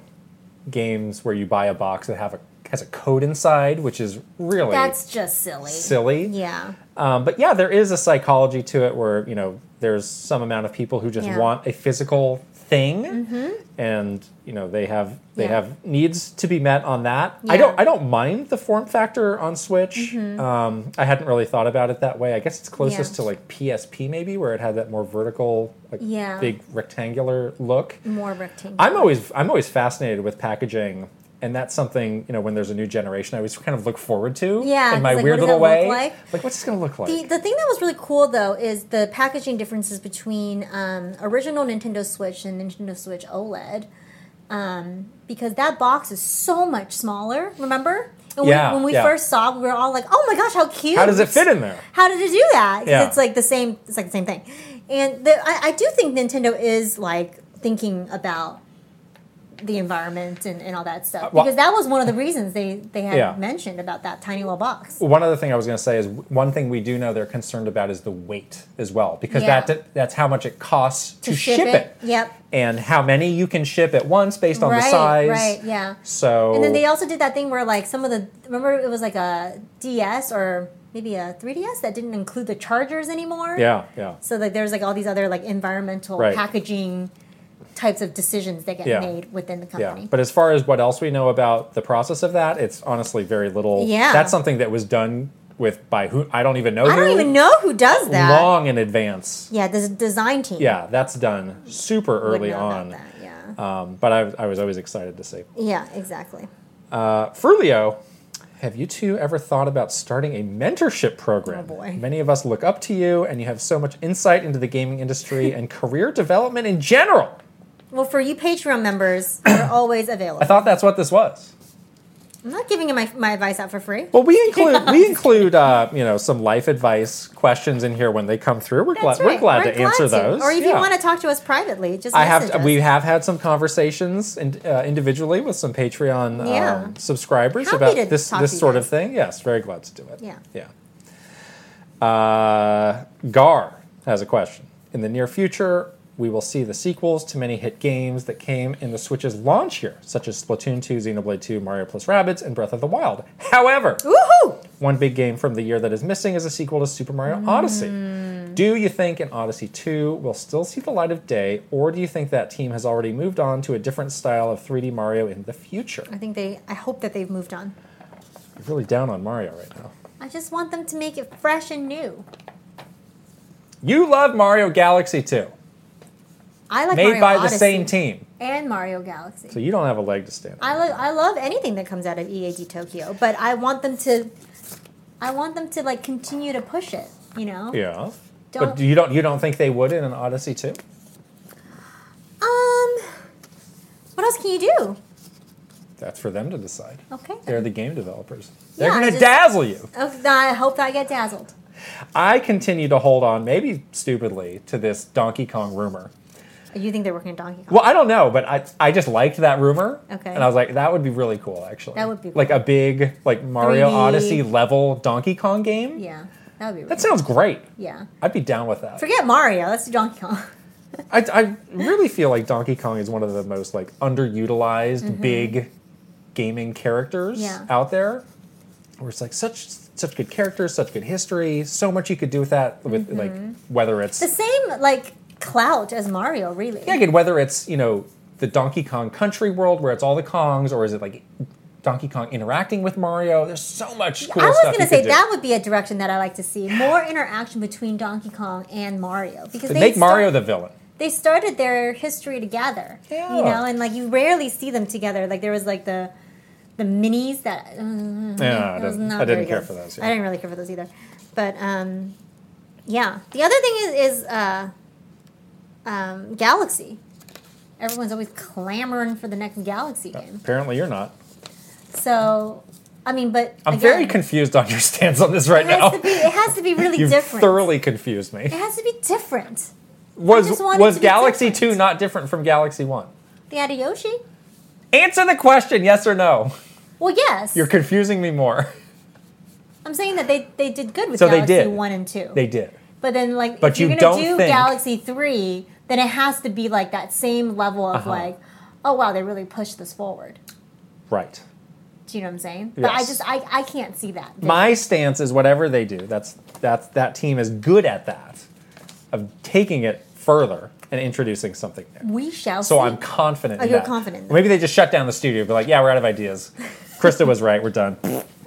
games where you buy a box that have a has a code inside, which is really
that's just silly.
silly.
Yeah.
Um, but yeah, there is a psychology to it where you know there's some amount of people who just
Yeah. Mm-hmm.
want a physical thing, and you know they have they
Yeah.
have needs to be met on that.
Yeah.
I
Mm-hmm.
don't I don't mind the form factor on Switch. Um, I hadn't really thought about it that way. I guess it's closest
Yeah.
to like PSP maybe, where it had that more vertical, like
Yeah.
big rectangular look.
More rectangular.
I'm always I'm always fascinated with packaging. And that's something you know when there's a new generation, I always kind of look forward to.
Yeah,
in my
'cause, like,
weird
what does
little
that look
way.
like?
Like, what's this going to look like?
The, the thing that was really cool though is the packaging differences between um, original Nintendo Switch and Nintendo Switch OLED, um, because that box is so much smaller. Remember, and
Yeah,
we, when we
yeah.
first saw, it, we were all like, "Oh my gosh, how cute!"
How does it fit in there?
How did it do that? 'Cause
Yeah.
It's like the same. It's like the same thing. And the, I, I do think Nintendo is like thinking about the environment and, and all that stuff.
well-
because that was one of the reasons they, they had
Yeah.
mentioned about that tiny little box.
One other thing I was going to say is w- one thing we do know they're concerned about is the weight as well, because
Yeah.
that that's how much it costs to, ship, it.
Yep.
and how many you can ship at once based on
right,
the size.
Right, yeah.
So
And then they also did that thing where like some of the remember it was like a DS or maybe a 3DS that didn't include the chargers anymore.
yeah, yeah.
So like there's like all these other like environmental
Right.
packaging types of decisions that get
Yeah.
made within the
Yeah,
company.
but as far as what else we know about the process of that, it's honestly very little.
Yeah.
that's something that was done with by who I don't even know.
I don't
who,
even know who does that.
Long in advance.
Yeah, the design team.
Yeah, that's done super
would
early
know about
on.
that, Yeah.
Um, but I, I was always excited to see.
yeah, exactly.
Uh, Furlio, have you two ever thought about starting a mentorship program?
Oh, boy.
Many of us look up to you, and you have so much insight into the gaming industry and career development in general.
Well, for you Patreon members, we're always available.
I thought that's what this was.
I'm not giving my, my advice out for free.
Well, we include we include uh, you know some life advice questions in here when they come through. We're glad
That's
we're
right.
glad to answer those.
Or if you
Yeah.
want to talk to us privately, just
I have
message us.
we have had some conversations in, uh, individually with some Patreon
Yeah.
um, subscribers
Happy
about
to
this
talk
this
to you
sort
guys.
of thing. Yes, very glad to do it.
Yeah.
yeah. Uh, Gar has a question. In the near future, we will see the sequels to many hit games that came in the Switch's launch year, such as Splatoon 2, Xenoblade 2, Mario plus Rabbids, and Breath of the Wild. However,
Woohoo!
one big game from the year that is missing is a sequel to Super Mario
Hmm.
Odyssey. Do you think an Odyssey 2 will still see the light of day, or do you think that team has already moved on to a different style of 3D Mario in the future?
I think they. I hope that they've moved on.
I'm really down on Mario right now.
I just want them to make it fresh and new.
You love Mario Galaxy 2,
I like
made
Mario
by
Odyssey
the same team,
and Mario Galaxy.
so you don't have a leg to stand on.
I love I love anything that comes out of EAD Tokyo, but I want them to, I want them to like continue to push it. You know.
Yeah.
Don't-
But do you don't you don't think they would in an Odyssey 2?
Um, what else can you do?
That's for them to decide.
Okay.
They're the game developers. They're
Yeah, I
going to
just-
dazzle you.
Oh, I hope that I get dazzled.
I continue to hold on, maybe stupidly, to this Donkey Kong rumor.
You think they're working on Donkey Kong?
Well, I don't know, but I I just liked that rumor.
Okay.
And I was like, that would be really cool, actually.
That would be
like
cool.
a big like Mario
3D.
Odyssey level Donkey Kong game.
Yeah, that would be. Really
That sounds great.
yeah.
I'd be down with that.
Forget Mario. Let's do Donkey Kong.
I, I really feel like Donkey Kong is one of the most like underutilized big gaming characters
Mm-hmm. Yeah.
out there. Where it's like such such good characters, such good history, so much you could do with that. With like whether it's
Mm-hmm. The same like clout as Mario, really.
Yeah, again, whether it's you know the Donkey Kong Country world where it's all the Kongs, or is it like Donkey Kong interacting with Mario? There's so much cool
I was
stuff.
gonna
you could
say
do.
that would be a direction that I like to see more interaction between Donkey Kong and Mario because
But
they
make Mario
start-
the villain.
they started their history together,
Yeah.
you know, and like you rarely see them together. Like there was like the the minis that uh,
Yeah, I
that was
didn't,
not
I didn't
very
care
good.
for those.
I
Yeah.
didn't really care for those either, but um, yeah. The other thing is is uh, um, Galaxy. Everyone's always clamoring for the next Galaxy game.
Apparently, you're not.
So, I mean, but
I'm
again,
very confused on your stance on this right
It has
now.
to be. It has to be really
You've
different.
thoroughly confused me.
It has to be different.
Was
just wanted
was
to be
Galaxy
different.
Two not different from Galaxy One?
The Adiyoshi?
Answer the question, yes or no.
Well, yes.
You're confusing me more.
I'm saying that they, they did good with
So they
Galaxy
did.
One and Two.
They did.
but then, like,
But
if you're
you
gonna
don't
do
think-
Galaxy Three, then it has to be like that same level of
Uh-huh.
like, oh wow, they really pushed this forward.
Right.
Do you know what I'm saying? But I
Yes.
just I, I can't see that.
my stance is whatever they do that's that's that team is good at that of taking it further and introducing something new
we shall.
so
see.
i'm confident
Oh,
in
you're
that.
confident in that.
maybe they just shut down the studio be like yeah we're out of ideas krista was right we're done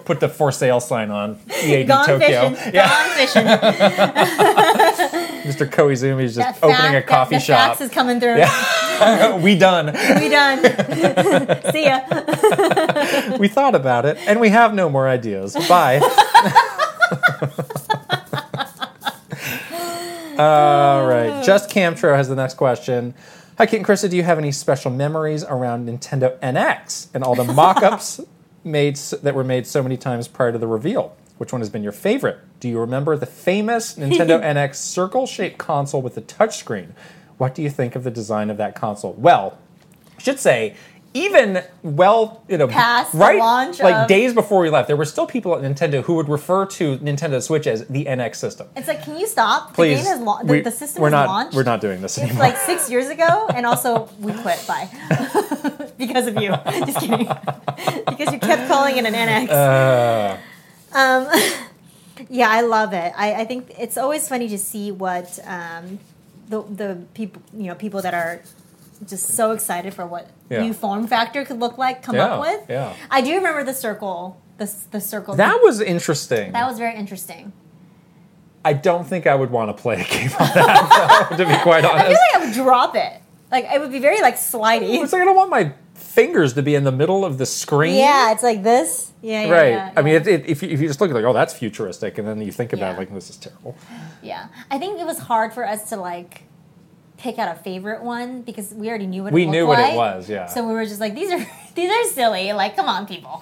put the for sale sign on ead
gone
tokyo
fishing.
yeah
Gone fishing.
mr koizumi is
That
just opening a
fact-
coffee
that, the
shop
fax is coming through.
we done
We done. see ya.
we thought about it and we have no more ideas bye all right just camtro has the next question hi kit and krista do you have any special memories around nintendo nx and all the mock-ups made s- that were made so many times prior to the reveal which one has been your favorite do you remember the famous nintendo nx circle-shaped console with the touchscreen what do you think of the design of that console well should say even well, you know,
Past the
right,
launch
like
of-
days before we left, there were still people at Nintendo who would refer to Nintendo Switch as the NX system.
It's like, can you stop?
Please,
the game has la- the,
we,
the system
we're
is
not
launched.
we're not doing this
It's
anymore.
like six years ago, and also we quit. Bye, because of you. Just kidding. because you kept calling it an NX.
Uh,
Um, yeah, I love it. I, I think it's always funny to see what um, the the people you know people that are just so excited for what
Yeah.
new form factor could look like come
Yeah,
up with.
yeah.
I do remember the circle. The s- the circle.
that was interesting.
that was very interesting.
I don't think I would want to play a game on that, though, to be quite
I feel
honest.
like I would drop it. Like it would be very like slidey.
It's like I don't want my fingers to be in the middle of the screen.
Yeah, it's like this. Yeah, yeah
Right.
yeah,
I mean,
yeah.
it, it, if, you, if you just look at it like, oh, that's futuristic, and then you think about
Yeah.
it like, this is terrible.
Yeah, I think it was hard for us to like pick out a favorite one because we already knew what
We
it looked
knew what it
like.
was, yeah.
So we were just like, these are these are silly. Like, come on, people.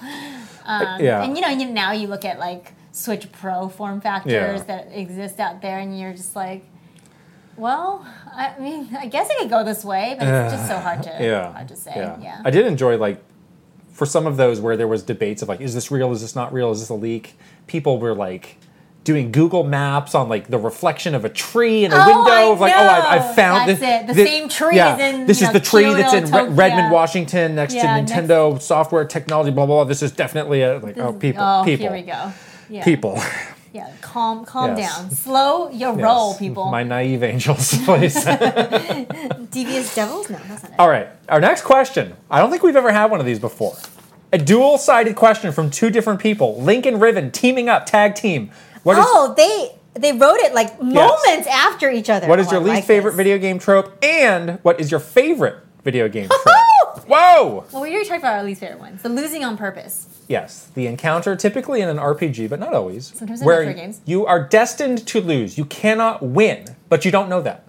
Um,
yeah.
And you know, you, now you look at like Switch Pro form factors
Yeah.
that exist out there, and you're just like, well, I mean, I guess I could go this way, but it's just so hard to
Yeah.
hard to say. yeah.
I did enjoy like for some of those where there was debates of like, is this real? Is this not real? Is this a leak? People were like doing Google Maps on like the reflection of a tree in a
Oh,
window
I
of like, oh, I, I
know.
found
That's
this.
it. The
thi-
same tree
yeah,
is in,
This
you
is
know,
the tree that's in
Kyoto,
Re- Redmond,
Tokyo.
Washington, next
Yeah,
to
next-
Nintendo software technology. Blah blah. blah. This is definitely a like, oh, people,
oh,
people,
here we go. Yeah.
people.
Yeah. Calm, calm
Yes.
down. Slow your roll,
Yes.
people.
My naive angels, please.
Devious devils? No, that's not it.
All right, our next question. I don't think we've ever had one of these before. A dual sided question from two different people Link and Riven teaming up, tag team. What is,
oh, they they wrote it like moments after each other.
what is your
Oh, I
least
like
favorite
this.
video game trope? And what is your favorite video game trope?
Oh!
Whoa!
Well, we already talked about our least favorite ones. The losing on purpose.
Yes, the encounter, typically in an RPG, but not always.
Sometimes in
where
retro games.
You are destined to lose. You cannot win, but you don't know that.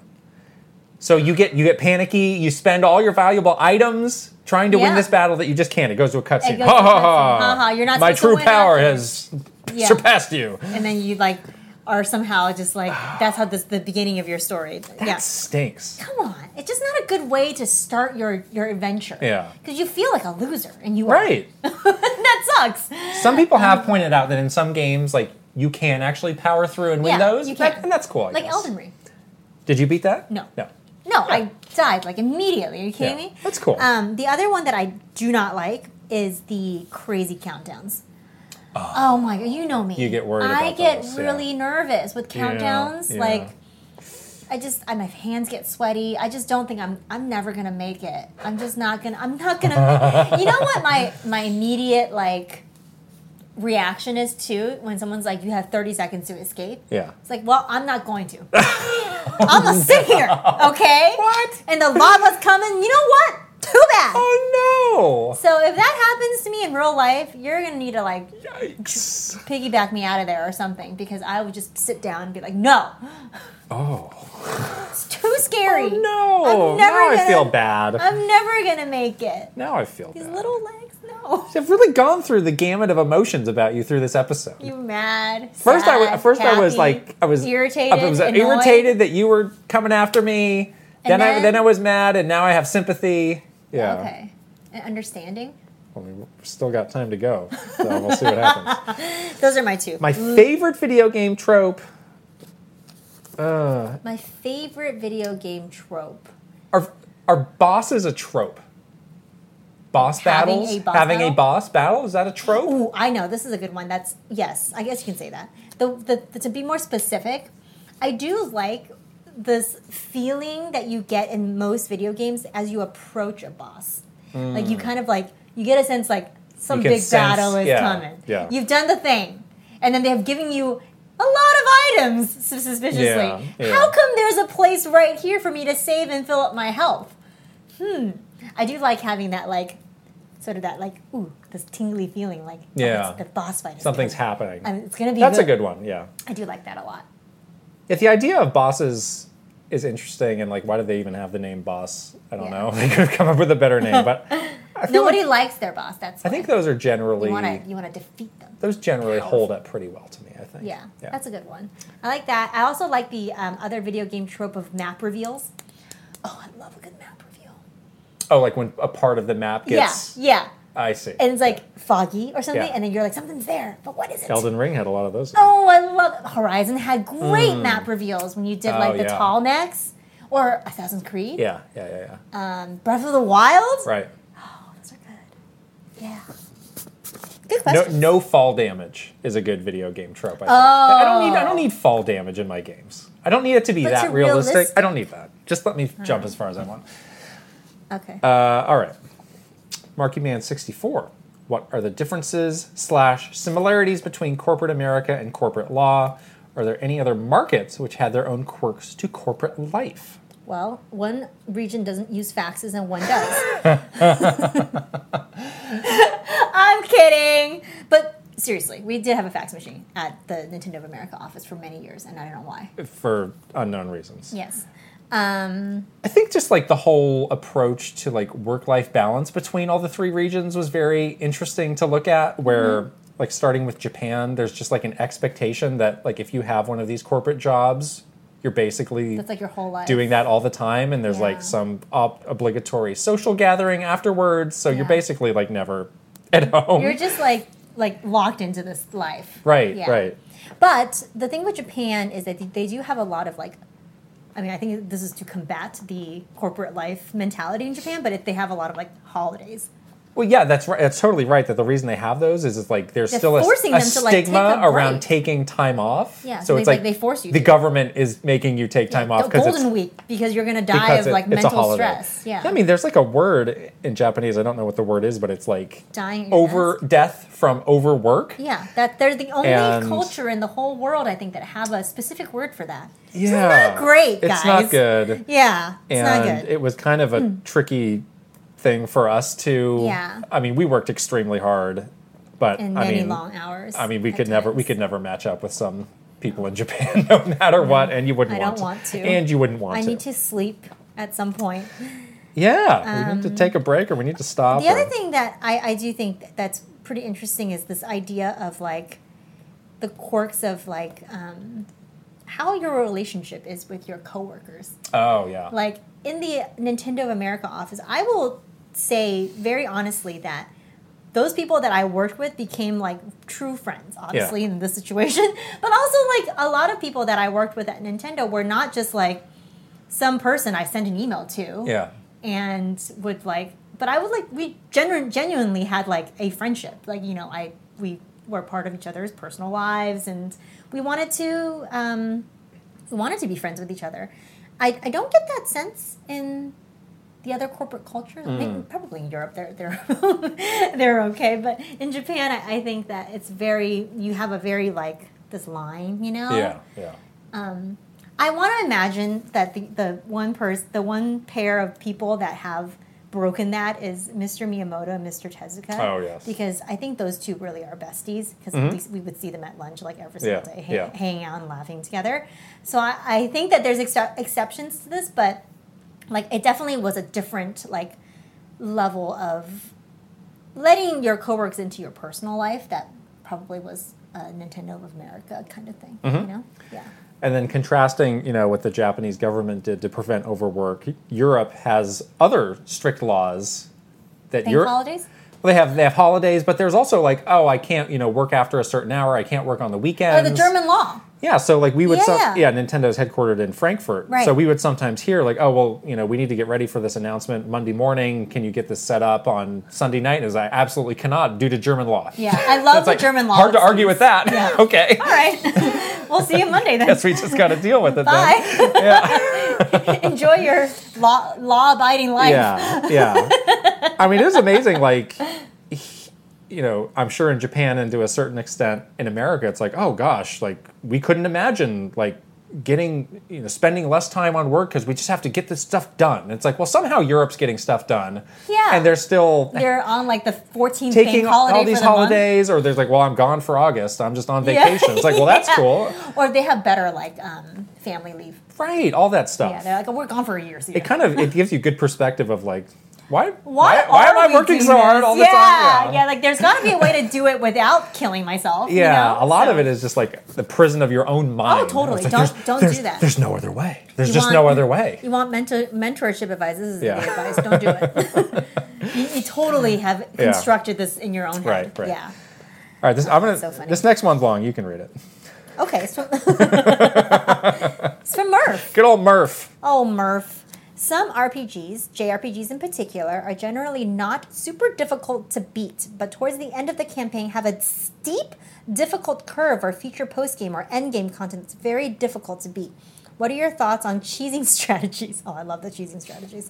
So you get you get panicky. You spend all your valuable items trying to win
Yeah.
this battle that you just can't. It goes to a
It
cutscene.
goes
Ha
to a
ha
cutscene.
ha!
Ha, ha. You're not
My
supposed to
true
win
power
afterwards.
has
Yeah.
surpassed you.
And then you like are somehow just like that's how this the beginning of your story.
That
yeah.
stinks.
Come on. It's just not a good way to start your your adventure.
Yeah.
Because you feel like a loser and you
Right.
are. that sucks.
Some people have pointed out that in some games, like you can actually power through and win
Yeah,
those.
you
That-
can.
and that's cool. I
Like
guess.
Elden Ring.
Did you beat that?
No.
No.
No, I died like immediately. Are you kidding
Yeah.
me?
That's cool.
Um, the other one that I do not like is the crazy countdowns. Oh, my god, you know me.
Ah. You get worried
I
about
get
those, yeah.
really nervous with countdowns.
yeah.
Like, I just I, my hands get sweaty. I just don't think I'm I'm never gonna make it. I'm just not gonna. I'm not gonna. you know what my my immediate like reaction is too when someone's like, "You have 30 seconds to escape."
Yeah.
It's like, well, I'm not going to. I'm gonna sit here, okay?
What?
And the lava's coming. You know what? Too bad.
Oh
So if that happens to me in real life, you're gonna need to like
no! Yikes.
piggyback me out of there or something because I would just sit down and be like, no,
Oh.
it's too scary.
No.
I'm never
now I
gonna-
feel bad.
I'm never gonna make it.
now I feel
These
bad.
little legs, no.
I've really gone through the gamut of emotions about you through this episode.
You mad?
first, I was
sad,
first I was
happy,
like I was
irritated.
I was uh,
annoyed.
irritated that you were coming after me. Then,
And
I
then-
then I was mad, and now I have sympathy. Yeah.
Okay, and understanding.
Well, we've still got time to go, so we'll see what happens.
Those are my two.
My favorite video game trope. Uh,
My favorite video game trope.
are are bosses a trope? Boss
Having
battles,
a boss
having
battle?
a boss battle is that a trope?
Ooh, I know this is a good one. That's yes, I guess you can say that. The, the, the to be more specific, I do like this feeling that you get in most video games as you approach a boss. Like you kind of like you get a sense like some
Hmm. You can
big
sense-
battle is
yeah,
coming.
yeah.
You've done the thing, and then they have given you a lot of items sus- suspiciously.
Yeah, yeah.
How come there's a place right here for me to save and fill up my health? Hmm. I do like having that like sort of that like ooh this tingly feeling like oh,
Yeah.
it's- the boss fight is
Something's
coming.
happening.
and it's gonna be
That's a
really-
good one. Yeah.
I do like that a lot
If the idea of bosses is interesting and like why do they even have the name boss? I don't
Yeah.
know. They could have come up with a better name, but I feel
nobody
like-
likes their boss that's
I think those are generally
you want to you want to defeat them
those generally hold up pretty well to me, I think.
yeah, that's a good one I like that I also like the um, other video game trope of map reveals oh I love a good map reveal
Oh, like when a part of the map gets.
yeah, yeah.
I see.
And it's like foggy or something,
Yeah.
and then you're like, something's there, but what is it?
Elden Ring had a lot of those.
Oh, I love Horizon had great map reveals when you did
Mm. Oh,
like the
yeah.
tall necks or Assassin's Creed.
Yeah, yeah, yeah, yeah.
Um, Breath of the Wild.
right.
Oh, those are good. Yeah. Good question.
No, no fall damage is a good video game trope. I, think. I don't need. I don't need fall damage in my games. I don't need it to be
Oh. But
that
to Hmm.
realistic.
realistic-
I don't need that. Just let me jump as far as I want.
Okay.
Uh, all right. Marky Man 64. What are the differences slash similarities between corporate America and corporate law? Are there any other markets which had their own quirks to corporate life?
well, one region doesn't use faxes and one does. I'm kidding. But seriously, we did have a fax machine at the Nintendo of America office for many years, and I don't know why.
For unknown reasons.
Yes. Um,
I think just like the whole approach to like work life balance between all the three regions was very interesting to look at. Where
Mm-hmm.
like starting with Japan, there's just like an expectation that like if you have one of these corporate jobs, you're basically
that's like your whole life.
doing that all the time and there's
Yeah.
like some ob- obligatory social gathering afterwards so
Yeah.
you're basically like never at home
You're just like like locked into this life.
right
Yeah.
right
But the thing with Japan is that they- they do have a lot of like, I mean, I think this is to combat the corporate life mentality in Japan, but if they have a lot of like holidays.
well yeah that's right that's totally right that the reason they have those is it's like there's
They're
still a,
forcing
a
them to, like, take
stigma
a
around
break.
taking time off
Yeah,
so
they-
it's like,
like, they force you
the
to.
government is making you take time off
The
because it's
Golden Week because you're gonna die of
because it-
like
it's a
mental
holiday.
stress. Yeah.
I mean, there's like a word in Japanese. I don't know what the word is, but it's like
Dying at your
over death from overwork.
yeah, that they're the only
And-
culture in the whole world I think that have a specific word for that.
Yeah,
not great,
It's not
guys.
good.
Yeah, it's not
and
good. Hmm.
it was kind of a tricky thing for us to
Yeah.
i mean we worked extremely hard but
and
i
many
mean
long hours.
i mean we
at
could never we
times.
could never match up with some people in japan no matter what and you wouldn't
I don't
want, to.
want to.
and you wouldn't want
I
to
need to sleep at some point.
yeah we need to take a break or we need to stop
um, The other
or-
thing that I, I do think that's pretty interesting is this idea of like the quirks of like um, how your relationship is with your coworkers.
oh yeah
Like in the Nintendo of America office, I will say very honestly that those people that I worked with became like true friends, obviously, in this situation. But also, like a lot of people that I worked with at Nintendo were not just like some person I sent an email to
yeah
and would like but i would like we genu- genuinely had like a friendship like you know i we were part of each other's personal lives and we wanted to um we wanted to be friends with each other i, I don't get that sense in the other corporate culture I think probably in europe they're they're they're okay but in japan I, I think that it's very you have a very like this line you know
yeah yeah
I want to imagine that the, the one person, the one pair of people that have broken that is Mr. Miyamoto and Mr. Tezuka.
Oh, yes. Mm-hmm.
Because I think those two really are besties because we, would see them at lunch like every
Yeah,
single day, hang,
yeah.
hanging out and laughing together. So I, I think that there's excep exceptions to this, but like it definitely was a different like level of letting your coworkers into your personal life that probably was a Nintendo of America kind of thing,
Mm-hmm.
you know? Yeah.
and then contrasting you know what the japanese government did to prevent overwork europe has other strict laws that
Bank
Europe.
holidays?
Well, they have they have holidays, but there's also like, oh, I can't you know work after a certain hour. I can't work on the
Oh,
weekends.
the German law.
yeah. So like we would, yeah,
Yeah.
some, yeah Nintendo's headquartered in Frankfurt,
Right.
so we would sometimes hear like, oh, well, you know, we need to get ready for this announcement Monday morning. Can you get this set up on Sunday night? As I absolutely cannot due to German law.
Yeah, I love
It's
the
like,
German law.
Hard to argue with that.
Yeah.
okay.
All right. we'll see you Monday then.
Guess we just got to deal with it. Then.
Bye.
Yeah.
Enjoy your law law abiding life.
Yeah, yeah. I mean, it is amazing. Like, he- you know, I'm sure in Japan and to a certain extent in America, it's like, oh gosh, like we couldn't imagine like getting you know spending less time on work because we just have to get this stuff done. And it's like, well, somehow Europe's getting stuff done.
Yeah.
and they're still.
They're on like the 14th
Taking
bank holiday
all these
for the month.
holidays, or there's like, well, I'm gone for August. I'm just on
Yeah.
vacation. It's like, well, that's
Yeah.
cool,
Or they have better like um, family leave.
right? All that stuff.
Yeah, they're like, oh, we're gone for a year. See ya."
it kind of it gives you good perspective of like Why?
Why,
why, why
are
am I
we
working
doing
so hard
this?
all the
yeah,
time?
Yeah, like there's got to be a way to do it without killing myself. you
Yeah,
know?
a lot
So- Oh,
of it is just like the prison of your own mind. It's
totally.
like,
Don't-
there's-
don't do
there's-
that.
There's no other way. There's
You
just
want-
no other way.
You want mentor, mentorship advice? This is
Yeah.
the advice. Don't do it. you, you totally have
Yeah.
constructed this in your own head.
Right, right.
Yeah.
All right, this I'm gonna.
so funny.
this next one's long. You can read it.
Okay. So it's from Murph.
Good old Murph.
Oh, Murph. Some RPGs, JRPGs in particular, are generally not super difficult to beat, but towards the end of the campaign have a steep, difficult curve or feature postgame or endgame content that's very difficult to beat. What are your thoughts on cheesing strategies? Oh, I love the cheesing strategies.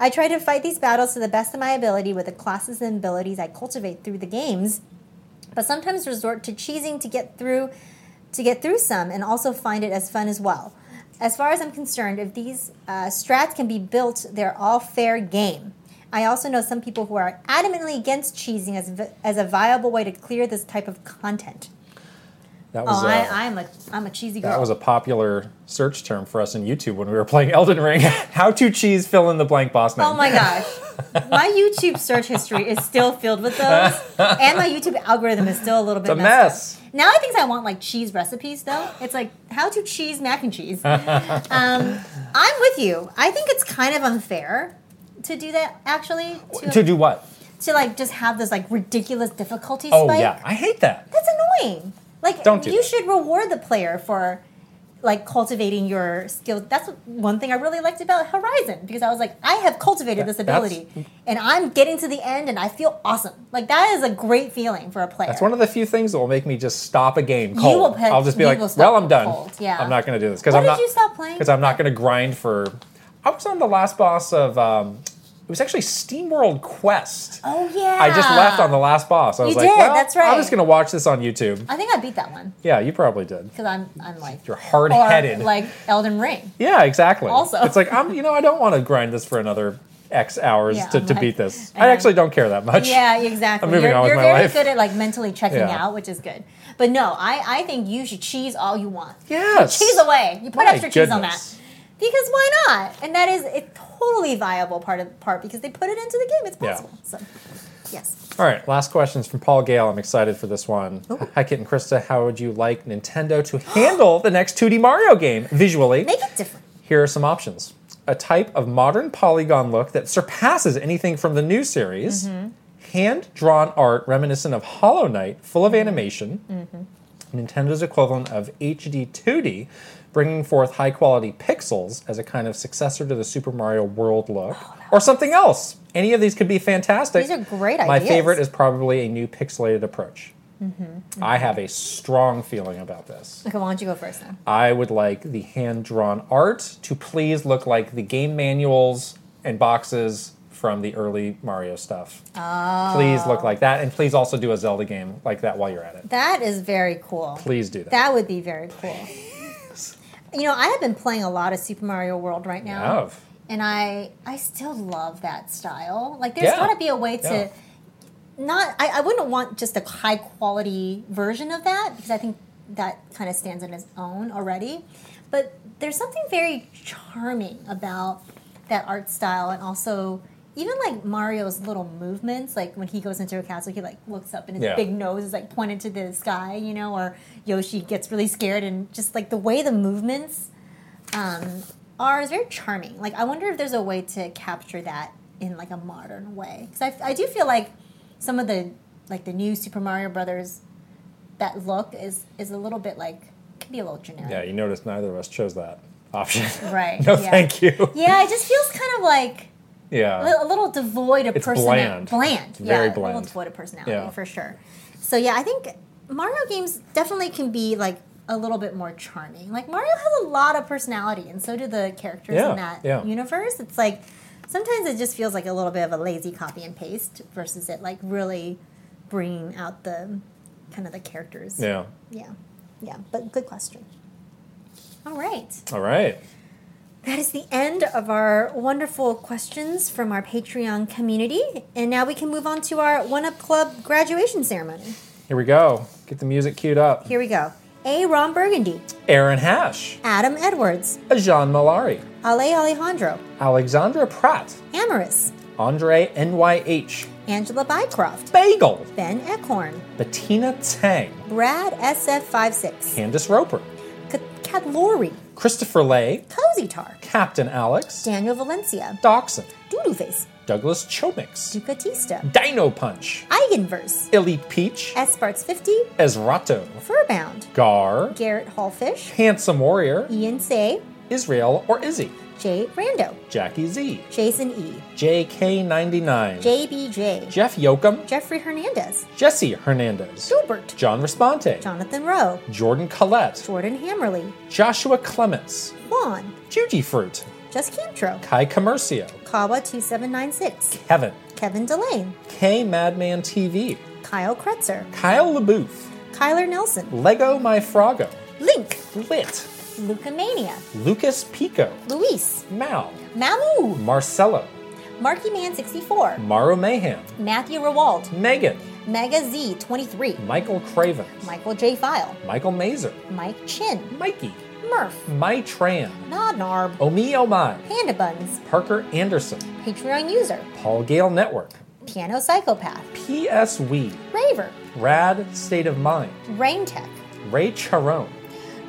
I try to fight these battles to the best of my ability with the classes and abilities I cultivate through the games but sometimes resort to cheesing to get through to get through some and also find it as fun as well as far as i'm concerned if these uh, strats can be built they're all fair game i also know some people who are adamantly against cheesing as, v- as a viable way to clear this type of content
That was.
oh
uh,
I, i'm a i'm a cheesy girl
That was a popular search term for us in YouTube when we were playing Elden Ring. How to cheese fill in the blank boss name.
Oh my gosh. My YouTube search history is still filled with those, and my YouTube algorithm is still a little bit
It's a
messed up. Now I think I want like cheese recipes though. It's like how to cheese mac and cheese. Um, I'm with you. I think it's kind of unfair to do that actually. To,
to
to,
do what?
like just have this like ridiculous difficulty
Oh
spike.
yeah, I hate that.
That's annoying. Like
Don't do
you
that.
should reward the player for like cultivating your skills. That's one thing I really liked about Horizon because I was like, I have cultivated this
that's-
ability and I'm getting to the end and I feel awesome. Like that is a great feeling for a player.
That's one of the few things that will make me just stop a game cold.
will pe-
I'll just be
you
like,
will stop
well, I'm done.
cold, yeah.
I'm not going to do this because
Why
I'm
did
not.
you stop playing?
Because I'm not going to grind for. I was on the last boss of. Um, it was actually SteamWorld Quest.
oh yeah.
I just left on the last boss. I was
You
like,
did,
well,
that's
I'm
right.
just going to watch this on YouTube.
I think I beat that one
Yeah, you probably did.
because I'm I'm like
You're
or,
hard-headed.
like Elden Ring.
Yeah, exactly.
Also.
it's like I'm, you know, I don't want to grind this for another X hours
Yeah,
to,
I'm
to
like-
beat this.
I
I,
know.
actually don't care that much.
Yeah, exactly.
I'm moving
you're
on with
you're
my
very
life.
good at like mentally checking
Yeah.
out, which is good. But no, I, I think you should cheese all you want.
Yes.
Cheese away. You put
My
extra cheese on that.
goodness.
Because why not? And that is a totally viable part of part because they put it into the game. It's
Yeah.
possible. So yes.
All right, last question is from Paul Gale. I'm excited for this one. Hi, Kit and Krista. How would you like Nintendo to handle the next 2D Mario game visually?
Make it different.
Here are some options a type of modern polygon look that surpasses anything from the new series,
Mm-hmm.
hand drawn art reminiscent of Hollow Knight, full of
Mm-hmm.
animation, Nintendo's equivalent of HD 2D, bringing forth high quality pixels as a kind of successor to the Super Mario World look,
Oh,
or something else. Any of these could be fantastic.
These are great
My
ideas.
favorite is probably a new pixelated approach.
Mm-hmm.
I have a strong feeling about this.
Okay, why don't you go first then?
I would like the hand drawn art to please look like the game manuals and boxes from the early Mario stuff. Please look like that, and please also do a Zelda game like that while you're at it.
That is very cool.
Please do that.
That would be very cool. You know, I have been playing a lot of Super Mario World right now.
Have.
and I I still love that style. Like there's
Yeah.
got to be a way to
Yeah.
not I, I wouldn't want just a high quality version of that because I think that kind of stands on its own already. But there's something very charming about that art style and also even like Mario's little movements, like when he goes into a castle, he like looks up and his
Yeah.
big nose is like pointed to the sky, you know, or Yoshi gets really scared and just like the way the movements um, are is very charming. Like I wonder if there's a way to capture that in like a modern way because I, I do feel like some of the like the new Super Mario Brothers that look is is a little bit like could be a little generic.
Yeah, you noticed neither of us chose that option.
Right,
no,
yeah.
thank you.
Yeah, it just feels kind of like
Yeah.
a a little devoid of
It's
personality.
bland. It's
yeah,
very
A
bland.
little devoid of personality
Yeah.
for sure. So yeah, I think Mario games definitely can be like a little bit more charming. Like Mario has a lot of personality, and so do the characters
Yeah,
in that
yeah.
universe. It's like sometimes it just feels like a little bit of a lazy copy and paste versus it like really bringing out the kind of the characters.
Yeah.
yeah, yeah. But good question. All right.
All right.
That is the end of our wonderful questions from our Patreon community. And now we can move on to our One Up Club graduation ceremony.
Here we go. Get the music queued up.
Here we go. A. Ron Burgundy,
Aaron Hash,
Adam Edwards,
Jean Malari,
Ale Alejandro,
Alexandra Pratt,
Amaris,
Andre NYH,
Angela Bycroft,
Bagel,
Ben Eckhorn,
Bettina Tang,
Brad SF56,
Candace Roper,
K- Kat Lowry,
Christopher Lay,
Cozy Tar,
Captain Alex,
Daniel Valencia,
Doxson,
Doodoo Face,
Douglas Chomix,
Ducatista,
Dino Punch,
Eigenverse,
Illy Peach,
Esparts50,
Ezrato,
Furbound,
Gar,
Garrett Hallfish,
Handsome Warrior,
Ian Say,
Israel or Izzy,
Jay Rando,
Jackie Z,
Jason E,
JK99,
JBJ,
Jeff Yoakum,
Jeffrey Hernandez,
Jesse Hernandez,
Gilbert,
John Responte,
Jonathan Rowe,
Jordan Collette,
Jordan Hammerly,
Joshua Clements,
Juan,
Juji Fruit,
Just Cantro,
Kai Commercio,
Kawa2796,
Kevin,
Kevin Delane,
K Madman TV,
Kyle Kretzer,
Kyle LaBouffe,
Kyler Nelson,
Lego My Froggo,
Link,
Lit,
Lucamania,
Lucas Pico,
Luis,
Mal,
Mamu,
Marcello,
Marky Man 64,
Maro Mayhem,
Matthew Rewald,
Megan,
Mega Z23,
Michael Craven,
Michael J. File,
Michael Mazer,
Mike Chin,
Mikey,
Murph,
My Tran,
Nodnarb,
Omi Oh My,
Panda Buns,
Parker Anderson,
Patreon User,
Paul Gale Network,
Piano Psychopath,
PS Wee,
Raver,
Rad State of Mind,
Rain Tech,
Ray Charone,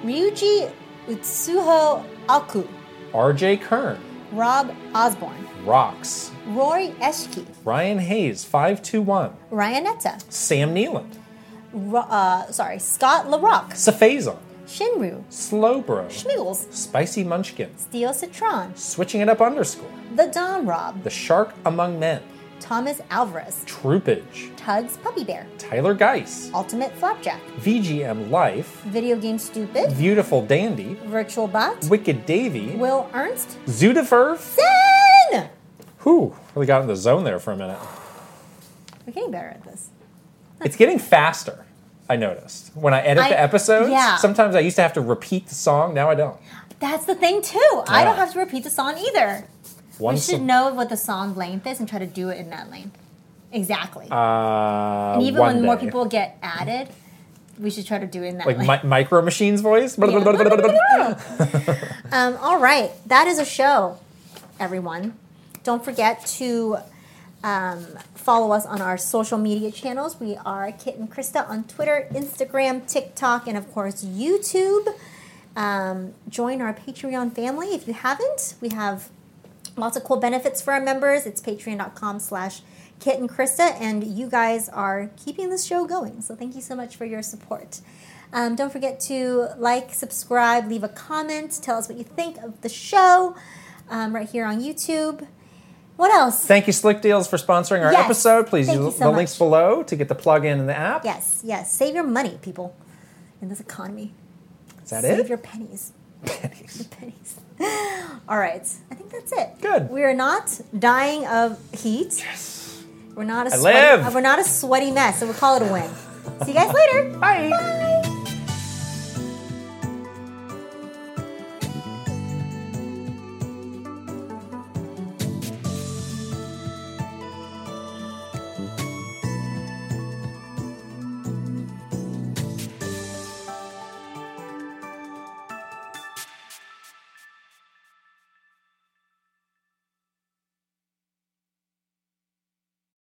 Ryuji Utsuho Aku,
RJ Kern,
Rob Osborne,
Rocks,
Rory Eschke,
Ryan Hayes 521,
Ryanetta,
Sam Nealand,
Ro- uh, sorry, Scott LaRock,
Cephazon,
Shinru,
Slowbro,
Schmiggles,
Spicy Munchkins,
Steel Citron,
Switching It Up Underscore,
The Don Rob,
The Shark Among Men,
Thomas Alvarez,
Troopage,
Tugs Puppy Bear,
Tyler Geis,
Ultimate Flapjack,
VGM Life,
Video Game Stupid,
Beautiful Dandy,
Virtual Bot,
Wicked Davy,
Will Ernst,
Zudifer.
Zen!
Whew, really got in the zone there for a minute.
We're getting better at this.
It's getting faster. I noticed when I edit
I-
the episodes.
yeah.
Sometimes I used to have to repeat the song. Now I don't.
That's the thing too. I don't have to repeat the song either. We
Once
should
a-
know what the song length is and try to do it in that length. Exactly.
Uh,
and even
one
when more
day.
people get added, we should try to do it in that
like
length.
mi- micro machines voice.
Um, all right, that is a show, everyone. Don't forget to um, follow us on our social media channels. We are Kit and Krista on Twitter, Instagram, TikTok, and of course YouTube. Um, join our Patreon family if you haven't. We have lots of cool benefits for our members. It's patreon.com slash Kit and Krista, and you guys are keeping this show going. So thank you so much for your support. Um, don't forget to like, subscribe, leave a comment, tell us what you think of the show um, right here on YouTube. What else?
Thank you, Slick Deals, for sponsoring our
Yes.
episode. Please
Thank you
use
so
the links
much.
below to get the plug-in in the app.
Yes, yes. Save your money, people, in this economy.
Is that
Save
it?
your pennies.
Pennies.
Pennies. All right. I think that's it.
Good.
We are not dying of heat. Yes. We're not a
I
sweaty,
live.
uh, We're not a sweaty mess, so we'll call it a win. See you guys later.
Bye.
Bye.